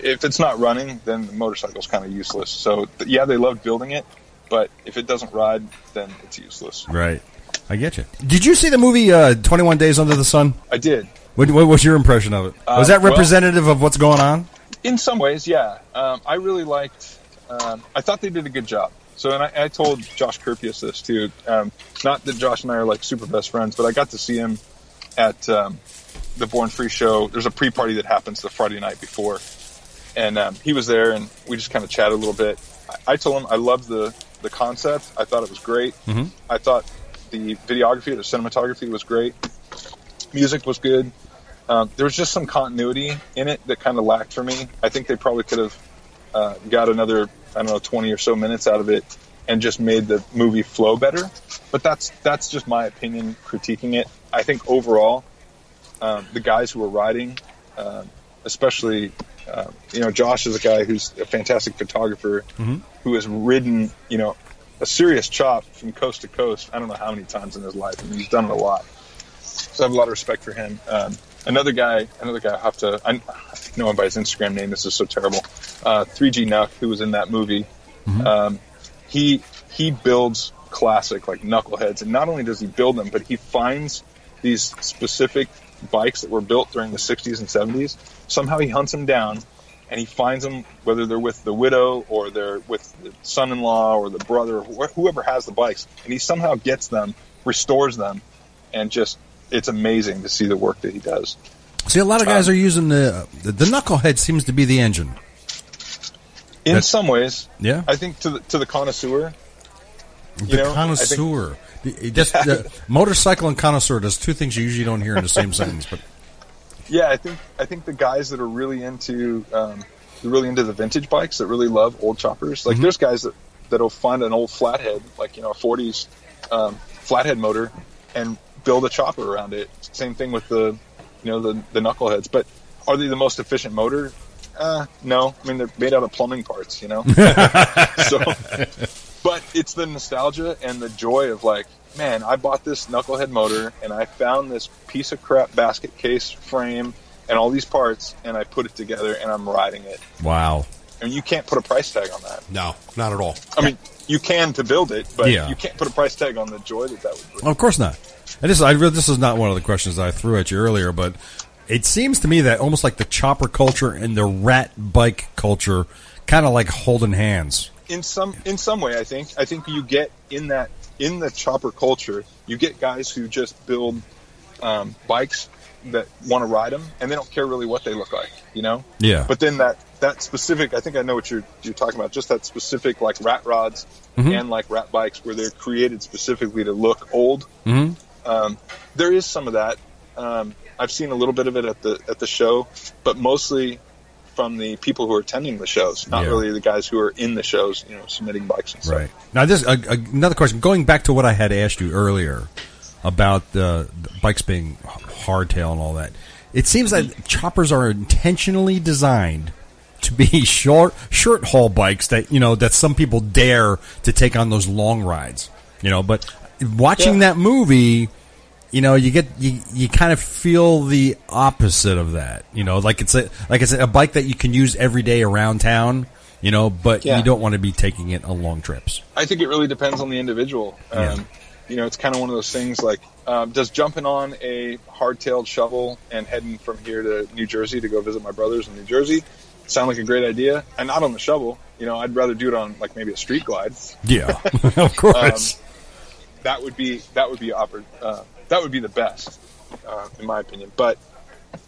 Speaker 5: if it's not running, then the motorcycle's kind of useless. So th- yeah, they love building it, but if it doesn't ride, then it's useless.
Speaker 2: right. I get you. Did you see the movie uh, Twenty One Days Under the Sun?
Speaker 5: I did,
Speaker 2: What, what was your impression of it? was
Speaker 5: Uh,
Speaker 2: that
Speaker 5: well-
Speaker 2: representative of what's going on?
Speaker 5: in some ways, yeah. Um, I really liked. Um, I thought they did a good job. So, and I, I told Josh Kirpius this too. Um, not that Josh and I are like super best friends, but I got to see him at um, the Born Free show. There's a pre-party that happens the Friday night before, and um, he was there, and we just kind of chatted a little bit. I, I told him I loved the the concept. I thought it was great. I thought the videography, the cinematography was great. Music was good. Um, there was just some continuity in it that kind of lacked for me. I think they probably could have uh, got another, I don't know, 20 or so minutes out of it and just made the movie flow better. But that's that's just my opinion critiquing it. I think overall, um, the guys who were riding, uh, especially, uh, you know, Josh is a guy who's a fantastic photographer who has ridden, you know, a serious chop from coast to coast. I don't know how many times in his life, and he's done it a lot. So I have a lot of respect for him. Um, another guy, another guy. I have to. I, I think no one by his Instagram name. This is so terrible. Uh, 3G Nuck, who was in that movie. Um, he he builds classic like knuckleheads, and not only does he build them, but he finds these specific bikes that were built during the 60s and 70s. Somehow he hunts them down, and he finds them whether they're with the widow or they're with the son-in-law or the brother, wh- whoever has the bikes, and he somehow gets them, restores them, and just it's amazing to see the work that he does.
Speaker 2: See, a lot of guys are using the the, the knucklehead seems to be the engine.
Speaker 5: In
Speaker 2: That's-
Speaker 5: some ways,
Speaker 2: Yeah.
Speaker 5: I think to the to the connoisseur,
Speaker 2: The
Speaker 5: You know, I think-
Speaker 2: connoisseur. The- that's- the motorcycle and connoisseur. There's two things you usually don't hear in the same sentence. But
Speaker 5: yeah, I think I think the guys that are really into um, they're really into the vintage bikes that really love old choppers. Like there's guys that that'll find an old flathead, like you know a '40s um, flathead motor, and build a chopper around it. Same thing with the you know the the knuckleheads. But are they the most efficient motor? Uh, no, I mean they're made out of plumbing parts, you know. [LAUGHS] so, but it's the nostalgia and the joy of like, man, I bought this knucklehead motor and I found this piece of crap basket case frame and all these parts and I put it together and I'm riding it.
Speaker 2: wow,
Speaker 5: And you can't put a price tag on that.
Speaker 4: No, not at all.
Speaker 5: I mean, you can to build it, but
Speaker 2: Yeah.
Speaker 5: you can't put a price tag on the joy that that would bring.
Speaker 2: of course not. And this, I re- this is not one of the questions I threw at you earlier, but it seems to me that almost like the chopper culture and the rat bike culture, kind of like holding hands.
Speaker 5: in some in some way i think i think you get in that in the chopper culture you get guys who just build um, bikes that want to ride them and they don't care really what they look like you know
Speaker 2: Yeah.
Speaker 5: but then that that specific i think i know what you're you're talking about just that specific like rat rods
Speaker 2: Mm-hmm.
Speaker 5: and like rat bikes where they're created specifically to look old um,
Speaker 2: Mm-hmm.
Speaker 5: there is some of that um, i've seen a little bit of it at the at the show but mostly from the people who are attending the shows, not
Speaker 2: Yeah.
Speaker 5: really the guys who are in the shows, you know, submitting bikes and stuff.
Speaker 2: Right now, this a, a- another question. Going back to what I had asked you earlier about the, the bikes being h- hardtail and all that, it seems that choppers are intentionally designed to be [LAUGHS] short short haul bikes that you know that some people dare to take on those long rides. You know, but watching
Speaker 5: Yeah.
Speaker 2: that movie. You know, you get you, you kind of feel the opposite of that. You know, like it's a like it's a bike that you can use every day around town. You know, but
Speaker 5: Yeah.
Speaker 2: you don't want to be taking it on long trips.
Speaker 5: I think it really depends on the individual. Um,
Speaker 2: Yeah.
Speaker 5: You know, it's kind of one of those things like, um, does jumping on a hard-tailed shovel and heading from here to New Jersey to go visit my brothers in New Jersey sound like a great idea? And not on the shovel. You know, I'd rather do it on like maybe a street glide.
Speaker 2: Yeah, [LAUGHS] of course.
Speaker 5: That would be that would be oppor- uh, that would be the best, uh, in my opinion. But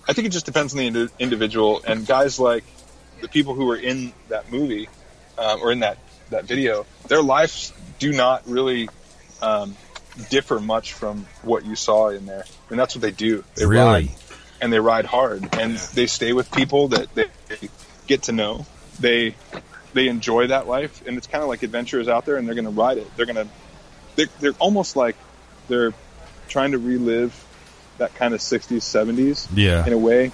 Speaker 5: I think it just depends on the indi- individual and guys like the people who were in that movie um, or in that that video. Their lives do not really um, differ much from what you saw in there, and that's what they do. They
Speaker 2: Really?
Speaker 5: ride and they ride hard, and they stay with people that they they get to know. They they enjoy that life, and it's kind of like adventurers out there, and they're going to ride it. They're going to they're, they're almost like they're trying to relive that kind of 60s 70s
Speaker 2: Yeah.
Speaker 5: in a way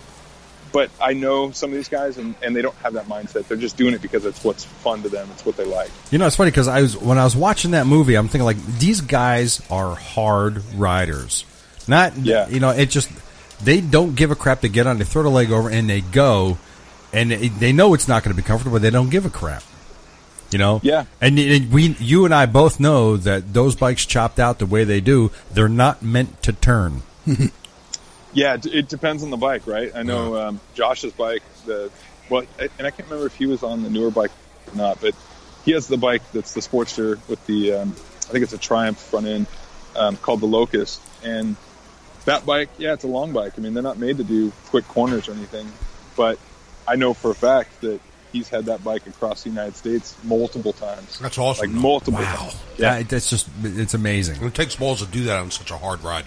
Speaker 5: but i know some of these guys and, and they don't have that mindset they're just doing it because it's what's fun to them it's what they like
Speaker 2: you know, it's funny because I was when I was watching that movie, I'm thinking like these guys are hard riders. Not,
Speaker 5: Yeah.
Speaker 2: you know, it just they don't give a crap. They get on, they throw the leg over, and they go, and it, they know it's not going to be comfortable. They don't give a crap. You know,
Speaker 5: Yeah.
Speaker 2: and, and we, you and I both know that those bikes chopped out the way they do, they're not meant to turn.
Speaker 5: yeah it, it depends on the bike right i know
Speaker 4: Uh-huh.
Speaker 5: um, josh's bike the well I- and i can't remember if he was on the newer bike or not but he has the bike that's the sportster with the um, i think it's a triumph front end um, called the locust and that bike, yeah, it's a long bike. I mean, they're not made to do quick corners or anything, but I know for a fact that he's had that bike across the United States multiple times.
Speaker 4: That's awesome,
Speaker 5: Like
Speaker 4: though.
Speaker 5: multiple
Speaker 4: Wow.
Speaker 5: times.
Speaker 2: Yeah, that's just it's amazing,
Speaker 4: It takes balls to do that on such a hard ride.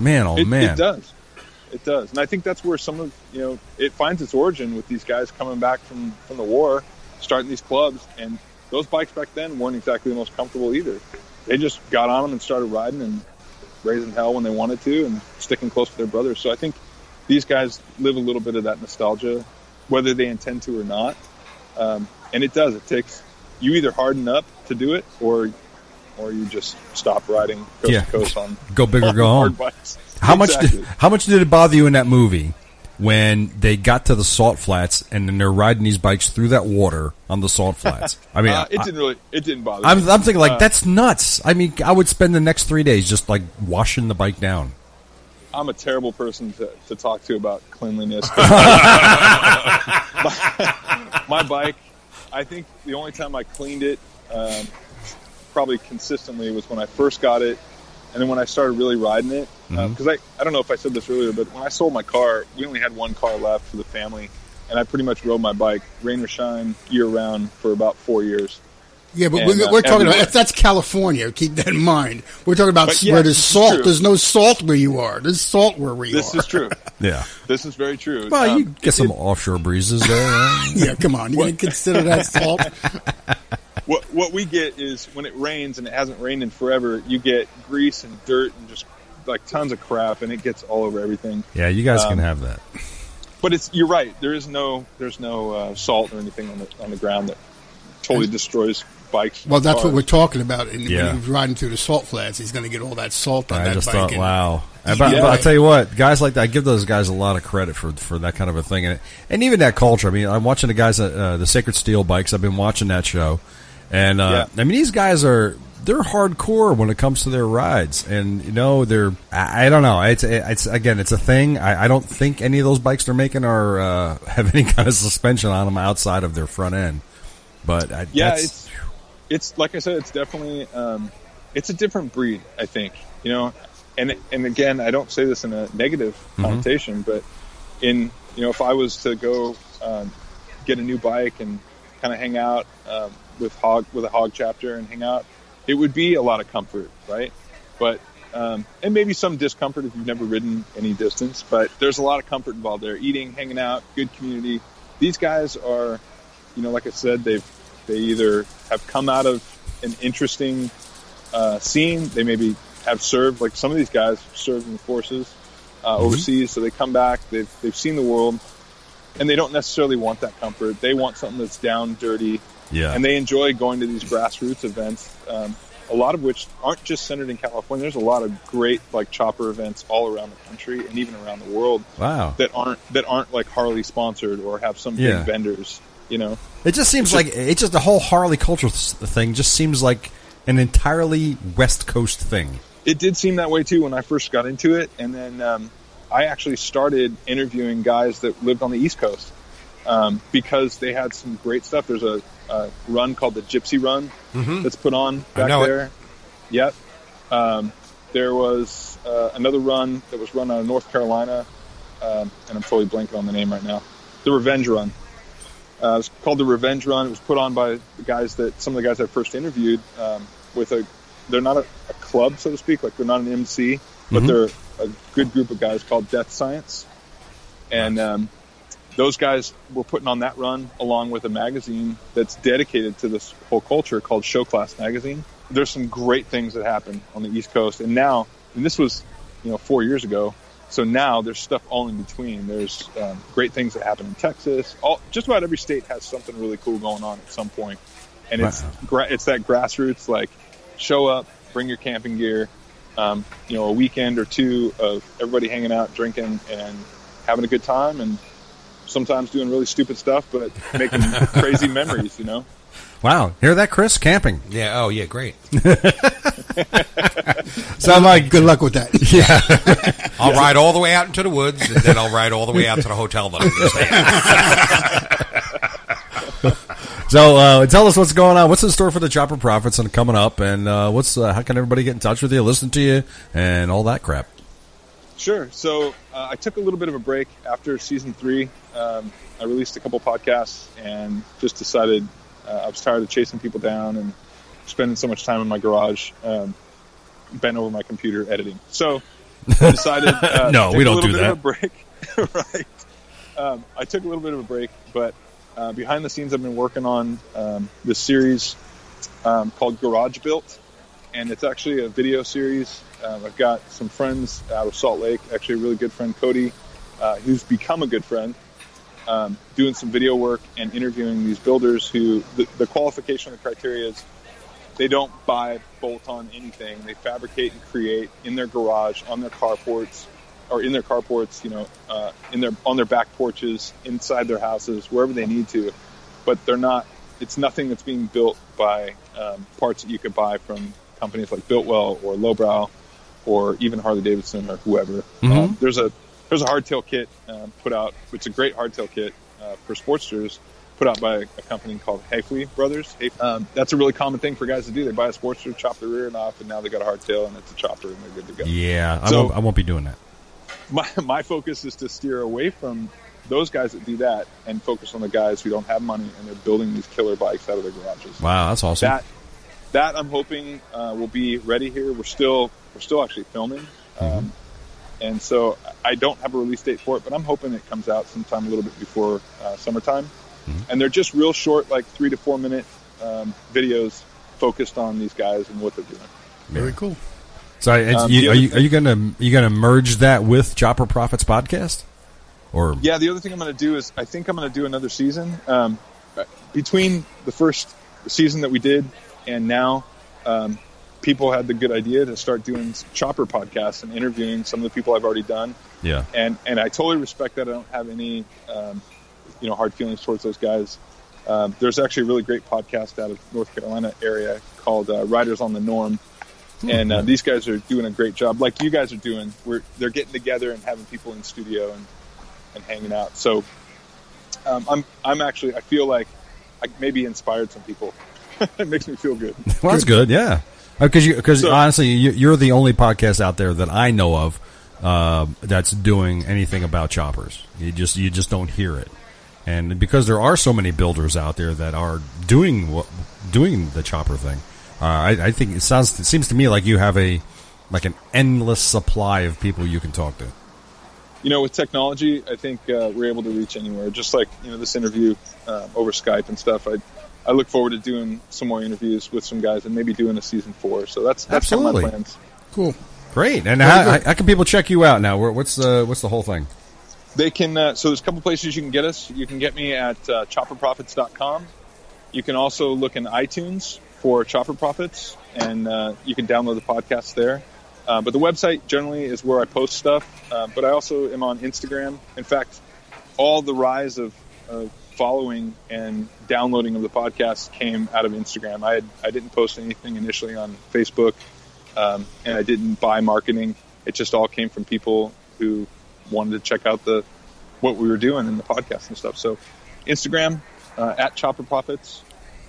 Speaker 2: man. Oh
Speaker 5: It,
Speaker 2: man,
Speaker 5: it does. It it does, and I think that's where some of you know it finds its origin with these guys coming back from from the war, starting these clubs, and those bikes back then weren't exactly the most comfortable either. They just got on them and started riding and raising hell when they wanted to, and sticking close to their brothers. So I think these guys live a little bit of that nostalgia, whether they intend to or not. Um, and it does. It takes you either harden up to do it, or or you just stop riding coast
Speaker 2: Yeah.
Speaker 5: to coast on
Speaker 2: Go big or
Speaker 5: on
Speaker 2: go
Speaker 5: [LAUGHS] hard
Speaker 2: home.
Speaker 5: bikes.
Speaker 2: How much
Speaker 5: Exactly.
Speaker 2: did, [LAUGHS] how much did it bother you in that movie when they got to the salt flats and then they're riding these bikes through that water on the salt
Speaker 5: [LAUGHS]
Speaker 2: flats? I mean,
Speaker 5: uh, it
Speaker 2: I,
Speaker 5: didn't really. It didn't bother.
Speaker 2: I'm,
Speaker 5: me.
Speaker 2: I'm thinking like
Speaker 5: Uh,
Speaker 2: that's nuts. I mean, I would spend the next three days just like washing the bike down.
Speaker 5: I'm a terrible person to, to talk to about
Speaker 2: [LAUGHS]
Speaker 5: cleanliness. my, my bike, I think the only time I cleaned it, um, probably consistently, was when I first got it, and then when I started really riding it.
Speaker 2: Mm-hmm.
Speaker 5: Because I, I don't know if I said this earlier, but when I sold my car, we only had one car left for the family, and I pretty much rode my bike rain or shine year round for about four years.
Speaker 3: Yeah, but
Speaker 5: And,
Speaker 3: we're,
Speaker 5: uh,
Speaker 3: we're talking
Speaker 5: everywhere.
Speaker 3: about that's California. Keep that in mind. We're talking about
Speaker 5: But yeah,
Speaker 3: where there's
Speaker 5: this is
Speaker 3: salt.
Speaker 5: true.
Speaker 3: There's no salt where you are. There's salt where we
Speaker 5: This
Speaker 3: are.
Speaker 5: is true.
Speaker 2: Yeah.
Speaker 5: This is very true.
Speaker 2: Well,
Speaker 5: Um,
Speaker 2: you get some offshore breezes there. right?
Speaker 5: [LAUGHS]
Speaker 3: yeah, come on. You can consider that salt.
Speaker 5: What what we get is when it rains and it hasn't rained in forever, you get grease and dirt and just like tons of crap, and it gets all over everything.
Speaker 2: yeah, you guys can
Speaker 5: Um,
Speaker 2: have that.
Speaker 5: But it's you're right. There is no there's no uh, salt or anything on the on the ground that totally destroys bikes. and
Speaker 3: Well, that's what
Speaker 5: cars.
Speaker 3: we're talking about. And
Speaker 2: Yeah.
Speaker 3: when he's riding through the salt flats, he's going to get all that salt on
Speaker 2: I
Speaker 3: that
Speaker 2: just
Speaker 3: bike.
Speaker 2: thought,
Speaker 3: and-
Speaker 2: wow.
Speaker 3: Yeah.
Speaker 2: But, but I tell you what, guys like that, I give those guys a lot of credit for, for that kind of a thing, and and even that culture. I mean, I'm watching the guys, at, uh, the Sacred Steel bikes. I've been watching that show, and uh, I mean, these guys are they're hardcore when it comes to their rides, and you know, they're I, I don't know. It's it's again, it's a thing. I, I don't think any of those bikes they're making are uh, [LAUGHS] have any kind of suspension on them outside of their front end. But I,
Speaker 5: yeah,
Speaker 2: that's,
Speaker 5: it's it's like I said, it's definitely um, it's a different breed. I think you know, and and again, I don't say this in a negative connotation, but in you know, if I was to go um, get a new bike and kind of hang out um, with hog with a hog chapter and hang out, it would be a lot of comfort, right? But um, and maybe some discomfort if you've never ridden any distance, but there's a lot of comfort involved there. Eating, hanging out, good community. These guys are, you know, like I said, they've they either have come out of an interesting uh, scene, they maybe have served like some of these guys served in the forces uh,
Speaker 2: Mm-hmm.
Speaker 5: overseas, so they come back, they've they've seen the world, and they don't necessarily want that comfort. They want something that's down, dirty,
Speaker 2: yeah,
Speaker 5: and they enjoy going to these grassroots events, um, a lot of which aren't just centered in California. There's a lot of great like chopper events all around the country and even around the world
Speaker 2: wow.
Speaker 5: that aren't that aren't like Harley sponsored or have some
Speaker 2: Yeah.
Speaker 5: big vendors. You know,
Speaker 2: It just seems like it's just the whole Harley culture s- thing. Just seems like an entirely West Coast thing.
Speaker 5: it did seem that way too when I first got into it, and then um, I actually started interviewing guys that lived on the East Coast um, because they had some great stuff. There's a, a run called the Gypsy Run that's put on
Speaker 4: Mm-hmm. I
Speaker 5: back
Speaker 4: know it.
Speaker 5: there. Yep. Um, there was uh, another run that was run out of North Carolina, um, and I'm totally blanking on the name right now. The Revenge Run. Uh, it was called the Revenge Run. It was put on by the guys that some of the guys I first interviewed um, with a. They're not a, a club, so to speak. Like they're not an MC, but they're a good group of guys called Death Science, and um, those guys were putting on that run along with a magazine that's dedicated to this whole culture called Show Class Magazine. There's some great things that happen on the East Coast, and now, and this was, you know, four years ago. So now there's stuff all in between. There's um, great things that happen in Texas. All just about every state has something really cool going on at some point, and it's
Speaker 2: Wow.
Speaker 5: gra- it's that grassroots like show up, bring your camping gear, um, you know, a weekend or two of everybody hanging out, drinking, and having a good time, and sometimes doing really stupid stuff, but making crazy memories, you know?
Speaker 2: Wow, hear that, Chris? Camping
Speaker 4: Yeah. Oh, yeah. Great.
Speaker 2: sound [LAUGHS] like
Speaker 3: Good luck with that.
Speaker 4: I'll ride all the way out into the woods, and then I'll ride all the way out to the hotel that I'm
Speaker 2: [LAUGHS]
Speaker 4: going to stay at.
Speaker 2: so. Uh, tell us what's going on. What's in store for the Chopper Profits and coming up, and uh, what's uh, how can everybody get in touch with you, listen to you, and all that crap.
Speaker 5: Sure. So uh, I took a little bit of a break after season three. Um, I released a couple podcasts and just decided uh, I was tired of chasing people down and spending so much time in my garage, um, bent over my computer editing. So
Speaker 2: [LAUGHS]
Speaker 5: decided. Uh,
Speaker 2: No,
Speaker 5: to
Speaker 2: we
Speaker 5: take a
Speaker 2: don't
Speaker 5: little
Speaker 2: do
Speaker 5: bit of a break, [LAUGHS] right? Um, I took a little bit of a break, but uh, behind the scenes, I've been working on um, this series um, called Garage Built, and it's actually a video series. Um, I've got some friends out of Salt Lake, actually a really good friend, Cody, uh, who's become a good friend um, doing some video work and interviewing these builders who the, the qualification of the criteria is they don't buy bolt on anything they fabricate and create in their garage on their carports or in their carports you know uh, in their on their back porches inside their houses wherever they need to but they're not it's nothing that's being built by um, parts that you could buy from companies like Builtwell or Lowbrow or even Harley Davidson or whoever. Um, there's a there's a hardtail kit um, put out. It's a great hardtail kit uh, for sportsters put out by a company called Hafley Brothers. Um, that's a really common thing for guys to do. They buy a sportster, chop the rear end off, and now they got a hardtail and it's a chopper and they're good to go
Speaker 2: Yeah, I,
Speaker 5: So-
Speaker 2: won't, I won't be doing that.
Speaker 5: my, my focus is to steer away from those guys that do that and focus on the guys who don't have money and they're building these killer bikes out of their garages.
Speaker 2: Wow, that's awesome.
Speaker 5: That that I'm hoping uh, will be ready here. We're still we're still actually filming, um, and so I don't have a release date for it, but I'm hoping it comes out sometime a little bit before uh, summertime. And they're just real short, like three to four minute um, videos focused on these guys and what they're doing.
Speaker 3: Very cool.
Speaker 2: so, I- it's-
Speaker 5: um,
Speaker 2: you-
Speaker 5: the
Speaker 2: are
Speaker 5: other
Speaker 2: you are you gonna you gonna merge that with Chopper Profits podcast? Or
Speaker 5: Um, Yeah, the other thing I'm going to do is I think I'm going to do another season. Um, between the first season that we did and now, um, people had the good idea to start doing chopper podcasts and interviewing some of the people I've already done,
Speaker 2: yeah,
Speaker 5: and and I totally respect that. I don't have any um, you know hard feelings towards those guys. Um, there's actually a really great podcast out of North Carolina area called uh, Riders on the Norm, and uh, these guys are doing a great job, like you guys are doing. We're they're getting together and having people in studio and and hanging out. So um, I'm I'm actually I feel like I maybe inspired some people. [LAUGHS] it makes me feel good.
Speaker 2: well, that's good. Yeah, because Oh, you because
Speaker 5: So-
Speaker 2: honestly, you, you're the only podcast out there that I know of uh, that's doing anything about choppers. You just you just don't hear it, and because there are so many builders out there that are doing what doing the chopper thing, uh, I, I think it sounds it seems to me like you have a like an endless supply of people you can talk to.
Speaker 5: you know, with technology, I think uh, we're able to reach anywhere. Just like you know, this interview um, over Skype and stuff. I I look forward to doing some more interviews with some guys and maybe doing a season four. So that's that's kind of
Speaker 2: Absolutely.
Speaker 5: my plans.
Speaker 3: Cool.
Speaker 2: Great, and how,
Speaker 3: good.
Speaker 2: how- how can people check you out now? Where- What's the what's the whole thing?
Speaker 5: They can uh, so there's a couple places you can get us. You can get me at uh, chopperprofits.com. You can also look in iTunes for Chopper Profits, and uh, you can download the podcast there. Uh, but the website generally is where I post stuff. Uh, but I also am on Instagram. In fact, all the rise of, of following and downloading of the podcast came out of Instagram. I had, I didn't post anything initially on Facebook, um, and I didn't buy marketing. It just all came from people who wanted to check out the what we were doing in the podcast and stuff. So, Instagram uh, at Chopper Profits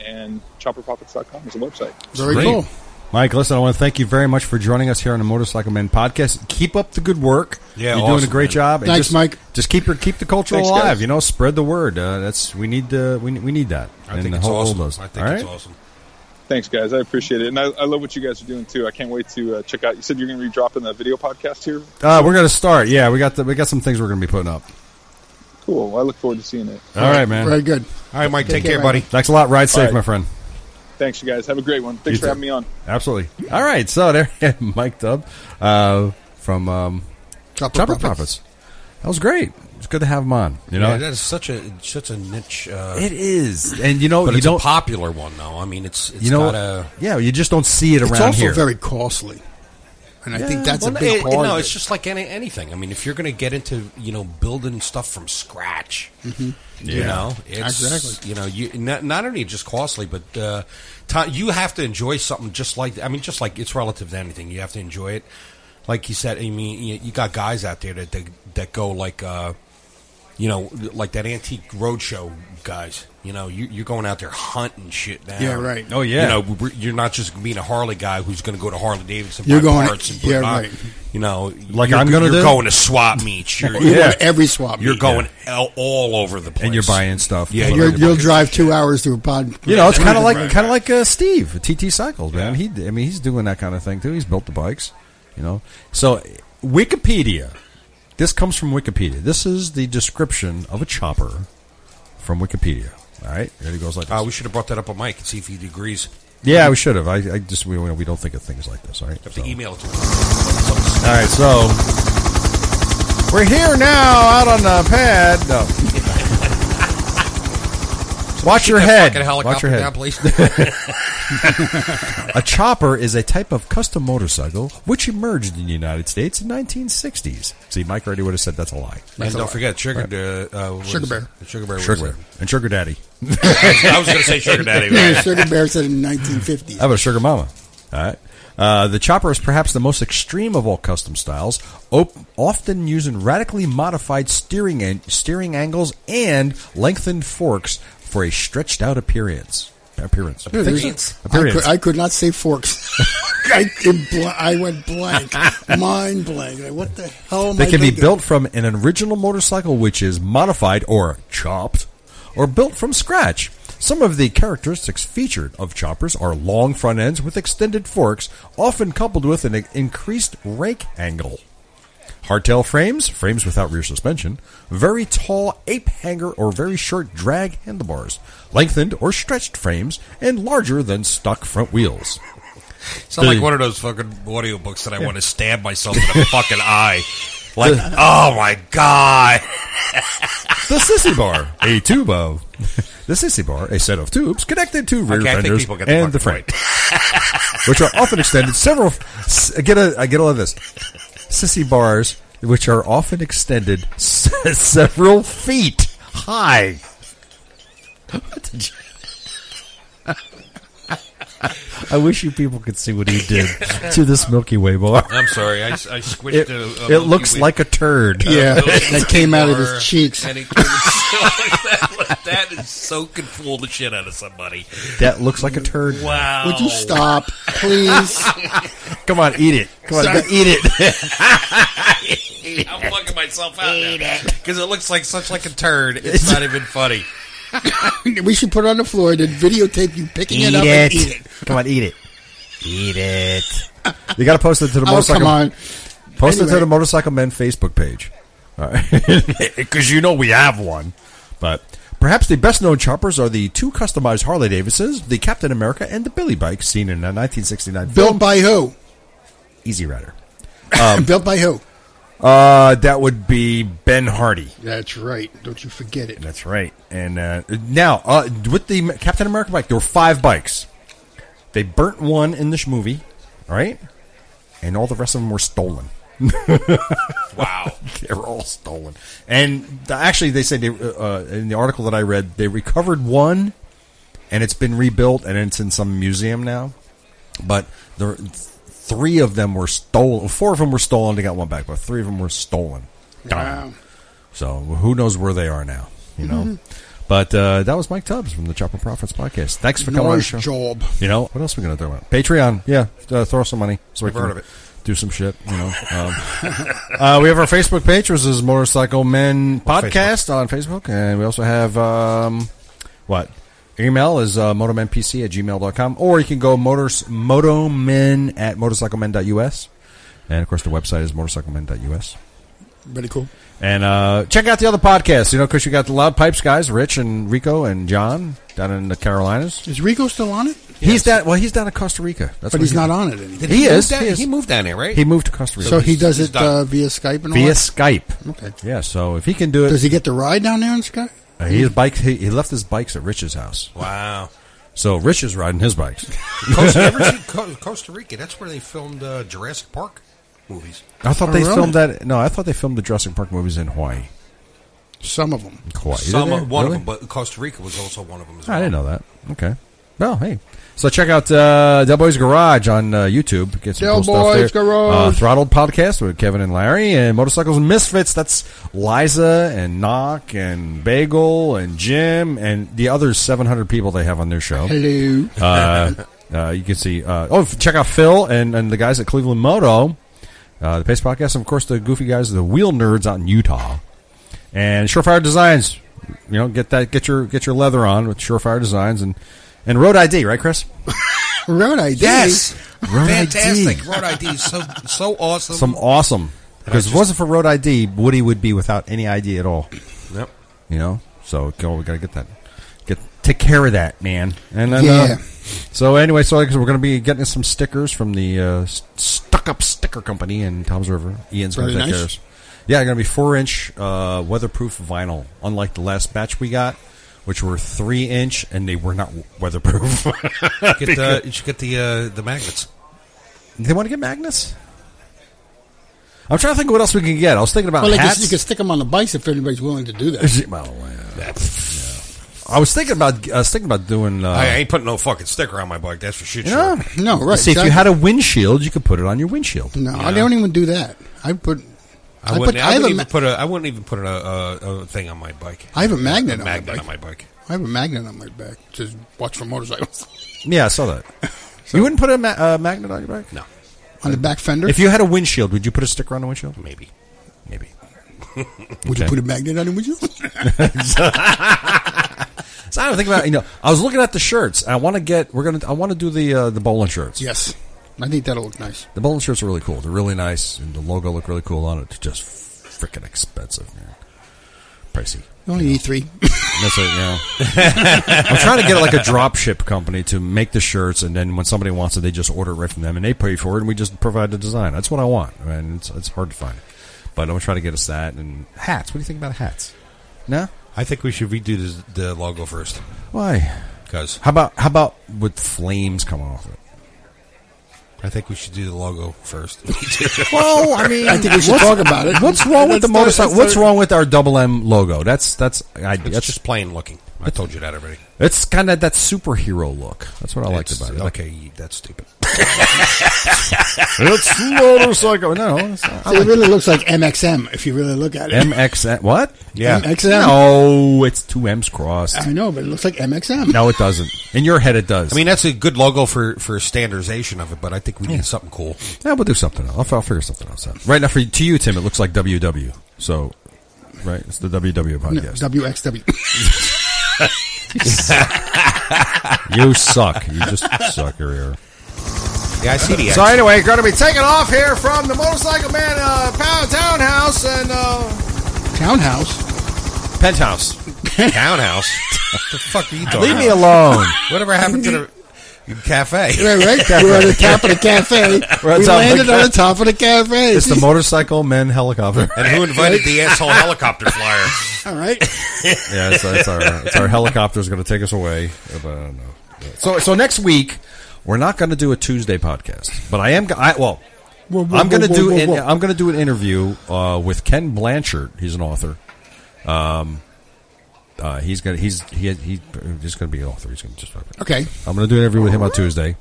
Speaker 5: and ChopperProfits.com is a website.
Speaker 3: Very
Speaker 2: Great.
Speaker 3: cool.
Speaker 2: Mike, listen, I want to thank you very much for joining us here on the Motorcycle Men podcast. Keep up the good work.
Speaker 4: Yeah,
Speaker 2: you're doing
Speaker 4: awesome,
Speaker 2: a great
Speaker 4: man.
Speaker 2: job. and
Speaker 3: Thanks,
Speaker 2: just,
Speaker 3: Mike.
Speaker 2: Just keep your keep the culture
Speaker 5: Thanks,
Speaker 2: alive.
Speaker 5: guys.
Speaker 2: You know, spread the word. Uh, that's we need uh, we, we need that.
Speaker 4: I
Speaker 2: And
Speaker 4: think
Speaker 2: the
Speaker 4: it's
Speaker 2: whole world
Speaker 4: awesome.
Speaker 2: does.
Speaker 4: I think
Speaker 2: All
Speaker 4: it's
Speaker 2: right?
Speaker 4: awesome.
Speaker 5: Thanks, guys. I appreciate it, and I, I love what you guys are doing too. I can't wait to uh, check out. You said you're going to be dropping the video podcast here.
Speaker 2: Uh, we're gonna start. Yeah, we got the, we got some things we're gonna be putting up.
Speaker 5: Cool. I look forward to seeing it.
Speaker 2: All right, man.
Speaker 3: Very good.
Speaker 4: All right, Mike. Take,
Speaker 3: care,
Speaker 4: care, buddy.
Speaker 2: Thanks a lot. Ride safe,
Speaker 5: right.
Speaker 2: my friend.
Speaker 5: Thanks, you guys. Have a great one. Thanks for having me on.
Speaker 2: Absolutely. All right. So there, [LAUGHS] Mike Dub uh, from um,
Speaker 3: Chopper,
Speaker 2: Chopper
Speaker 3: Profits.
Speaker 2: Profits. That was great. It's good to have him on. You know,
Speaker 4: Yeah, that is such a such a niche. Uh,
Speaker 2: it is, and you know,
Speaker 4: but
Speaker 2: you
Speaker 4: it's
Speaker 2: don't
Speaker 4: a popular one, though. I mean, it's, it's
Speaker 2: you know,
Speaker 4: got a.
Speaker 2: yeah, you just don't see it around
Speaker 3: It's also
Speaker 2: here.
Speaker 3: very costly. And I think that's
Speaker 4: Well,
Speaker 3: a big
Speaker 4: it-
Speaker 3: part
Speaker 4: No,
Speaker 3: of
Speaker 4: it's
Speaker 3: it.
Speaker 4: just like any, anything. I mean, if you're going to get into you know building stuff from scratch, you know, it's,
Speaker 3: Mm-hmm. Exactly.
Speaker 4: You know, you not, not only just costly, but uh, ti you have to enjoy something just like I mean, just like it's relative to anything. You have to enjoy it. Like you said, I mean, you, you got guys out there that that, that go like. Uh, you know, like that antique roadshow guys. You know, you, you're going out there hunting shit now.
Speaker 3: Yeah, right.
Speaker 2: Oh, yeah.
Speaker 4: You know, we're- you're not just being a Harley guy who's going to go to Harley Davidson.
Speaker 3: You're
Speaker 4: buy
Speaker 3: going-
Speaker 4: parts and put
Speaker 3: yeah,
Speaker 4: it on.
Speaker 3: right.
Speaker 4: You know,
Speaker 2: Like
Speaker 4: you're,
Speaker 2: I'm gonna
Speaker 4: you're
Speaker 2: do?
Speaker 4: going to swap meets.
Speaker 2: [LAUGHS]
Speaker 4: You're,
Speaker 3: You
Speaker 4: you're,
Speaker 3: want every swap. meet.
Speaker 4: going all, all over the place,
Speaker 2: and you're buying stuff.
Speaker 4: Yeah,
Speaker 2: But-
Speaker 3: You're,
Speaker 4: You're
Speaker 3: you'll
Speaker 4: buying
Speaker 3: drive two hours to a pod.
Speaker 2: you know, it's kind of like
Speaker 4: Right,
Speaker 2: kind of like uh, Steve at TT Cycles, man. He, I mean, he's doing that kind of thing too. He's built the bikes, you know. So Wikipedia. This comes from Wikipedia. This is the description of a chopper from Wikipedia. All right, there it goes like this.
Speaker 4: Uh, we should have brought that up on Mike and see if he agrees.
Speaker 2: yeah, we should have. I, I just we, we don't think of things like this. All right,
Speaker 4: Have
Speaker 2: so-
Speaker 4: to email it to him.
Speaker 2: All right, so we're here now out on the pad.
Speaker 4: [LAUGHS]
Speaker 2: No. Watch your
Speaker 4: That
Speaker 2: head.
Speaker 4: fucking helicopter
Speaker 2: Watch your
Speaker 4: down,
Speaker 2: head. [LAUGHS]
Speaker 4: please.
Speaker 2: A chopper is a type of custom motorcycle which emerged in the United States in 1960s. See, Mike already would have said that's a lie.
Speaker 4: and don't forget sugar. Uh, uh, what
Speaker 3: Sugar
Speaker 4: is it?
Speaker 3: Bear.
Speaker 4: Sugar bear. what
Speaker 2: Sugar
Speaker 4: is
Speaker 2: Bear. and Sugar Daddy.
Speaker 4: it? I was going to say sugar daddy.
Speaker 2: [LAUGHS]
Speaker 3: Yeah, [LAUGHS]
Speaker 4: right?
Speaker 3: Sugar Bear said in 1950s.
Speaker 2: How about a Sugar Mama? All right. Uh, the chopper is perhaps the most extreme of all custom styles, op- often using radically modified steering an- steering angles and lengthened forks for a stretched out appearance. Appearance.
Speaker 3: Dude, there's-
Speaker 4: Appearance.
Speaker 3: I,
Speaker 2: Appearance.
Speaker 3: could, I could not say forks. [LAUGHS] I, it bl- I went [LAUGHS] blank, mind blank. Like, what the hell? Am
Speaker 2: They
Speaker 3: I
Speaker 2: can be
Speaker 3: thinking?
Speaker 2: built from an original motorcycle, which is modified or chopped, or built from scratch. Some of the characteristics featured of choppers are long front ends with extended forks, often coupled with an increased rake angle. Hardtail frames, frames without rear suspension, very tall ape hanger or very short drag handlebars, lengthened or stretched frames, and larger than stock front wheels.
Speaker 4: Sound like
Speaker 2: The-
Speaker 4: one of those fucking audiobooks that I want to stab myself in the [LAUGHS] fucking eye.
Speaker 2: [LAUGHS]
Speaker 4: Like, oh my god.
Speaker 2: The sissy bar, a tube of. The sissy bar, a set of tubes connected to rear
Speaker 4: Okay, I think
Speaker 2: fenders
Speaker 4: people get the
Speaker 2: and the frame,
Speaker 4: fucking [LAUGHS]
Speaker 2: which are often extended several. s- I get a, I get all of this. Sissy bars, which are often extended [LAUGHS] s- several feet high. [LAUGHS] What did you- I wish you people could see what he did to this Milky Way
Speaker 4: [LAUGHS]
Speaker 2: bar.
Speaker 4: I'm sorry, I, I squished
Speaker 2: It, it looks like a turd.
Speaker 3: Yeah, that came out of his cheeks.
Speaker 4: And it, [LAUGHS] that is so can fool the shit out of somebody.
Speaker 2: That looks like a turd.
Speaker 4: Wow.
Speaker 3: Would you stop, [LAUGHS] please?
Speaker 2: Come on, eat it. Come on,
Speaker 3: Sorry.
Speaker 2: go
Speaker 3: [LAUGHS]
Speaker 2: eat it.
Speaker 4: I'm fucking myself out Because it looks like such like a turd. It's not even funny.
Speaker 3: we should put it on the floor and then videotape you picking it
Speaker 2: Eat
Speaker 3: up
Speaker 2: it.
Speaker 3: and eat it.
Speaker 2: Come on, eat it. Eat it. You got to post it to the
Speaker 3: Oh,
Speaker 2: motorcycle.
Speaker 3: come on.
Speaker 2: Post it to
Speaker 3: Anyway.
Speaker 2: the motorcycle men Facebook page, [LAUGHS] because you know we have one. But perhaps the best known choppers are the two customized Harley Davises, the Captain America, and the Billy bike seen in a 1969
Speaker 3: Built Um, by who?
Speaker 2: Easy Rider.
Speaker 3: built by who?
Speaker 2: Uh, that would be Ben Hardy.
Speaker 3: That's right. Don't you forget it.
Speaker 2: That's right. And uh, now, uh, with the Captain America bike, there were five bikes. They burnt one in this movie, all right? And all the rest of them were stolen.
Speaker 4: Wow.
Speaker 2: [LAUGHS] They were all stolen. And the, actually, they said they, uh, in the article that I read, they recovered one, and it's been rebuilt, and it's in some museum now. But there, three of them were stolen. Four of them were stolen. They got one back, but three of them were stolen. Gone.
Speaker 3: Wow.
Speaker 2: So who knows where they are now, you know? But uh, that was Mike Tubbs from the Chopper Profits podcast. Thanks for coming on the
Speaker 3: Nice
Speaker 2: show.
Speaker 3: job.
Speaker 2: You know what else are we going to talk about? Patreon, yeah. Uh, throw some money so we
Speaker 4: Never
Speaker 2: can
Speaker 4: heard of it.
Speaker 2: do some shit. You
Speaker 4: [LAUGHS]
Speaker 2: know, um, uh, we have our Facebook page, which is Motorcycle Men Podcast on Facebook, and we also have um, what email is uh, motomenpc at gmail.com, or you can go motors motomen at motorcyclemen.us, and of course the website is motorcyclemen.us.
Speaker 3: Pretty cool.
Speaker 2: And uh, check out the other podcasts, you know, because you got the Loud Pipes guys, Rich and Rico and John down in the Carolinas.
Speaker 3: Is Rico still on it?
Speaker 2: He's down. Well, he's down in Costa Rica. That's
Speaker 3: But
Speaker 2: where
Speaker 3: he's
Speaker 2: he-
Speaker 3: not on it anymore.
Speaker 4: Did
Speaker 2: He
Speaker 4: move
Speaker 2: is,
Speaker 4: down-
Speaker 2: he is.
Speaker 4: He moved down there, right?
Speaker 2: He moved to Costa Rica
Speaker 3: So he does
Speaker 4: he's
Speaker 3: it
Speaker 4: done.
Speaker 3: uh, via Skype and all
Speaker 2: via
Speaker 3: that?
Speaker 2: Skype.
Speaker 3: Okay.
Speaker 2: Yeah, so if he can do it,
Speaker 3: Does he get to ride down there on Skype?
Speaker 2: uh, his bike. He, he left his bikes at Rich's house,
Speaker 4: wow.
Speaker 2: so Rich is riding his bikes.
Speaker 4: Costa, ever seen Co- Costa Rica? That's where they filmed uh, Jurassic Park movies.
Speaker 2: [LAUGHS] I thought they
Speaker 3: Oh, really?
Speaker 2: filmed that. No, I thought they filmed the Jurassic Park movies in Hawaii.
Speaker 3: Some of them.
Speaker 2: Hawaii. Did
Speaker 4: Some,
Speaker 2: they?
Speaker 4: one
Speaker 2: Really?
Speaker 4: of them, but Costa Rica was also one of them as well.
Speaker 2: I didn't know that. Okay. Well, hey. So check out uh, Del Boys Garage on uh, YouTube. Get some
Speaker 3: Del
Speaker 2: cool stuff
Speaker 3: Boys
Speaker 2: there.
Speaker 3: Garage.
Speaker 2: Uh, Throttled podcast with Kevin and Larry and Motorcycles and Misfits. That's Liza and Knock and Bagel and Jim and the other 700 people they have on their show.
Speaker 3: Hello.
Speaker 2: Uh, uh, you can see. Uh, oh, check out Phil and, and the guys at Cleveland Moto, uh, the Pace Podcast, and of course the Goofy guys, the Wheel Nerds out in Utah, and Surefire Designs. You know, get that, get your get your leather on with Surefire Designs and and Road ID, right, Chris?
Speaker 3: Road ID.
Speaker 4: Yes,
Speaker 2: Road
Speaker 4: fantastic.
Speaker 2: ID.
Speaker 4: Road ID is so so awesome.
Speaker 2: Some awesome Because if it wasn't for road ID, Woody would be without any ID at all.
Speaker 4: Yep.
Speaker 2: You know, so go. We gotta get that. Get take care of that, man. And then,
Speaker 3: Yeah.
Speaker 2: uh, so anyway, so like, so we're gonna be getting some stickers from the uh, Stuck Up Sticker Company in Tom's River. Ian's gonna
Speaker 3: Very
Speaker 2: take care
Speaker 3: nice.
Speaker 2: of us. Yeah, gonna be four inch uh, weatherproof vinyl. Unlike the last batch we got, which were three inch, and they were not
Speaker 3: [LAUGHS]
Speaker 2: weatherproof.
Speaker 4: Get the, you should get the uh, the magnets.
Speaker 2: they want to get magnets. I'm trying to think of what else we can get. I was thinking about
Speaker 3: Well, like you,
Speaker 2: hats.
Speaker 3: s- you can stick them on the bikes if anybody's willing to do that.
Speaker 2: Well, uh, I was thinking about I was thinking about doing. Uh,
Speaker 4: I ain't putting no fucking sticker on my bike. That's for shit.
Speaker 2: you know,
Speaker 3: No, right,
Speaker 2: See, if
Speaker 3: exactly.
Speaker 2: you had a windshield, you could put it on your windshield.
Speaker 3: No, I don't even do that. I put. I,
Speaker 4: I
Speaker 3: put.
Speaker 4: wouldn't,
Speaker 3: I,
Speaker 4: I
Speaker 3: have
Speaker 4: wouldn't
Speaker 3: a, ma-
Speaker 4: even put a. I wouldn't even put a, a, a thing on my bike.
Speaker 3: I have a magnet on
Speaker 4: a
Speaker 3: my
Speaker 4: magnet
Speaker 3: bike.
Speaker 4: on my bike.
Speaker 3: I have a magnet on my back. Just watch for motorcycles
Speaker 2: [LAUGHS] Yeah, I saw that. you wouldn't put a ma- uh, magnet on your bike.
Speaker 4: No,
Speaker 3: on the back fender.
Speaker 2: If you had a windshield, would you put a sticker on the windshield?
Speaker 4: maybe.
Speaker 2: Maybe.
Speaker 3: would
Speaker 2: okay.
Speaker 3: you put a magnet on it? Would
Speaker 2: [LAUGHS]
Speaker 3: you?
Speaker 2: So I don't think about you know. I was looking at the shirts. I want to get. We're gonna. I want to do the uh, the bowling shirts.
Speaker 3: yes. I think that'll look nice.
Speaker 2: The bowling shirts are really cool. They're really nice, and the logo look really cool on it. It's just freaking expensive, man. Pricey.
Speaker 3: You only need three.
Speaker 2: That's it, yeah. [LAUGHS] I'm trying to get like a drop ship company to make the shirts, and then when somebody wants it, they just order it right from them, and they pay for it, and we just provide the design. That's what I want, I mean, it's, it's hard to find. But I'm going to try to get us that. And hats. What do you think about hats? No?
Speaker 4: I think we should redo this, the logo first
Speaker 2: Why?
Speaker 4: because
Speaker 2: How about how about with flames coming off it?
Speaker 4: I think we should do the logo first.
Speaker 2: [LAUGHS]
Speaker 4: [LAUGHS]
Speaker 2: Well, I mean,
Speaker 3: I think we should talk about it.
Speaker 2: what's wrong with the
Speaker 3: Let's
Speaker 2: motorcycle?
Speaker 3: start-
Speaker 2: What's wrong with our double M logo? That's that's I,
Speaker 4: It's
Speaker 2: that's
Speaker 4: just plain looking. I told you that already.
Speaker 2: it's kind of that superhero look. That's what I liked
Speaker 4: It's-
Speaker 2: about it.
Speaker 4: Okay, that's stupid.
Speaker 2: it's motorcycle. No, it's not.
Speaker 3: let's- It really looks like MXM if you really look at it.
Speaker 2: MXN. What?
Speaker 4: Yeah.
Speaker 3: MXM.
Speaker 2: No, it's two M's crossed.
Speaker 3: I know, but it looks like MXM.
Speaker 2: No, it doesn't. In your head, it does.
Speaker 4: I mean, that's a good logo for for standardization of it, but I think we need something cool.
Speaker 2: yeah, we'll do something else. I'll, I'll figure something else out. Right now, for to you, Tim, it looks like WW. So, right, it's the WW
Speaker 3: No,
Speaker 2: podcast.
Speaker 3: WXW.
Speaker 2: you suck. You just [LAUGHS] suck your ear.
Speaker 4: Yeah, I see [LAUGHS] the.
Speaker 2: So anyway, going to be taking off here from the Motorcycle Man uh, Pow Townhouse and uh,
Speaker 3: Townhouse.
Speaker 2: Penthouse.
Speaker 4: townhouse. the fuck are you talking?
Speaker 2: Leave me alone.
Speaker 4: [LAUGHS] Whatever happened to the cafe?
Speaker 3: Right,
Speaker 2: [LAUGHS]
Speaker 3: right. We're at the top of the cafe.
Speaker 2: We're at
Speaker 3: we
Speaker 2: top of the
Speaker 3: landed on
Speaker 2: ca-
Speaker 3: the top of the cafe.
Speaker 2: It's the Motorcycle Men helicopter.
Speaker 4: And who invited the [LAUGHS] asshole helicopter flyer?
Speaker 3: All right.
Speaker 2: yeah, it's, it's our it's our helicopter's going to take us away. But I don't know. So so next week we're not going to do a Tuesday podcast, but I am. go- I, well,
Speaker 3: Whoa, whoa,
Speaker 2: I'm going to
Speaker 3: whoa,
Speaker 2: do
Speaker 3: whoa,
Speaker 2: an, uh,
Speaker 3: whoa.
Speaker 2: I'm going to do an interview uh, with Ken Blanchard. He's an author. Um, uh, he's gonna he's he he he's gonna be an author. He's gonna just
Speaker 3: Okay.
Speaker 2: I'm gonna do an interview with him on Tuesday,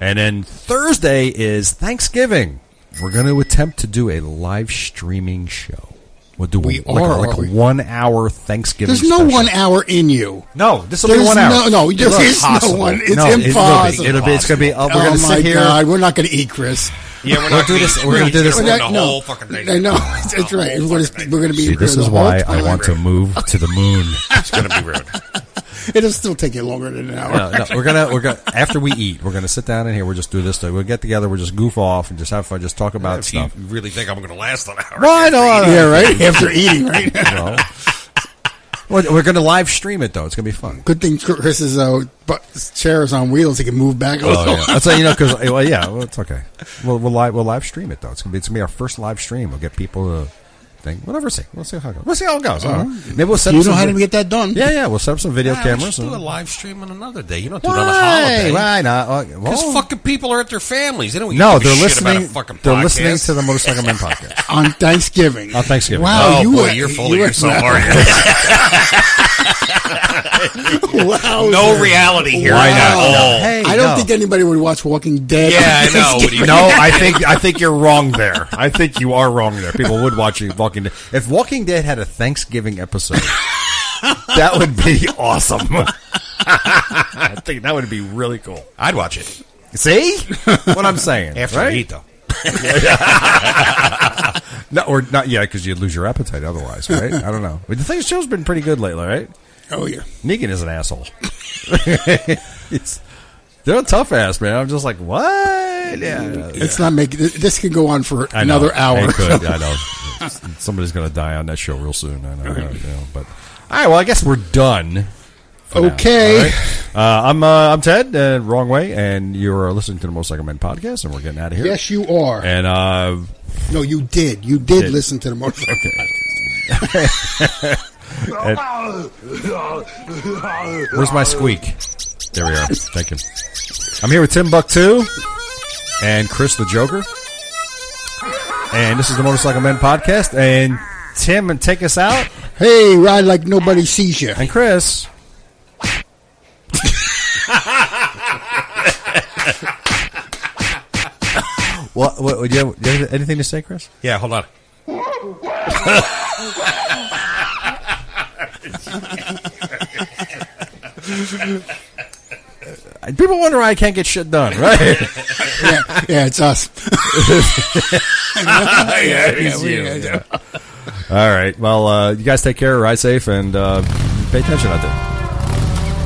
Speaker 2: and then Thursday is Thanksgiving. We're gonna attempt to do a live streaming show. We'll do
Speaker 3: We
Speaker 2: a, like,
Speaker 3: are,
Speaker 2: a, like
Speaker 3: aren't
Speaker 2: a
Speaker 3: we?
Speaker 2: one hour Thanksgiving.
Speaker 3: There's no
Speaker 2: special.
Speaker 3: one hour in you.
Speaker 2: No, this will be
Speaker 3: There's
Speaker 2: one hour.
Speaker 3: no- no, there
Speaker 2: It's
Speaker 3: is no
Speaker 2: impossible.
Speaker 3: one. It's
Speaker 2: No, it will be.
Speaker 3: impossible.
Speaker 2: It'll be. It's gonna be. Uh, we're gonna
Speaker 3: oh my
Speaker 2: sit here.
Speaker 3: God, we're not going to eat, Chris.
Speaker 4: Yeah, we're
Speaker 2: We'll do this- we're gonna do this-
Speaker 4: We're
Speaker 2: We're
Speaker 4: gonna
Speaker 3: That-
Speaker 4: ruin the whole fucking thing.
Speaker 3: I know. That's
Speaker 4: The whole
Speaker 3: right. We're going
Speaker 4: fucking
Speaker 3: to we're going to be.
Speaker 2: See, this
Speaker 3: here
Speaker 2: is
Speaker 3: the whole
Speaker 2: why I
Speaker 3: time.
Speaker 2: want to move to the moon.
Speaker 3: [LAUGHS]
Speaker 4: thing. It's gonna be
Speaker 2: [LAUGHS]
Speaker 4: ruined.
Speaker 3: It'll still take you longer than an hour.
Speaker 2: No, no, we're gonna. We're gonna. After we eat, we're gonna sit down in here. We'll just do this. We'll get together. We'll just goof off and just have fun. Just talk about
Speaker 4: If you
Speaker 2: stuff. oh,
Speaker 4: really think I'm gonna last an hour?
Speaker 2: Why not?
Speaker 3: yeah, right. [LAUGHS] After
Speaker 2: [LAUGHS]
Speaker 3: eating, right.
Speaker 2: No. Well, we're going to live stream it though. It's going to be fun.
Speaker 3: Good thing Chris's uh, bu- chair is on wheels; he can move back a
Speaker 2: Oh,
Speaker 4: Oh,
Speaker 3: little.
Speaker 2: [LAUGHS] That's how you know because well, yeah, well, it's okay. We'll we'll live, we'll live stream it though. It's going to be it's going to be our first live stream. We'll get people to think whatever. See, we'll see how it goes. We'll see how it goes. I don't know.
Speaker 4: Mm-hmm.
Speaker 2: Maybe we'll set
Speaker 3: You
Speaker 2: up
Speaker 3: know
Speaker 2: some
Speaker 3: how
Speaker 2: vi-
Speaker 3: to get that done.
Speaker 2: Yeah, yeah. We'll set up some video
Speaker 4: Nah, we
Speaker 2: cameras.
Speaker 4: should do a
Speaker 2: and-
Speaker 4: live stream on another day. You don't do it on a
Speaker 2: Why?
Speaker 4: holiday.
Speaker 2: Why not? Uh,
Speaker 4: Because
Speaker 2: well,
Speaker 4: fucking people are at their families. They don't give
Speaker 2: no,
Speaker 4: a
Speaker 2: they're
Speaker 4: shit About
Speaker 2: listening.
Speaker 4: a fucking
Speaker 2: They're
Speaker 4: podcast.
Speaker 2: listening to the Motorcycle
Speaker 4: [LAUGHS]
Speaker 2: Men podcast.
Speaker 3: on Thanksgiving.
Speaker 2: On Thanksgiving.
Speaker 3: Wow,
Speaker 4: Oh,
Speaker 3: you
Speaker 4: boy,
Speaker 3: were,
Speaker 4: you're full
Speaker 3: you
Speaker 4: of
Speaker 3: were-
Speaker 4: yourself,
Speaker 3: [LAUGHS]
Speaker 4: are you? [LAUGHS]
Speaker 3: Wow,
Speaker 4: No reality here.
Speaker 3: Why
Speaker 4: at
Speaker 3: not?
Speaker 4: all.
Speaker 2: Hey,
Speaker 3: I don't
Speaker 2: no.
Speaker 3: think anybody would watch Walking Dead.
Speaker 2: [LAUGHS]
Speaker 4: Oh. Yeah,
Speaker 3: on
Speaker 4: I know. What
Speaker 3: Thanksgiving.
Speaker 4: do you
Speaker 2: No, I think I think you're wrong there. I think you are wrong there. People would watch you Walking Dead. If Walking Dead had a Thanksgiving [LAUGHS] episode, that would be awesome. [LAUGHS] I think that would be really cool.
Speaker 4: I'd watch it
Speaker 2: See what I'm saying?
Speaker 4: after I
Speaker 2: right?
Speaker 4: eat, though.
Speaker 2: No, or not yeah, because you'd lose your appetite otherwise, right? I don't
Speaker 4: [LAUGHS]
Speaker 2: know. But the thing is, show's been
Speaker 3: [LAUGHS]
Speaker 2: pretty good lately, right?
Speaker 4: [LAUGHS]
Speaker 3: Oh yeah.
Speaker 2: Negan is an asshole. [LAUGHS] it's, They're a tough ass, man. I'm just like, what? Yeah.
Speaker 3: It's not making. This could go on for
Speaker 2: I know.
Speaker 3: another hour.
Speaker 2: It could, I know. [LAUGHS] Somebody's going to die on that show real soon. I know. I know, but all right. Well, I guess we're done. for now.
Speaker 3: Okay.
Speaker 2: All right. Uh, I'm uh, I'm Ted. Uh, wrong way, and you're listening to the Motorcycle Men podcast, and we're getting out of here.
Speaker 3: [LAUGHS] Yes, you are.
Speaker 2: And uh,
Speaker 3: No, you did. You did,
Speaker 2: Did.
Speaker 3: listen to the motorcycle.
Speaker 2: where's my squeak? There we are. Thank you. I'm here with Tim Buck Two and Chris the Joker, and this is the Motorcycle Men podcast. And Tim, and take us out,
Speaker 3: [LAUGHS] Hey, ride like nobody sees you.
Speaker 2: and Chris. What, what, do, you have, do you have anything to say, Chris?
Speaker 4: Yeah, hold on.
Speaker 2: People wonder why I can't get shit done, [LAUGHS] right?
Speaker 3: yeah, yeah, it's us.
Speaker 4: yeah,
Speaker 3: we-
Speaker 2: All right. Well, uh, you guys take care, ride safe, and uh, pay attention out there.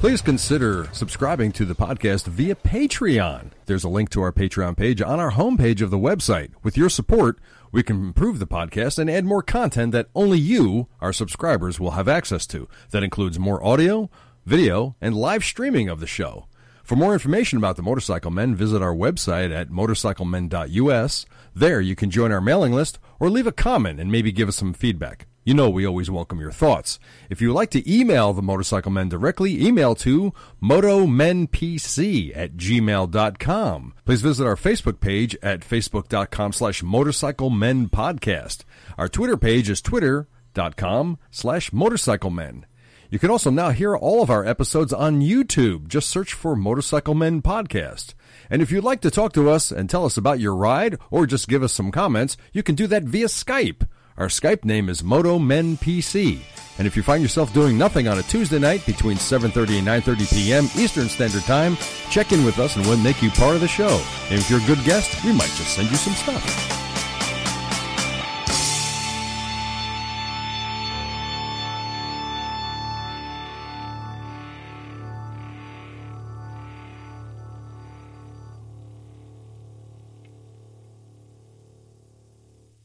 Speaker 2: Please consider subscribing to the podcast via Patreon. There's a link to our Patreon page on our homepage of the website. With your support, we can improve the podcast and add more content that only you, our subscribers, will have access to. That includes more audio, video, and live streaming of the show. For more information about the Motorcycle Men, visit our website at motorcyclemen.us. There you can join our mailing list or leave a comment and maybe give us some feedback. You know we always welcome your thoughts. If you would like to email the Motorcycle Men directly, email to motomenpc at gmail.com. Please visit our Facebook page at facebook.com slash motorcycle men podcast. Our Twitter page is twitter.com slash motorcycle men. You can also now hear all of our episodes on YouTube. Just search for Motorcycle Men Podcast. And if you'd like to talk to us and tell us about your ride or just give us some comments, you can do that via Skype. Our Skype name is MotoMenPC. And if you find yourself doing nothing on a Tuesday night between 7:30 and 9:30 p.m. Eastern Standard Time, check in with us and we'll make you part of the show. And if you're a good guest, we might just send you some stuff.